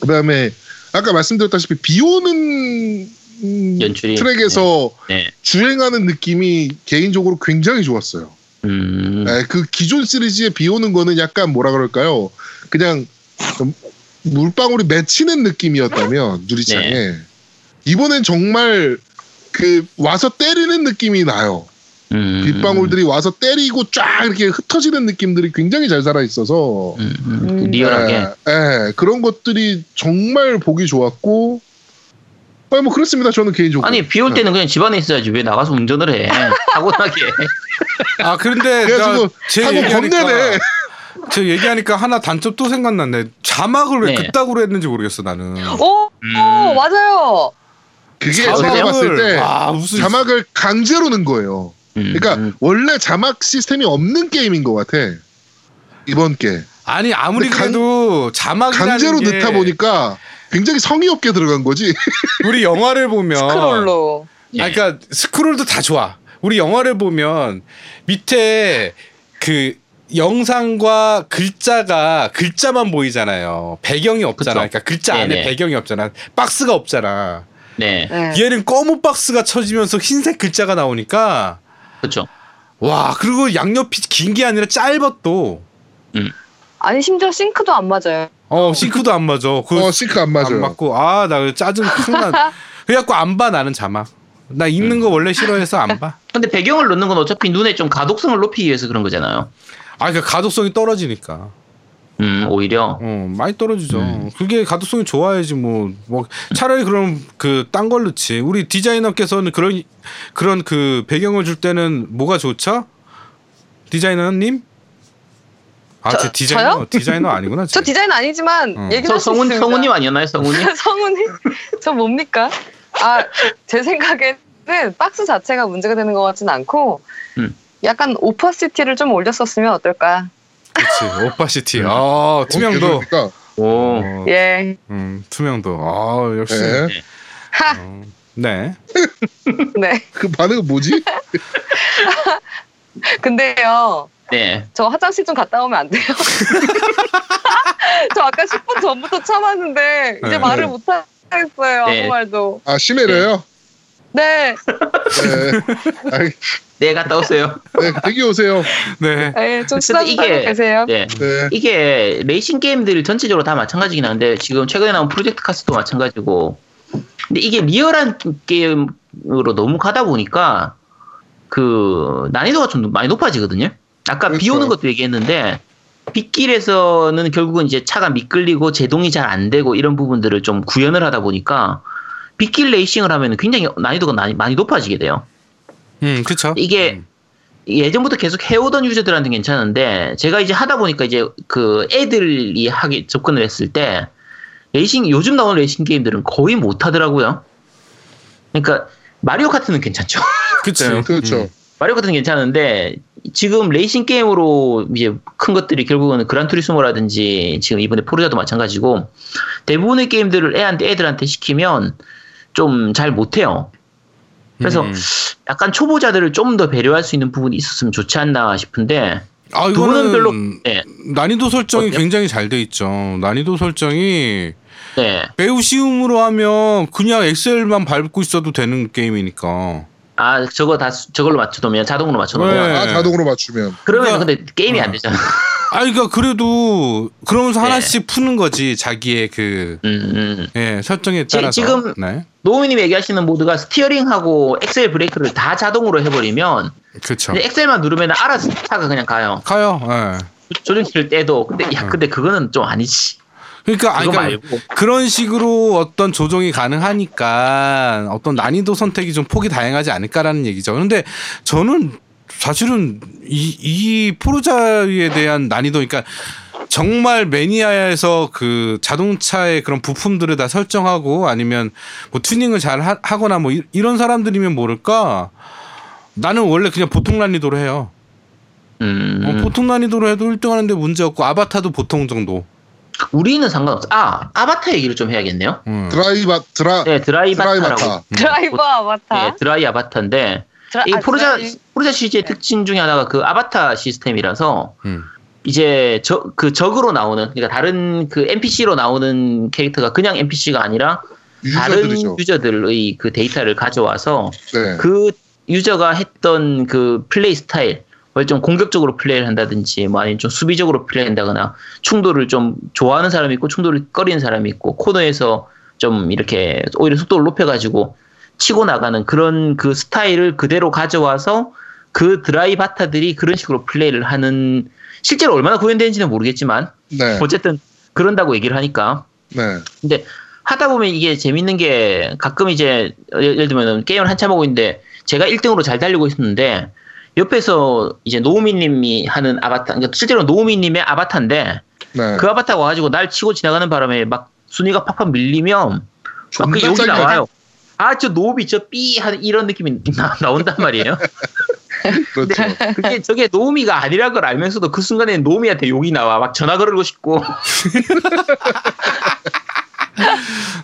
S1: 그다음에 아까 말씀드렸다시피 비 오는 음,
S4: 연출이.
S1: 트랙에서
S4: 네.
S1: 주행하는 느낌이 개인적으로 굉장히 좋았어요.
S4: 음.
S1: 네, 그 기존 시리즈의 비 오는 거는 약간 뭐라 그럴까요? 그냥 좀 물방울이 맺히는 느낌이었다면 누리창에
S4: 네.
S1: 이번엔 정말 그 와서 때리는 느낌이 나요.
S4: 음.
S1: 빗방울들이 와서 때리고 쫙 이렇게 흩어지는 느낌들이 굉장히 잘 살아 있어서
S4: 음, 음.
S2: 음.
S4: 리얼하게.
S1: 예, 예, 그런 것들이 정말 보기 좋았고, 아니, 뭐 그렇습니다. 저는 개인적으로. 예.
S4: 아니 비 올 때는 그냥 집안에 있어야지 왜 나가서 운전을 해? 사고나게.
S3: 아 그런데
S1: 그래가지고
S3: 나제
S1: 하고
S3: 얘기하니까
S1: 겁내네.
S3: 제 얘기하니까 하나 단점 또 생각났네. 자막을 왜
S4: 네.
S3: 그따구로 했는지 모르겠어 나는.
S2: 오, 오,
S4: 음.
S2: 맞아요.
S1: 그게 제가 봤을 때
S3: 아, 무슨
S1: 자막을 강제로 넣은 거예요. 그러니까
S4: 음.
S1: 원래 자막 시스템이 없는 게임인 것 같아. 이번 게
S3: 아니 아무리
S1: 근데 강-
S3: 그래도 자막이라는
S1: 강제로
S3: 게
S1: 넣다 보니까 굉장히 성의 없게 들어간 거지.
S3: 우리 영화를 보면
S2: 스크롤로.
S1: 예.
S3: 아, 그러니까 스크롤도 다 좋아. 우리 영화를 보면 밑에 그 영상과 글자가 글자만 보이잖아요. 배경이 없잖아.
S4: 그쵸.
S3: 그러니까 글자 안에
S4: 네네.
S3: 배경이 없잖아. 박스가 없잖아.
S4: 네.
S2: 네.
S3: 얘는 검은 박스가 쳐지면서 흰색 글자가 나오니까
S4: 그렇죠.
S3: 와 그리고 양옆이 긴 게 아니라 짧아 또.
S4: 음.
S2: 아니 심지어 싱크도 안 맞아요.
S3: 어 싱크도 안 맞아. 그거
S1: 어, 싱크 안
S3: 안
S1: 맞아요.
S3: 맞고 아 나 짜증 큰나 그래갖고 안 봐 나는 자막. 나
S1: 네.
S3: 읽는 거 원래 싫어해서 안 봐.
S4: 근데 배경을 넣는 건 어차피 눈에 좀 가독성을 높이기 위해서 그런 거잖아요.
S3: 아, 그러니까 가독성이 떨어지니까.
S4: 음, 오히려.
S3: 어, 많이 떨어지죠.
S4: 음.
S3: 그게 가독성이 좋아야지 뭐, 뭐 차라리 그럼 그 딴 걸 넣지. 우리 디자이너께서는 그런 그런 그 배경을 줄 때는 뭐가 좋죠? 디자이너님? 아,
S2: 저-
S3: 제 디자이너
S2: 저요?
S3: 디자이너 아니구나.
S2: 저
S3: 쟤.
S2: 디자인 아니지만
S3: 어.
S2: 얘기는
S4: 저
S2: 할 네, 수
S4: 성훈,
S2: 있습니다.
S4: 성훈님 아니었나요, 성훈님?
S2: 성훈이 저 뭡니까? 아 제 생각에는 박스 자체가 문제가 되는 것 같진 않고
S4: 음.
S2: 약간 오퍼시티를 좀 올렸었으면 어떨까?
S3: 그렇지. 오빠시티. 아, 투명도.
S1: 그러니까
S4: 오.
S3: 어,
S2: 예.
S3: 음, 투명도. 아, 역시.
S1: 예.
S2: 하.
S3: 어, 네.
S2: 네.
S1: 그 반응은 뭐지?
S2: 근데요.
S4: 네.
S2: 저 화장실 좀 갔다 오면 안 돼요? 저 아까 10분 전부터 참았는데 이제
S3: 네.
S2: 말을 못 하겠어요.
S4: 네.
S2: 아무 말도.
S1: 아 심해래요.
S2: 네.
S1: 네. 아이,
S4: 네, 갔다 오세요.
S1: 네, 되게 오세요.
S3: 네.
S2: 네, 좀
S4: 근데
S2: 수다 좀
S4: 이게-
S2: 떨고 계세요.
S4: 네.
S1: 네.
S4: 이게 레이싱 게임들 전체적으로 다 마찬가지긴 한데 지금 최근에 나온 프로젝트 카스도 마찬가지고 근데 이게 리얼한 게임으로 너무 가다 보니까 그 난이도가 좀 많이 높아지거든요. 아까 비
S1: 그렇죠.
S4: 오는 것도 얘기했는데 빗길에서는 결국은 이제 차가 미끌리고 제동이 잘 안 되고 이런 부분들을 좀 구현을 하다 보니까 빗길 레이싱을 하면 굉장히 난이도가 많이, 많이 높아지게 돼요.
S3: 음, 그렇죠.
S4: 이게 예전부터 계속 해오던 유저들한테 는 괜찮은데 제가 이제 하다 보니까 이제 그 애들이 하기 접근을 했을 때 레이싱 요즘 나오는 레이싱 게임들은 거의 못 하더라고요. 그러니까 마리오 카트는 괜찮죠.
S3: 그치.
S4: 네,
S1: 그렇죠.
S3: 음.
S4: 마리오 카트는 괜찮은데 지금 레이싱 게임으로 이제 큰 것들이 결국은 그란 투리스모라든지 지금 이번에 포르자도 마찬가지고 대부분의 게임들을 애한테 애들한테 시키면 좀 잘 못해요. 그래서
S3: 음.
S4: 약간 초보자들을 좀 더 배려할 수 있는 부분이 있었으면 좋지 않나 싶은데
S3: 아,
S4: 두 분은
S3: 이거는
S4: 별로 네,
S3: 난이도 설정이
S4: 어때요?
S3: 굉장히 잘 돼 있죠. 난이도 설정이
S4: 네.
S3: 매우 쉬움으로 하면 그냥 엑셀만 밟고 있어도 되는 게임이니까.
S4: 아 저거 다 수- 저걸로 맞춰놓으면 자동으로 맞춰놓으면
S3: 네.
S1: 아 자동으로 맞추면
S4: 그러면
S3: 그러니까-
S4: 근데 게임이 안 되잖아.
S3: 아, 그러니까 그래도 그러면서
S4: 네.
S3: 하나씩 푸는 거지 자기의 그
S4: 음, 음.
S3: 예, 설정에 따라서.
S4: 지금-
S3: 네,
S4: 노우미님 얘기하시는 모드가 스티어링하고 엑셀 브레이크를 다 자동으로 해버리면
S3: 그렇죠.
S4: 근데 엑셀만 누르면 알아서 차가 그냥 가요.
S3: 가요. 예.
S4: 조정키를 떼도 근데 야 근데 그거는 좀 아니지.
S3: 그러니까 어. 아니
S4: 그거
S3: 그러니까
S4: 말고
S3: 그런 식으로 어떤 조정이 가능하니까 어떤 난이도 선택이 좀 폭이 다양하지 않을까라는 얘기죠. 그런데 저는 사실은 이, 이 포르자에 대한 난이도, 그러니까 정말 매니아에서 그 자동차의 그런 부품들을 다 설정하고 아니면 뭐 튜닝을 잘 하, 거나뭐 이, 런 사람들이면 모를까 나는 원래 그냥 보통 난이도로 해요.
S4: 음,
S3: 어, 보통 난이도로 해도 1등 하는데 문제 없고 아바타도 보통 정도.
S4: 우리는 상관없어. 아 아바타 얘기를 좀 해야겠네요.
S3: 음.
S1: 드라이바 드라
S4: 네 드라이바타라고.
S1: 드라이바타.
S2: 드라이버 아바타.
S4: 네, 드라이 아바타인데
S2: 드라-
S4: 이
S2: 아,
S4: 포르자
S2: 드라이-
S4: 포르자 시리즈의 특징 중에 하나가 그 아바타 시스템이라서
S3: 음.
S4: 이제 저, 그 적으로 나오는 그러니까 다른 그 NPC로 나오는 캐릭터가 그냥 NPC가 아니라
S1: 유저들이죠.
S4: 다른 유저들의 그 데이터를 가져와서
S1: 네.
S4: 그 유저가 했던 그 플레이 스타일 원래 좀 공격적으로 플레이를 한다든지 뭐 아니면 좀 수비적으로 플레이한다거나 충돌을 좀 좋아하는 사람이 있고 충돌을 꺼리는 사람이 있고 코너에서 좀 이렇게 오히려 속도를 높여가지고 치고 나가는 그런 그 스타일을 그대로 가져와서 그 드라이 바타들이 그런 식으로 플레이를 하는 실제로 얼마나 구현되는지는 모르겠지만
S1: 네.
S4: 어쨌든 그런다고 얘기를 하니까
S1: 네.
S4: 근데 하다 보면 이게 재밌는 게 가끔 이제 예- 예를 들면 게임을 한참 하고 있는데 제가 1등으로 잘 달리고 있었는데 옆에서 이제 노우미님이 하는 아바타, 그러니까 실제로 노우미님의 아바타인데
S1: 네.
S4: 그 아바타가 와가지고 날 치고 지나가는 바람에 막 순위가 팍팍 밀리면 막
S1: 존나
S4: 그 욕이
S1: 짜게
S4: 나와요. 아 저 노우미 저 삐 하는 이런 느낌이 나, 나온단 말이에요.
S1: 그렇죠.
S2: 네.
S4: 그게 저게 노우미가 아니란 걸 알면서도 그 순간에 노우미한테 욕이 나와 막 전화 걸고 싶고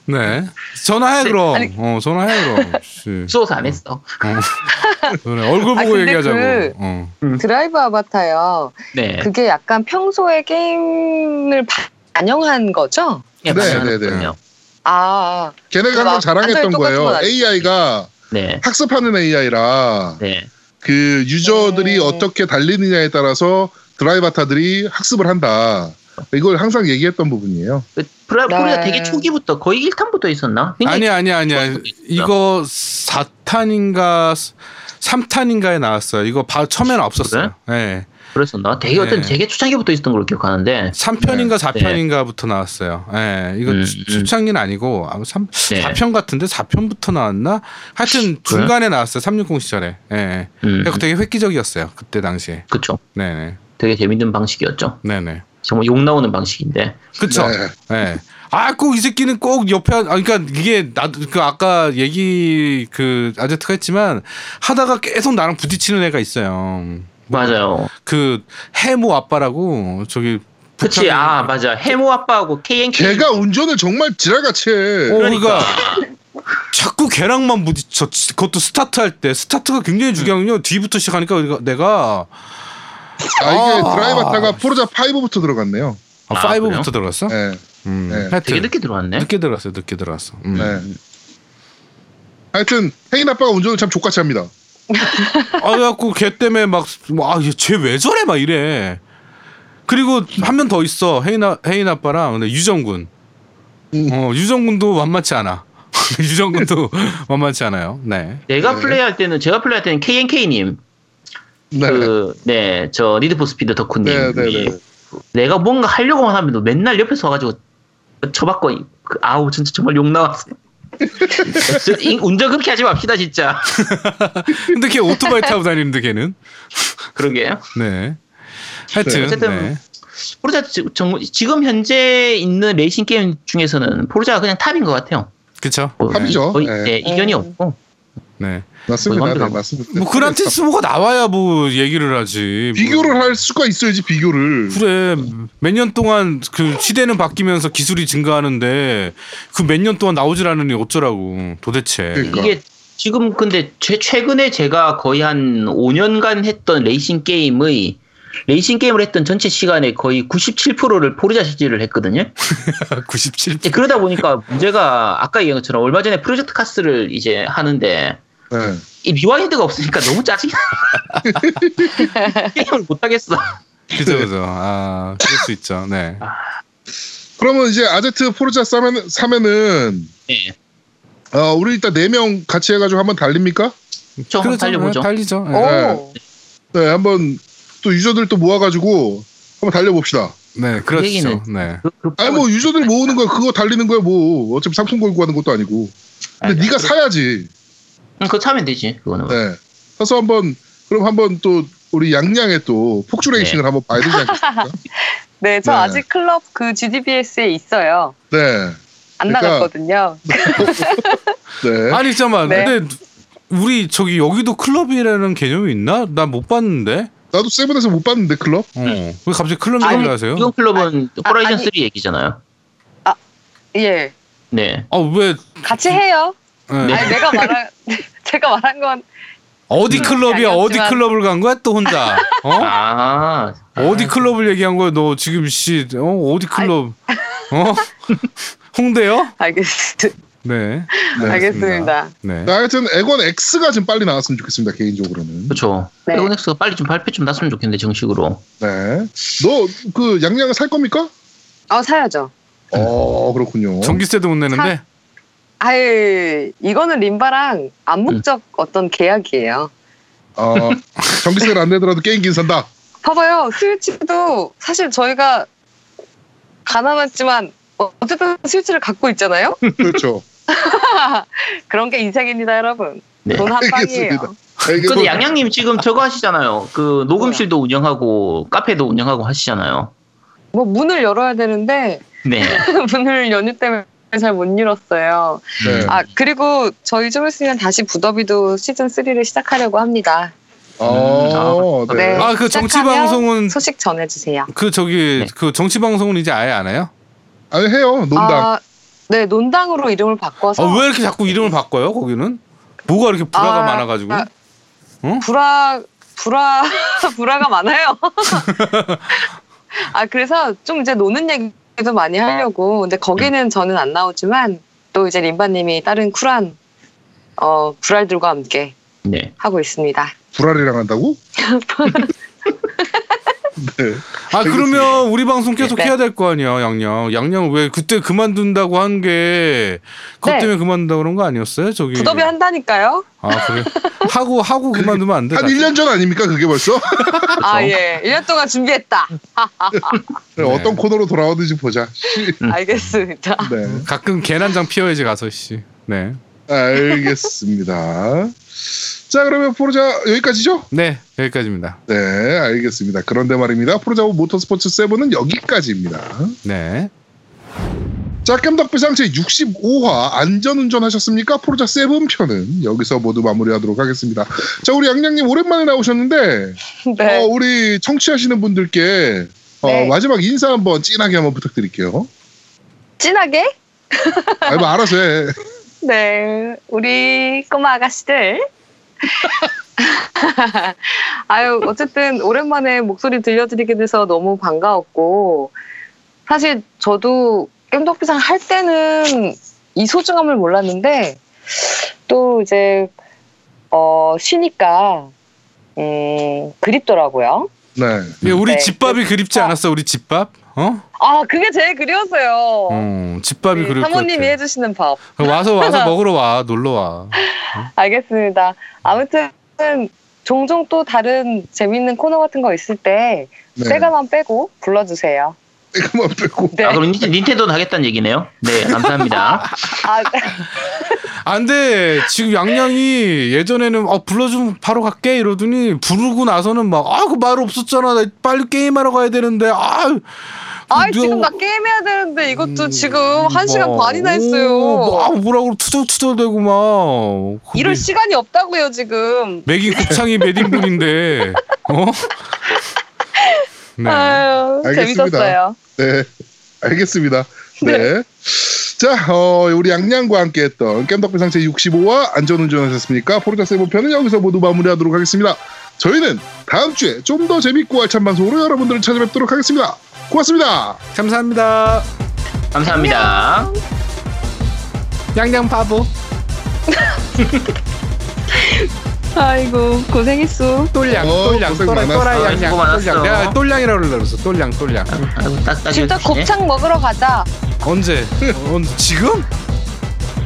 S3: 네. 전화해 그럼.
S2: 아니-
S3: 어, 전화해 그럼. 씨.
S4: 수호사 안 했어.
S3: 어. 그래, 얼굴
S2: 아,
S3: 보고
S2: 근데
S3: 얘기하자고.
S2: 그-
S3: 어.
S2: 드라이버 아바타요.
S4: 네.
S2: 그게 약간 평소에 게임을 반영한 거죠?
S4: 네,
S1: 네, 네,
S4: 맞아요.
S1: 네.
S2: 아,
S1: 걔네가 항상
S2: 막
S1: 자랑했던
S2: 완전히 똑같은 건
S1: 거예요.
S2: 아니지.
S1: AI가
S4: 네.
S1: 학습하는 AI라
S4: 네.
S1: 그 유저들이
S2: 음.
S1: 어떻게 달리느냐에 따라서 드라이바타들이 학습을 한다. 이걸 항상 얘기했던 부분이에요.
S4: 그 프라,
S2: 네.
S4: 코리아 되게 초기부터 거의 1탄부터 있었나? 굉장히
S3: 아니 아니 아니야. 이거 4탄인가 3탄인가에 나왔어요. 이거 바, 처음에는 없었어요. 예.
S4: 그랬었나? 되게 어떤
S3: 네.
S4: 되게 초창기부터 있었던 걸로 기억하는데
S3: 3편인가 4편인가부터 나왔어요. 예. 이거
S4: 음,
S3: 추-
S4: 음.
S3: 추창기는 아니고 아, 3
S4: 네.
S3: 4편 같은데 4편부터 나왔나? 하여튼 중간에 나왔어요. 360 시절에. 예.
S4: 음,
S3: 그래서 되게 획기적이었어요. 그때 당시에.
S4: 그쵸
S3: 네, 네.
S4: 되게 재밌는 방식이었죠
S3: 네, 네.
S4: 정말 욕 나오는 방식인데
S3: 그쵸
S1: 네.
S3: 예. 아, 꼭 이 새끼는 꼭 옆에, 한- 아, 그러니까 이게 나도 그 아까 얘기 그 아제트가 했지만 하다가 계속 나랑 부딪히는 애가 있어요.
S4: 맞아요
S3: 그 해모 아빠라고 저기
S4: 그치
S3: 북한에- 어,
S4: 아 맞아 해모 아빠하고 KNK
S1: 걔가 운전을 정말 지랄같이 해.
S3: 어, 그러니까 자꾸 걔랑만 부딪혀. 그것도 스타트 할 때 스타트가 굉장히 중요하거든요. 뒤부터 시작하니까 우리가- 내가
S1: 아, 이게
S3: 아.
S1: 드라이바타가 포르자 5부터 들어갔네요.
S3: 아,
S4: 아,
S3: 5부터 들어갔어?
S1: 네.
S3: 음.
S1: 네.
S3: 하여튼
S4: 되게 늦게 들어왔네
S3: 늦게 들어갔어요. 늦게 들어갔어. 음.
S1: 네. 하여튼 혜인 아빠가 운전을 참 족같이 합니다.
S3: 아, 그래갖고 걔 때문에 막, 뭐, 아, 쟤 왜 저래? 막 이래. 그리고 한 명 더 있어. 혜인아, 혜인 아빠랑 근데 유정군.
S1: 음.
S3: 어, 유정군도 만만치 않아. 유정군도 만만치 않아요. 네.
S4: 내가
S1: 네.
S4: 플레이할 때는 제가 플레이할 때는 KNK님
S1: 네.
S4: 그 그네저 니드포 스피드 덕후님
S1: 네, 네, 네.
S4: 내가 뭔가 하려고만 하면 맨날 옆에서 와가지고 쳐봤고 그, 아우 진짜 정말 욕 나왔어 진짜 이- 운전 그렇게 하지 맙시다 진짜
S3: 근데 걔 오토바이 타고 다니는데 걔는.
S4: 그러게
S3: 네. 하여튼.
S4: 어쨌든
S3: 네.
S4: 포르자 지- 정- 지금 현재 있는 레이싱 게임 중에서는 포르자가 그냥 탑인 것 같아요
S3: 그쵸.
S4: 뭐,
S1: 탑이죠.
S4: 거의,
S1: 네.
S4: 네, 이견이
S2: 음.
S4: 없고
S3: 네.
S1: 맞습니다.
S4: 뭐,
S1: 네,
S4: 완벽하고.
S1: 맞습니다.
S3: 뭐, 그란티스 모가 나와야 뭐 얘기를 하지. 뭐.
S1: 비교를 할 수가 있어야지 비교를.
S3: 그래 몇 년 동안 그 시대는 바뀌면서 기술이 증가하는데 그 몇 년 동안 나오질 않으니 어쩌라고 도대체
S1: 그러니까.
S4: 이게 지금 근데 최, 최근에 제가 거의 한 5년간 했던 레이싱 게임의 레이싱 게임을 했던 전체 시간의 거의 97%를 포르자 시리즈를 했거든요.
S3: 97
S4: 이제 그러다 보니까 문제가 아까 얘기한 것처럼 얼마 전에 프로젝트 카스를 이제 하는데
S3: 그렇죠.
S1: 네.
S4: 이 리와인드가 없으니까 너무 짜증나. 게임을 못 하겠어.
S3: 그죠 그죠 아 그럴 수 있죠 네
S1: 그러면 이제 아제트 포르자 사면, 사면은
S3: 예.
S4: 네.
S1: 어, 우리 일단 네 명 같이 해가지고 한번 달립니까?
S4: 저
S1: 그렇죠.
S4: 한번
S3: 그러죠.
S4: 달려보죠.
S3: 네, 달리죠
S2: 어?
S3: 네.
S2: 아. 오.
S1: 네, 한번 또 유저들 또 모아가지고 한번 달려봅시다.
S3: 네 그렇죠
S4: 얘기는-
S3: 네
S4: 그- 그-
S1: 아니 뭐 유저들 모으는 거야 그거 달리는 거야 뭐 어차피 상품 걸고 하는 것도 아니고. 근데 네가 사야지.
S4: 응, 그거 차면 되지. 그거는.
S1: 네. 사서 한번 그럼 한번 또 우리 양양의 또 폭주
S3: 네.
S1: 레이싱을 한번 봐야 되지 않겠습니까?
S2: 네, 저
S1: 네.
S2: 아직 클럽 그 GDBS에 있어요.
S1: 네.
S2: 안
S1: 그러니까-
S2: 나갔거든요.
S1: 네.
S3: 아니 잠깐만
S2: 네.
S3: 근데 우리 저기 여기도 클럽이라는 개념이 있나 난 못 봤는데
S1: 나도 세븐에서 못 봤는데 클럽.
S3: 어왜 갑자기 클럽
S4: 아니,
S3: 얘기를 하세요
S4: 이건 클럽은
S2: 아,
S4: 호라이즌
S2: 아니.
S4: 3 얘기잖아요.
S2: 예,
S4: 네.
S3: 아왜
S2: 같이 해요.
S3: 네.
S2: 아니 내가 말한 제가 말한 건
S3: 어디
S2: 음,
S3: 클럽이야 어디
S2: 아니었지만-
S3: 클럽을 간 거야 또 혼자 어
S4: 아,
S3: 어디 클럽을 얘기한 거야? 너 지금 씨, 어? 어디 클럽? 어? 홍대요?
S2: 알겠,
S3: 네. 네,
S2: 알겠습니다.
S3: 네.
S1: 네, 하여튼 에건 X가 좀 빨리 나왔으면 좋겠습니다 개인적으로는.
S4: 그렇죠.
S2: 네.
S4: 페고넥스가 빨리 좀 발표 좀 났으면 좋겠는데 정식으로.
S1: 네. 너 그 양양을 살 겁니까?
S2: 어 사야죠.
S1: 어 그렇군요.
S3: 네. 전기세도 못 내는데.
S2: 아유 이거는 림바랑 암묵적 어떤 계약이에요.
S1: 어, 전기세를 안 내더라도 게임기는 산다.
S2: 봐봐요 스위치도 사실 저희가 가난하지만 어쨌든 스위치를 갖고 있잖아요.
S1: 그렇죠.
S2: 그런 게 인생입니다, 여러분.
S4: 네.
S2: 돈 한
S1: 알겠습니다.
S2: 방이에요.
S1: 네, 뭐-
S4: 근데 양양님 지금 저거 하시잖아요. 그 녹음실도 운영하고 카페도 운영하고 하시잖아요.
S2: 뭐 문을 열어야 되는데
S4: 네.
S2: 문을 연휴 때문에 잘 못 열었어요.
S1: 네.
S2: 아 그리고 저희 좀 있으면 다시 부더비도 시즌 3를 시작하려고 합니다.
S1: 어,
S4: 음, 아,
S1: 아, 네.
S2: 네.
S3: 아, 그 정치
S2: 시작하면
S3: 방송은
S2: 소식 전해주세요.
S3: 그 저기
S4: 네.
S3: 그 정치 방송은 이제 아예 안 해요?
S1: 아니 해요. 논다.
S2: 아, 네 논당으로 이름을 바꿔서
S3: 아, 왜 이렇게 자꾸 이름을 바꿔요? 거기는 뭐가 이렇게 불화가
S2: 아,
S3: 많아가지고?
S2: 아.
S3: 어?
S2: 불화 불화 불화가 많아요. 아 그래서 좀 이제 노는 얘기도 많이 하려고. 근데 거기는 저는 안 나오지만 또 이제 림바님이 다른 쿨한 어 불알들과 함께
S4: 네.
S2: 하고 있습니다.
S1: 불알이랑 한다고? 네.
S3: 아 그러면 우리 방송 계속
S2: 네.
S3: 해야 될 거 아니야 양양 양양 왜 그때 그만둔다고 한 게 그것
S2: 네.
S3: 때문에 그만둔다 고 그런 거 아니었어요 저기
S1: 예.
S2: 부더비 한다니까요.
S3: 아 그래 하고 하고 그만두면 안 돼.
S1: 한
S3: 나중에.
S1: 1년 전 아닙니까? 그게 벌써? 그렇죠.
S2: 아 예. 1년 동안 준비했다.
S1: 네, 어떤 코너로 돌아오는지 보자. 씨,
S2: 알겠습니다.
S1: 네.
S3: 가끔 개난장 피어야지 가서 씨. 네.
S1: 알겠습니다. 자, 그러면 포르자 여기까지죠?
S3: 네 여기까지입니다.
S1: 네, 알겠습니다. 그런데 말입니다. 포르자 모터스포츠 7은 여기까지입니다.
S3: 네.
S1: 자, 깸덕비상 제65화 안전운전 하셨습니까? 포르자 7편은 여기서 모두 마무리하도록 하겠습니다. 자, 우리 양양님 오랜만에 나오셨는데
S2: 네.
S1: 어, 우리 청취하시는 분들께 어,
S2: 네.
S1: 마지막 인사 한번 진하게 한번 부탁드릴게요.
S2: 진하게?
S1: 아니, 뭐 알아서 해.
S2: 네. 우리 꼬마 아가씨들. 아유, 어쨌든 오랜만에 목소리 들려드리게 돼서 너무 반가웠고 사실 저도 깸덕비상 할 때는 이 소중함을 몰랐는데 또 이제 어 쉬니까 음 그립더라고요.
S1: 네.
S3: 예, 우리
S2: 네.
S3: 집밥이 그립지 않았어 우리 집밥? 어?
S2: 아 그게 제일 그리웠어요.
S3: 어 집밥이
S2: 우리
S3: 그립
S2: 사모님이 해주시는 밥.
S3: 와서 와서 먹으러 와 놀러 와.
S2: 알겠습니다. 아무튼 종종 또 다른 재밌는 코너 같은 거 있을 때
S1: 네.
S2: 세가만 빼고 불러주세요.
S1: 그만 빼고.
S2: 네.
S4: 아 그럼 닌- 닌텐도는 하겠다는 얘기네요. 네 감사합니다.
S2: 아,
S3: 안돼 아, 지금 양양이 예전에는 어 불러주면 바로 갈게 이러더니 부르고 나서는 막아그말 없었잖아 나 빨리 게임하러 가야 되는데 아
S2: 아
S3: 근데 어.
S2: 지금 나 게임해야 되는데 이것도
S3: 음,
S2: 지금 한 시간
S3: 뭐,
S2: 반이나
S3: 오, 뭐, 아,
S2: 했어요.
S3: 뭐라고 투덜투덜대고 막 거기
S2: 이럴 시간이 없다고요 지금.
S3: 맥이 곱창이 몇 인분인데 어? 네.
S2: 아유
S1: 알겠습니다.
S2: 재밌었어요.
S1: 네. 알겠습니다. 네. 자, 어, 우리 양양과 함께 했던 깸덕비상 제65화 안전운전 하셨습니까? 포르자 세븐편은 여기서 모두 마무리하도록 하겠습니다. 저희는 다음 주에 좀 더 재밌고 알찬 방송으로 여러분들을 찾아뵙도록 하겠습니다. 고맙습니다.
S3: 감사합니다
S4: 감사합니다.
S3: 양양 바보
S2: 아이고 고생했어.
S3: 똘량
S1: 어,
S3: 똘량
S1: 고생
S3: 또라이
S1: 많았어.
S3: 또라이
S4: 수고
S3: 양양
S4: 많았어.
S3: 똘량 내가 똘량이라고 그러면서 똘량 똘량
S4: 아이고, 네. 딱, 딱
S2: 진짜
S4: 이렇게.
S2: 곱창 먹으러 가자.
S3: 언제 언제 지금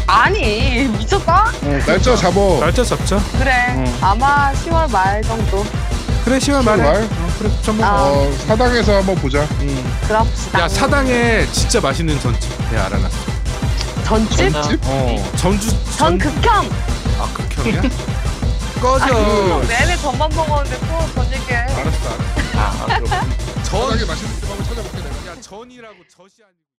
S2: 아니 미쳤다?
S1: 날짜 잡어.
S3: 날짜 잡자
S2: 그래 아마 10월 말 정도
S3: 그래 10월 말에
S1: 말?
S3: 어, 그래 전부
S2: 아.
S1: 어, 사당에서 한번 보자.
S2: 그럽시다.
S3: 야 사당에 진짜 맛있는 전집 내가 알아놨어
S2: 전집?
S1: 집?
S3: 어 전주
S2: 전 극혐.
S3: 아 극혐이야?
S2: 아,
S3: 꺼져
S2: 내내 전만 먹었는데 또 전 얘기해.
S3: 알았어 아, 알았어
S1: 사당에 맛있는 집 한번 찾아볼게 내가.
S3: 야 전이라고 젖이 아니고